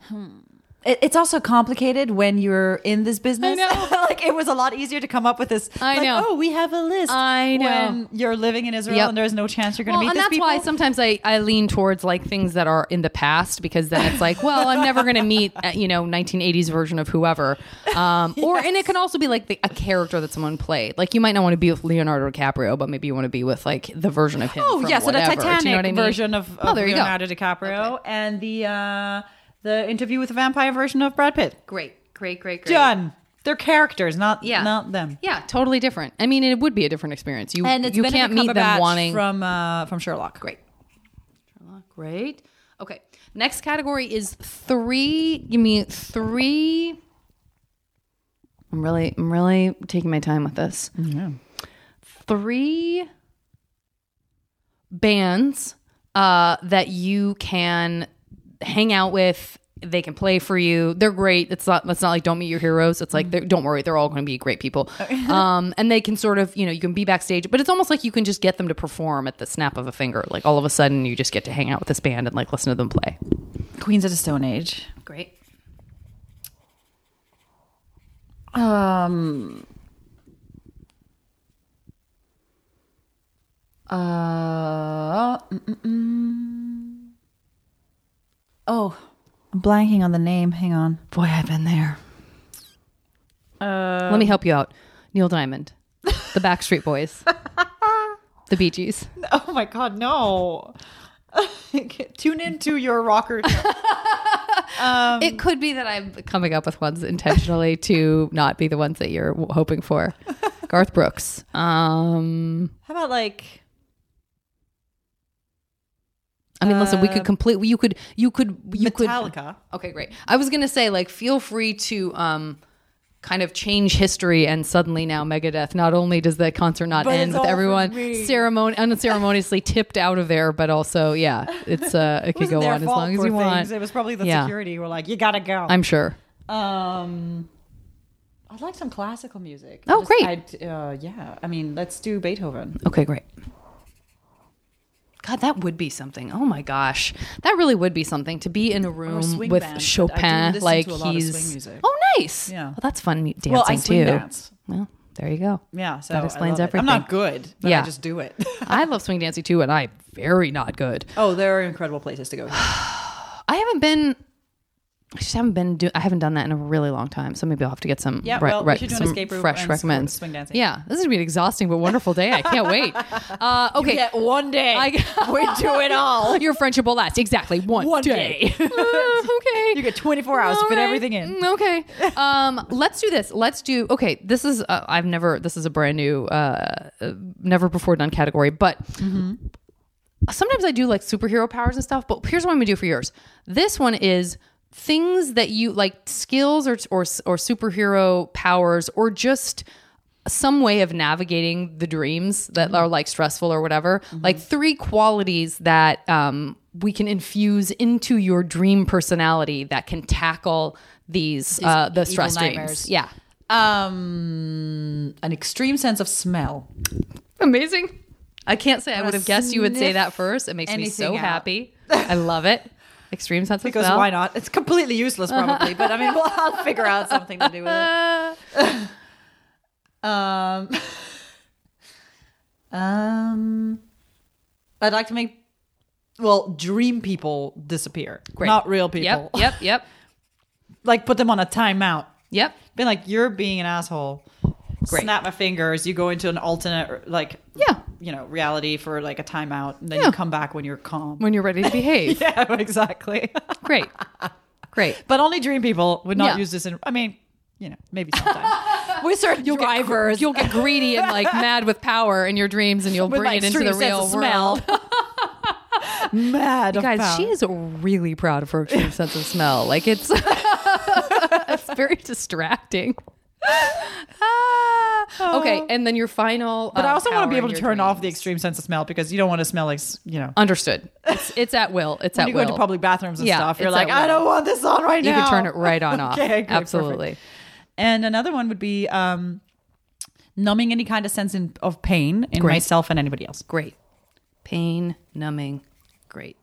Speaker 3: Hmm. It, it's also complicated when you're in this business.
Speaker 1: know.
Speaker 3: [LAUGHS] like it was a lot easier to come up with this.
Speaker 1: I
Speaker 3: like,
Speaker 1: know.
Speaker 3: Oh, we have a list.
Speaker 1: I know.
Speaker 3: When you're living in Israel
Speaker 1: Yep.
Speaker 3: and there's no chance you're going to
Speaker 1: well,
Speaker 3: meet
Speaker 1: and
Speaker 3: these
Speaker 1: that's why
Speaker 3: people.
Speaker 1: sometimes I, I lean towards like things that are in the past because then it's like, well, I'm never going to meet uh, you know 1980s version of whoever,
Speaker 3: [LAUGHS]
Speaker 1: um, or and it can also be like the, a character that someone played. Like you might not want to be with Leonardo DiCaprio, but maybe you want to be with like the version of him.
Speaker 3: Oh
Speaker 1: from
Speaker 3: yeah, so
Speaker 1: whatever. Do
Speaker 3: the Titanic
Speaker 1: you know what I mean?
Speaker 3: version of,
Speaker 1: oh
Speaker 3: of
Speaker 1: there you
Speaker 3: Leonardo
Speaker 1: go,
Speaker 3: DiCaprio and the uh, the Interview with the Vampire version of Brad Pitt.
Speaker 1: great, great, great, great.
Speaker 3: Done. They're characters, not
Speaker 1: Yeah.
Speaker 3: not them.
Speaker 1: Yeah, totally different. I mean, it would be a different experience. You
Speaker 3: And it's
Speaker 1: you
Speaker 3: Benedict
Speaker 1: can't meet them
Speaker 3: Cumberbatch
Speaker 1: wanting.
Speaker 3: from uh, from Sherlock.
Speaker 1: Great. Sherlock, great. Okay. Next category is three. Give me three. I'm really, I'm really taking my time with this. Three bands uh, that you can hang out with. They can play for you. They're great. It's not. It's not like don't meet your heroes. It's like they're- don't worry, they're all going to be great people. [LAUGHS] um, and they can sort of you know you can be backstage, but it's almost like you can just get them to perform at the snap of a finger. Like all of a sudden you just get to hang out with this band and like listen to them play.
Speaker 3: Queens of the Stone Age.
Speaker 1: Great.
Speaker 3: Um. Uh. mm-mm-mm. Oh, I'm blanking on the name. Hang on.
Speaker 1: Boy, I've been there. Let me help you out. Neil Diamond, the Backstreet Boys, [LAUGHS] the Bee Gees.
Speaker 3: [LAUGHS] Oh my God, no. [LAUGHS] Tune in to your rocker.
Speaker 1: [LAUGHS]
Speaker 3: Um,
Speaker 1: It could be that I'm coming up with ones intentionally to not be the ones that you're w- hoping
Speaker 3: [LAUGHS]
Speaker 1: for. Garth Brooks. Um,
Speaker 3: How about like
Speaker 1: I mean, listen, we could complete. You could. You could. You could.
Speaker 3: Uh, Metallica?
Speaker 1: Okay, great. I was gonna say, like, feel free to um, kind of change history, and suddenly now Megadeth. Not only does the concert not
Speaker 3: But
Speaker 1: end
Speaker 3: it's
Speaker 1: with
Speaker 3: all for
Speaker 1: everyone
Speaker 3: me.
Speaker 1: ceremon-
Speaker 3: [LAUGHS]
Speaker 1: unceremoniously tipped out of there, but also, yeah, it's uh, it could
Speaker 3: Wasn't
Speaker 1: go
Speaker 3: their
Speaker 1: on as
Speaker 3: fault
Speaker 1: long as
Speaker 3: for
Speaker 1: you want.
Speaker 3: things. It was probably the
Speaker 1: Yeah.
Speaker 3: security who were like, you gotta go.
Speaker 1: I'm sure.
Speaker 3: um, I'd like some classical music.
Speaker 1: Oh, great.
Speaker 3: I'd, uh, yeah, I mean, let's do Beethoven.
Speaker 1: Okay, great. God, that would be something. Oh my gosh, that really would be something to be in a room
Speaker 3: swing
Speaker 1: with
Speaker 3: band, but I do
Speaker 1: Chopin.
Speaker 3: listen
Speaker 1: Like
Speaker 3: to a lot of
Speaker 1: he's
Speaker 3: swing music.
Speaker 1: oh nice.
Speaker 3: Yeah.
Speaker 1: well, that's fun mu- dancing
Speaker 3: well, I swing
Speaker 1: too.
Speaker 3: dance.
Speaker 1: Well, there you go.
Speaker 3: Yeah, so
Speaker 1: That
Speaker 3: I
Speaker 1: explains
Speaker 3: love it. I'm not
Speaker 1: everything.
Speaker 3: good. But
Speaker 1: Yeah.
Speaker 3: I just
Speaker 1: [LAUGHS]
Speaker 3: do it. [LAUGHS]
Speaker 1: I love swing dancing too, and I'm very not good.
Speaker 3: oh, there are incredible places to go.
Speaker 1: I haven't been. I just haven't been. Do, I haven't done that in a really long time. So maybe I'll have to get some.
Speaker 3: Yeah,
Speaker 1: re-
Speaker 3: well, we
Speaker 1: re-
Speaker 3: should do an
Speaker 1: some
Speaker 3: escape room
Speaker 1: fresh
Speaker 3: and
Speaker 1: recommends.
Speaker 3: swing dancing.
Speaker 1: Yeah, this is gonna be an exhausting but wonderful day. I can't
Speaker 3: [LAUGHS]
Speaker 1: wait. Uh, okay,
Speaker 3: Yeah, one day
Speaker 1: [LAUGHS] I-
Speaker 3: we [LAUGHS] do it all.
Speaker 1: Your friendship will last exactly one,
Speaker 3: One
Speaker 1: day.
Speaker 3: day. [LAUGHS]
Speaker 1: Uh, [LAUGHS] okay.
Speaker 3: You get 24 hours to
Speaker 1: All
Speaker 3: fit
Speaker 1: right.
Speaker 3: everything in.
Speaker 1: Mm,
Speaker 3: [LAUGHS]
Speaker 1: Okay. Um, let's do this. Let's do. Okay. This is. Uh, I've never. This is a brand new, uh, uh, never before done category. But
Speaker 3: Mm-hmm.
Speaker 1: sometimes I do like superhero powers and stuff. But here's what I'm gonna do for yours. This one is things that you like skills or or or superhero powers or just some way of navigating the dreams
Speaker 3: Mm-hmm.
Speaker 1: that are like stressful or whatever like three qualities that um, we can infuse into your dream personality that can tackle these, uh, the
Speaker 3: evil
Speaker 1: stress dreams
Speaker 3: nightmares.
Speaker 1: yeah
Speaker 3: Um, an extreme sense of smell.
Speaker 1: amazing i can't say i would have guessed you would say
Speaker 3: sniff
Speaker 1: that first it makes me so
Speaker 3: anything out. [LAUGHS]
Speaker 1: happy i love it extreme sense of
Speaker 3: Because
Speaker 1: smell.
Speaker 3: why not? It's completely useless, probably. but I mean, well, I'll figure out something to do with it.
Speaker 1: [LAUGHS]
Speaker 3: um, [LAUGHS] um, I'd like to make well dream people disappear,
Speaker 1: Great.
Speaker 3: not real people.
Speaker 1: yep yep yep
Speaker 3: like put them on a timeout. [LAUGHS]
Speaker 1: yep
Speaker 3: Been like you're being an asshole.
Speaker 1: Great.
Speaker 3: Snap my fingers. You go into an alternate like
Speaker 1: yeah
Speaker 3: you know reality for like a timeout, and then
Speaker 1: Yeah.
Speaker 3: you come back when you're calm.
Speaker 1: when you're ready to behave
Speaker 3: [LAUGHS] yeah, exactly.
Speaker 1: great great
Speaker 3: But only dream people would not
Speaker 1: Yeah.
Speaker 3: use this in. I mean, you know,
Speaker 1: [LAUGHS]
Speaker 3: maybe sometimes. We're certain
Speaker 1: You'll get, gr- you'll get greedy and
Speaker 3: [LAUGHS]
Speaker 1: like mad with power in your dreams, and you'll
Speaker 3: with
Speaker 1: bring
Speaker 3: my
Speaker 1: it into the
Speaker 3: extreme
Speaker 1: real
Speaker 3: sense of
Speaker 1: world. [LAUGHS]
Speaker 3: smell. Mad,
Speaker 1: guys
Speaker 3: about.
Speaker 1: she is really proud of her
Speaker 3: [LAUGHS]
Speaker 1: extreme sense of smell like it's [LAUGHS] it's very distracting [LAUGHS] Ah. okay and then your final
Speaker 3: Oh.
Speaker 1: uh,
Speaker 3: But I also want to be able to turn off the extreme sense of smell because you don't want to smell like s- you know.
Speaker 1: understood it's, it's at will it's
Speaker 3: When
Speaker 1: at
Speaker 3: you go
Speaker 1: will
Speaker 3: into public bathrooms and
Speaker 1: Yeah,
Speaker 3: stuff, you're
Speaker 1: it's
Speaker 3: like,
Speaker 1: at
Speaker 3: I
Speaker 1: will.
Speaker 3: don't want this on right
Speaker 1: you
Speaker 3: now.
Speaker 1: can turn it right on off
Speaker 3: [LAUGHS] Okay, good,
Speaker 1: absolutely
Speaker 3: And another one would be um, numbing any kind of sense in, of pain in
Speaker 1: Great.
Speaker 3: myself and anybody else.
Speaker 1: Great. Pain numbing. Great.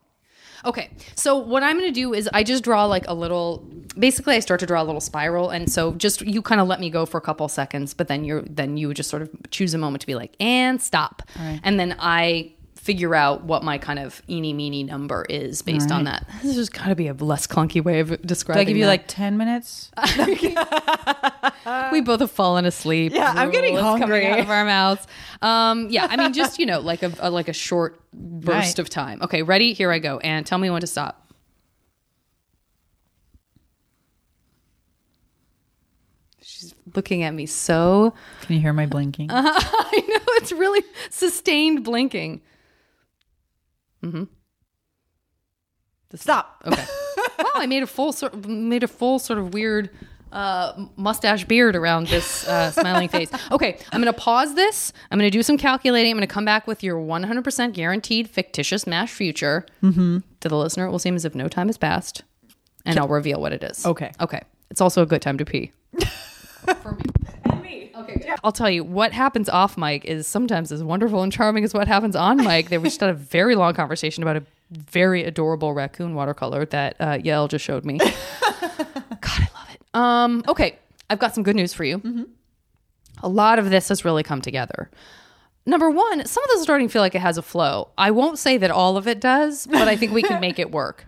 Speaker 1: Okay. So what I'm going to do is I just draw like a little basically I start to draw a little spiral and so just you kind of let me go for a couple seconds but then you're then you just sort of choose a moment to be like and stop. And then I figure out what my kind of eeny meeny number is based on that. [LAUGHS] This has got to be a less clunky way of
Speaker 3: Do
Speaker 1: describing
Speaker 3: I give you
Speaker 1: that.
Speaker 3: like ten minutes?
Speaker 1: we both have fallen asleep.
Speaker 3: Yeah, I'm getting
Speaker 1: Drool is
Speaker 3: hungry.
Speaker 1: Coming out of our mouths. Um, yeah, I mean, just you know, like a, a- like a
Speaker 3: [LAUGHS]
Speaker 1: short burst
Speaker 3: Right.
Speaker 1: of time. Okay, ready? Here I go. And tell me when to stop. She's looking at me so.
Speaker 3: Can you hear my
Speaker 1: [LAUGHS]
Speaker 3: blinking?
Speaker 1: Uh-huh. I know it's really sustained blinking. Mm-hmm.
Speaker 3: Stop.
Speaker 1: Okay. well, I made a full sort made a full sort of weird uh, mustache beard around this uh, smiling face. Okay, I'm gonna pause this. I'm gonna do some calculating. I'm gonna come back with your 100% guaranteed fictitious mash future. Mm-hmm. To the listener, it will seem as if no time has passed, and I'll reveal what it is.
Speaker 3: Okay.
Speaker 1: Okay. It's also a good time to pee. I'll tell you what happens off mic is sometimes as wonderful and charming as what happens on mic. They we just had a very long conversation about a very adorable raccoon watercolor that uh, Yael just showed me. God, I love it. Um, okay, I've got some good news for you. A lot of this has really come together. Number one, some of this is starting to feel like it has a flow. I won't say that all of it does, but I think we can make it work.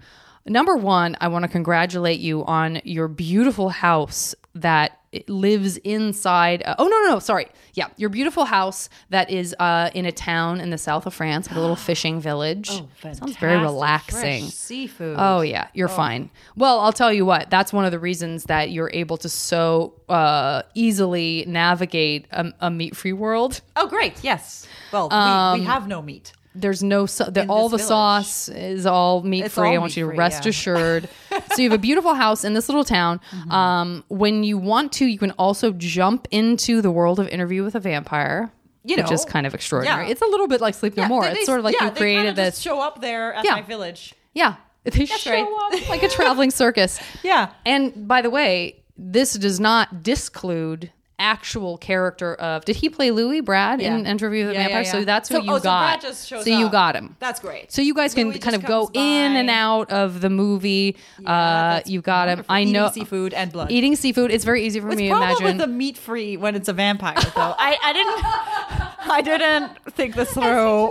Speaker 1: Number one, I want to congratulate you on your beautiful house that it lives inside. Uh, oh no, no, no, sorry. Yeah, your beautiful house that is uh, in a town in the south of France, with a little fishing village. Oh, Sounds very relaxing.
Speaker 3: Seafood.
Speaker 1: Oh yeah, you're fine. Well, I'll tell you what. That's one of the reasons that you're able to so uh, easily navigate a, a meat-free world.
Speaker 3: Oh, great. Yes. Well,
Speaker 1: Um,
Speaker 3: we, we have no meat.
Speaker 1: There's no so- the, all the
Speaker 3: this village.
Speaker 1: sauce is all meat
Speaker 3: It's
Speaker 1: free.
Speaker 3: all
Speaker 1: I want you to
Speaker 3: meat-free,
Speaker 1: rest
Speaker 3: yeah. [LAUGHS] Mm-hmm.
Speaker 1: assured. so you have a beautiful house in this little town. Um, when you want to, you can also jump into the world of Interview with a Vampire.
Speaker 3: You
Speaker 1: which is
Speaker 3: know.
Speaker 1: kind of extraordinary.
Speaker 3: Yeah.
Speaker 1: It's a little bit like Sleep No More.
Speaker 3: They-
Speaker 1: It's
Speaker 3: they-
Speaker 1: sort of like
Speaker 3: yeah,
Speaker 1: you
Speaker 3: they
Speaker 1: created
Speaker 3: kinda
Speaker 1: this.
Speaker 3: just show up there at
Speaker 1: Yeah.
Speaker 3: my village.
Speaker 1: yeah, [LAUGHS] they show
Speaker 3: right.
Speaker 1: up like a traveling circus.
Speaker 3: [LAUGHS] Yeah.
Speaker 1: And by the way, this does not disclude actual character of. Did he play Louis Brad in
Speaker 3: Yeah.
Speaker 1: Interview with a
Speaker 3: Yeah, yeah,
Speaker 1: Vampire? So
Speaker 3: yeah.
Speaker 1: that's who
Speaker 3: So-
Speaker 1: you
Speaker 3: oh, so
Speaker 1: got.
Speaker 3: Brad just shows
Speaker 1: So you
Speaker 3: up.
Speaker 1: got him.
Speaker 3: That's great.
Speaker 1: So you guys can
Speaker 3: Louis
Speaker 1: kind
Speaker 3: just
Speaker 1: of go
Speaker 3: comes
Speaker 1: in
Speaker 3: by.
Speaker 1: and out of the movie. uh,
Speaker 3: that's
Speaker 1: you got him.
Speaker 3: wonderful.
Speaker 1: I
Speaker 3: Eating
Speaker 1: know
Speaker 3: seafood and blood.
Speaker 1: Eating seafood. It's very easy for
Speaker 3: What's
Speaker 1: me to
Speaker 3: problem
Speaker 1: imagine.
Speaker 3: with the meat free when it's a vampire
Speaker 1: [LAUGHS]
Speaker 3: though? I, I didn't I didn't think this through.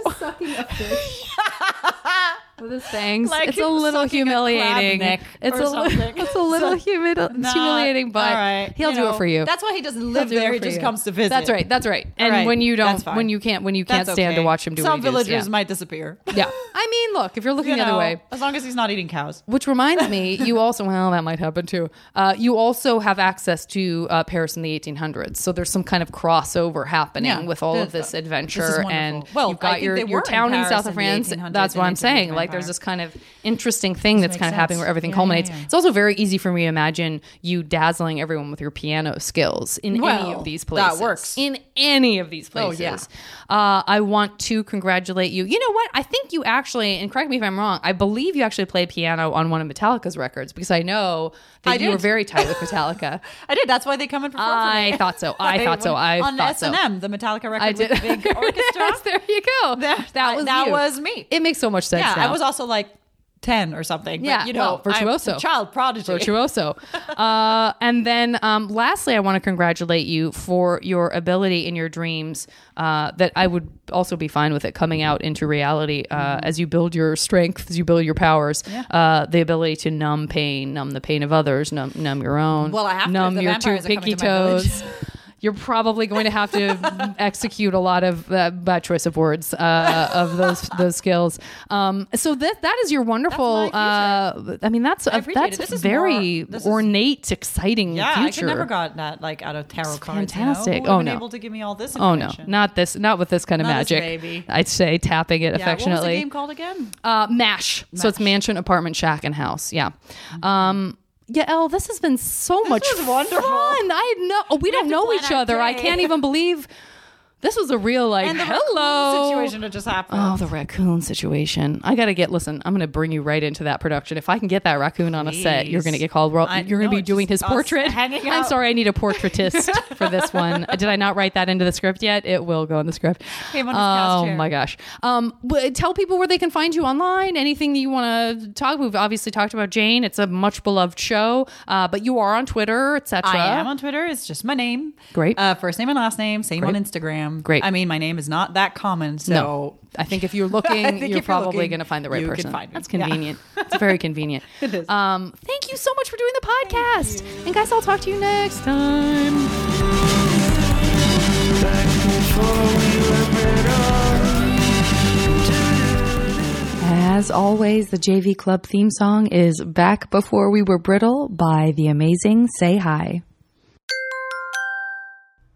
Speaker 1: with his fangs.
Speaker 3: Like
Speaker 1: it's
Speaker 3: he
Speaker 1: a
Speaker 3: was
Speaker 1: little
Speaker 3: sucking a crab
Speaker 1: humiliating.
Speaker 3: neck
Speaker 1: it's
Speaker 3: or
Speaker 1: a [LAUGHS] little,
Speaker 3: something.
Speaker 1: it's a little humi-
Speaker 3: Nah,
Speaker 1: humiliating, but
Speaker 3: all right.
Speaker 1: he'll
Speaker 3: You
Speaker 1: do
Speaker 3: know,
Speaker 1: it for you.
Speaker 3: That's why he doesn't
Speaker 1: He'll
Speaker 3: live
Speaker 1: do it
Speaker 3: there. He
Speaker 1: for
Speaker 3: just
Speaker 1: you.
Speaker 3: comes to visit.
Speaker 1: That's right. That's right. And
Speaker 3: right,
Speaker 1: when you
Speaker 3: that's
Speaker 1: don't,
Speaker 3: fine.
Speaker 1: when you can't, when you can't
Speaker 3: That's
Speaker 1: stand to
Speaker 3: okay.
Speaker 1: watch him do
Speaker 3: Some
Speaker 1: what he does,
Speaker 3: villagers
Speaker 1: yeah.
Speaker 3: might disappear.
Speaker 1: Yeah. I mean, look, if you're looking
Speaker 3: You
Speaker 1: the other
Speaker 3: know,
Speaker 1: way,
Speaker 3: As long as he's not eating cows.
Speaker 1: which reminds me, you also well that might happen too. Uh, you also have access to uh, Paris in the 1800s, so there's some kind of crossover happening
Speaker 3: Yeah.
Speaker 1: with all of this
Speaker 3: This- this is
Speaker 1: adventure.
Speaker 3: wonderful.
Speaker 1: and
Speaker 3: Well,
Speaker 1: you've
Speaker 3: I
Speaker 1: got
Speaker 3: think
Speaker 1: your
Speaker 3: they
Speaker 1: your
Speaker 3: were in
Speaker 1: town in,
Speaker 3: Paris
Speaker 1: South
Speaker 3: in
Speaker 1: of
Speaker 3: the
Speaker 1: France.
Speaker 3: 1800s
Speaker 1: That's what
Speaker 3: and
Speaker 1: I'm saying.
Speaker 3: 1800s
Speaker 1: Like there's
Speaker 3: Empire.
Speaker 1: this kind of interesting thing that's
Speaker 3: makes
Speaker 1: kind of happening where
Speaker 3: sense.
Speaker 1: everything
Speaker 3: Yeah, yeah,
Speaker 1: culminates.
Speaker 3: yeah.
Speaker 1: It's also very easy for me to imagine you dazzling everyone with your piano skills in any
Speaker 3: Well,
Speaker 1: of these
Speaker 3: that
Speaker 1: places.
Speaker 3: works.
Speaker 1: in any of these
Speaker 3: Oh,
Speaker 1: places.
Speaker 3: yeah.
Speaker 1: Uh, I want to congratulate you. You know what? I think you actually, and correct me if I'm wrong, I believe you actually played piano on one of Metallica's records because I know that
Speaker 3: I
Speaker 1: you
Speaker 3: did.
Speaker 1: were very tight with
Speaker 3: [LAUGHS]
Speaker 1: Metallica.
Speaker 3: I did. That's why they come and perform.
Speaker 1: I
Speaker 3: for me.
Speaker 1: thought so.
Speaker 3: [LAUGHS]
Speaker 1: I thought so. I
Speaker 3: on
Speaker 1: thought so.
Speaker 3: S&M, the Metallica record
Speaker 1: I did.
Speaker 3: with
Speaker 1: [LAUGHS]
Speaker 3: the big orchestra.
Speaker 1: Yes, there you go.
Speaker 3: There-
Speaker 1: that
Speaker 3: I-
Speaker 1: was
Speaker 3: that
Speaker 1: you.
Speaker 3: was me.
Speaker 1: It makes so much sense.
Speaker 3: yeah,
Speaker 1: now.
Speaker 3: I was also like ten or something.
Speaker 1: Yeah,
Speaker 3: but, you
Speaker 1: well,
Speaker 3: know, I'm a
Speaker 1: virtuoso.
Speaker 3: child prodigy.
Speaker 1: virtuoso. uh, and then, um, lastly, I want to congratulate you for your ability in your dreams. Uh, that I would also be fine with it coming out into reality
Speaker 3: Mm-hmm.
Speaker 1: uh, as you build your strength, as you build your powers. Uh, the ability to numb pain, numb the pain of others, numb, numb your own.
Speaker 3: Well, I have to if
Speaker 1: numb
Speaker 3: the
Speaker 1: your two
Speaker 3: vampires are coming
Speaker 1: pinky
Speaker 3: to my village.
Speaker 1: toes. You're probably going to have
Speaker 3: [LAUGHS]
Speaker 1: to execute a lot of uh, bad choice of words uh, of those those skills. Um, so that that is your wonderful.
Speaker 3: future.
Speaker 1: Uh, I mean, that's a,
Speaker 3: appreciate
Speaker 1: that's
Speaker 3: it. This
Speaker 1: a
Speaker 3: is
Speaker 1: very
Speaker 3: more- this is-
Speaker 1: ornate, exciting
Speaker 3: Yeah, I could
Speaker 1: future.
Speaker 3: never got that like out of tarot cards.
Speaker 1: fantastic.
Speaker 3: You know? Who would've
Speaker 1: Oh,
Speaker 3: been
Speaker 1: no.
Speaker 3: able to give me all this?
Speaker 1: Oh no,
Speaker 3: information?
Speaker 1: not this, not with this kind of
Speaker 3: Not this
Speaker 1: magic.
Speaker 3: baby.
Speaker 1: I'd say tapping it
Speaker 3: Yeah, What was the
Speaker 1: affectionately.
Speaker 3: game called again?
Speaker 1: Uh, mash. So it's mansion, apartment, shack, and house. Yeah. Um, yeah, Elle, this has been so much
Speaker 3: Mm-hmm. was wonderful.
Speaker 1: fun. I had no, oh, we, don't
Speaker 3: have to
Speaker 1: know
Speaker 3: plan
Speaker 1: each
Speaker 3: our
Speaker 1: other. I
Speaker 3: day.
Speaker 1: can't even believe this was a real like
Speaker 3: [LAUGHS] And the
Speaker 1: hello
Speaker 3: raccoon situation that just happened.
Speaker 1: Oh, the raccoon situation. I got to get, listen, I'm going to bring you right into that production. If I can get that raccoon on a set, you're
Speaker 3: Please.
Speaker 1: going to get called. Well,
Speaker 3: I-
Speaker 1: you're going to
Speaker 3: no,
Speaker 1: be doing his
Speaker 3: just us
Speaker 1: portrait.
Speaker 3: hanging
Speaker 1: I'm
Speaker 3: out.
Speaker 1: sorry, I need a portraitist
Speaker 3: [LAUGHS]
Speaker 1: for this one. Did I not write that into the script yet? It will go in the script.
Speaker 3: Came on his couch
Speaker 1: oh,
Speaker 3: chair.
Speaker 1: my gosh. Um, but tell people where they can find you online. Anything that you want to talk. We've obviously talked about Jane. It's a much beloved show, uh, but you are on Twitter, etc.
Speaker 3: I am on Twitter. It's just my name.
Speaker 1: Great.
Speaker 3: Uh, first name and last name. Same on Instagram.
Speaker 1: Great.
Speaker 3: I mean, my name is not that common, so
Speaker 1: No. I think if you're looking,
Speaker 3: [LAUGHS] I think if
Speaker 1: you're
Speaker 3: you're
Speaker 1: probably
Speaker 3: looking,
Speaker 1: going to find the right
Speaker 3: you can
Speaker 1: person.
Speaker 3: find me.
Speaker 1: That's
Speaker 3: Yeah.
Speaker 1: convenient. it's very convenient.
Speaker 3: [LAUGHS] It is.
Speaker 1: Um, thank you so much for doing the podcast. And guys, I'll talk to you next time. As always, the JV Club theme song is Back Before We Were Brittle by the amazing Say Hi.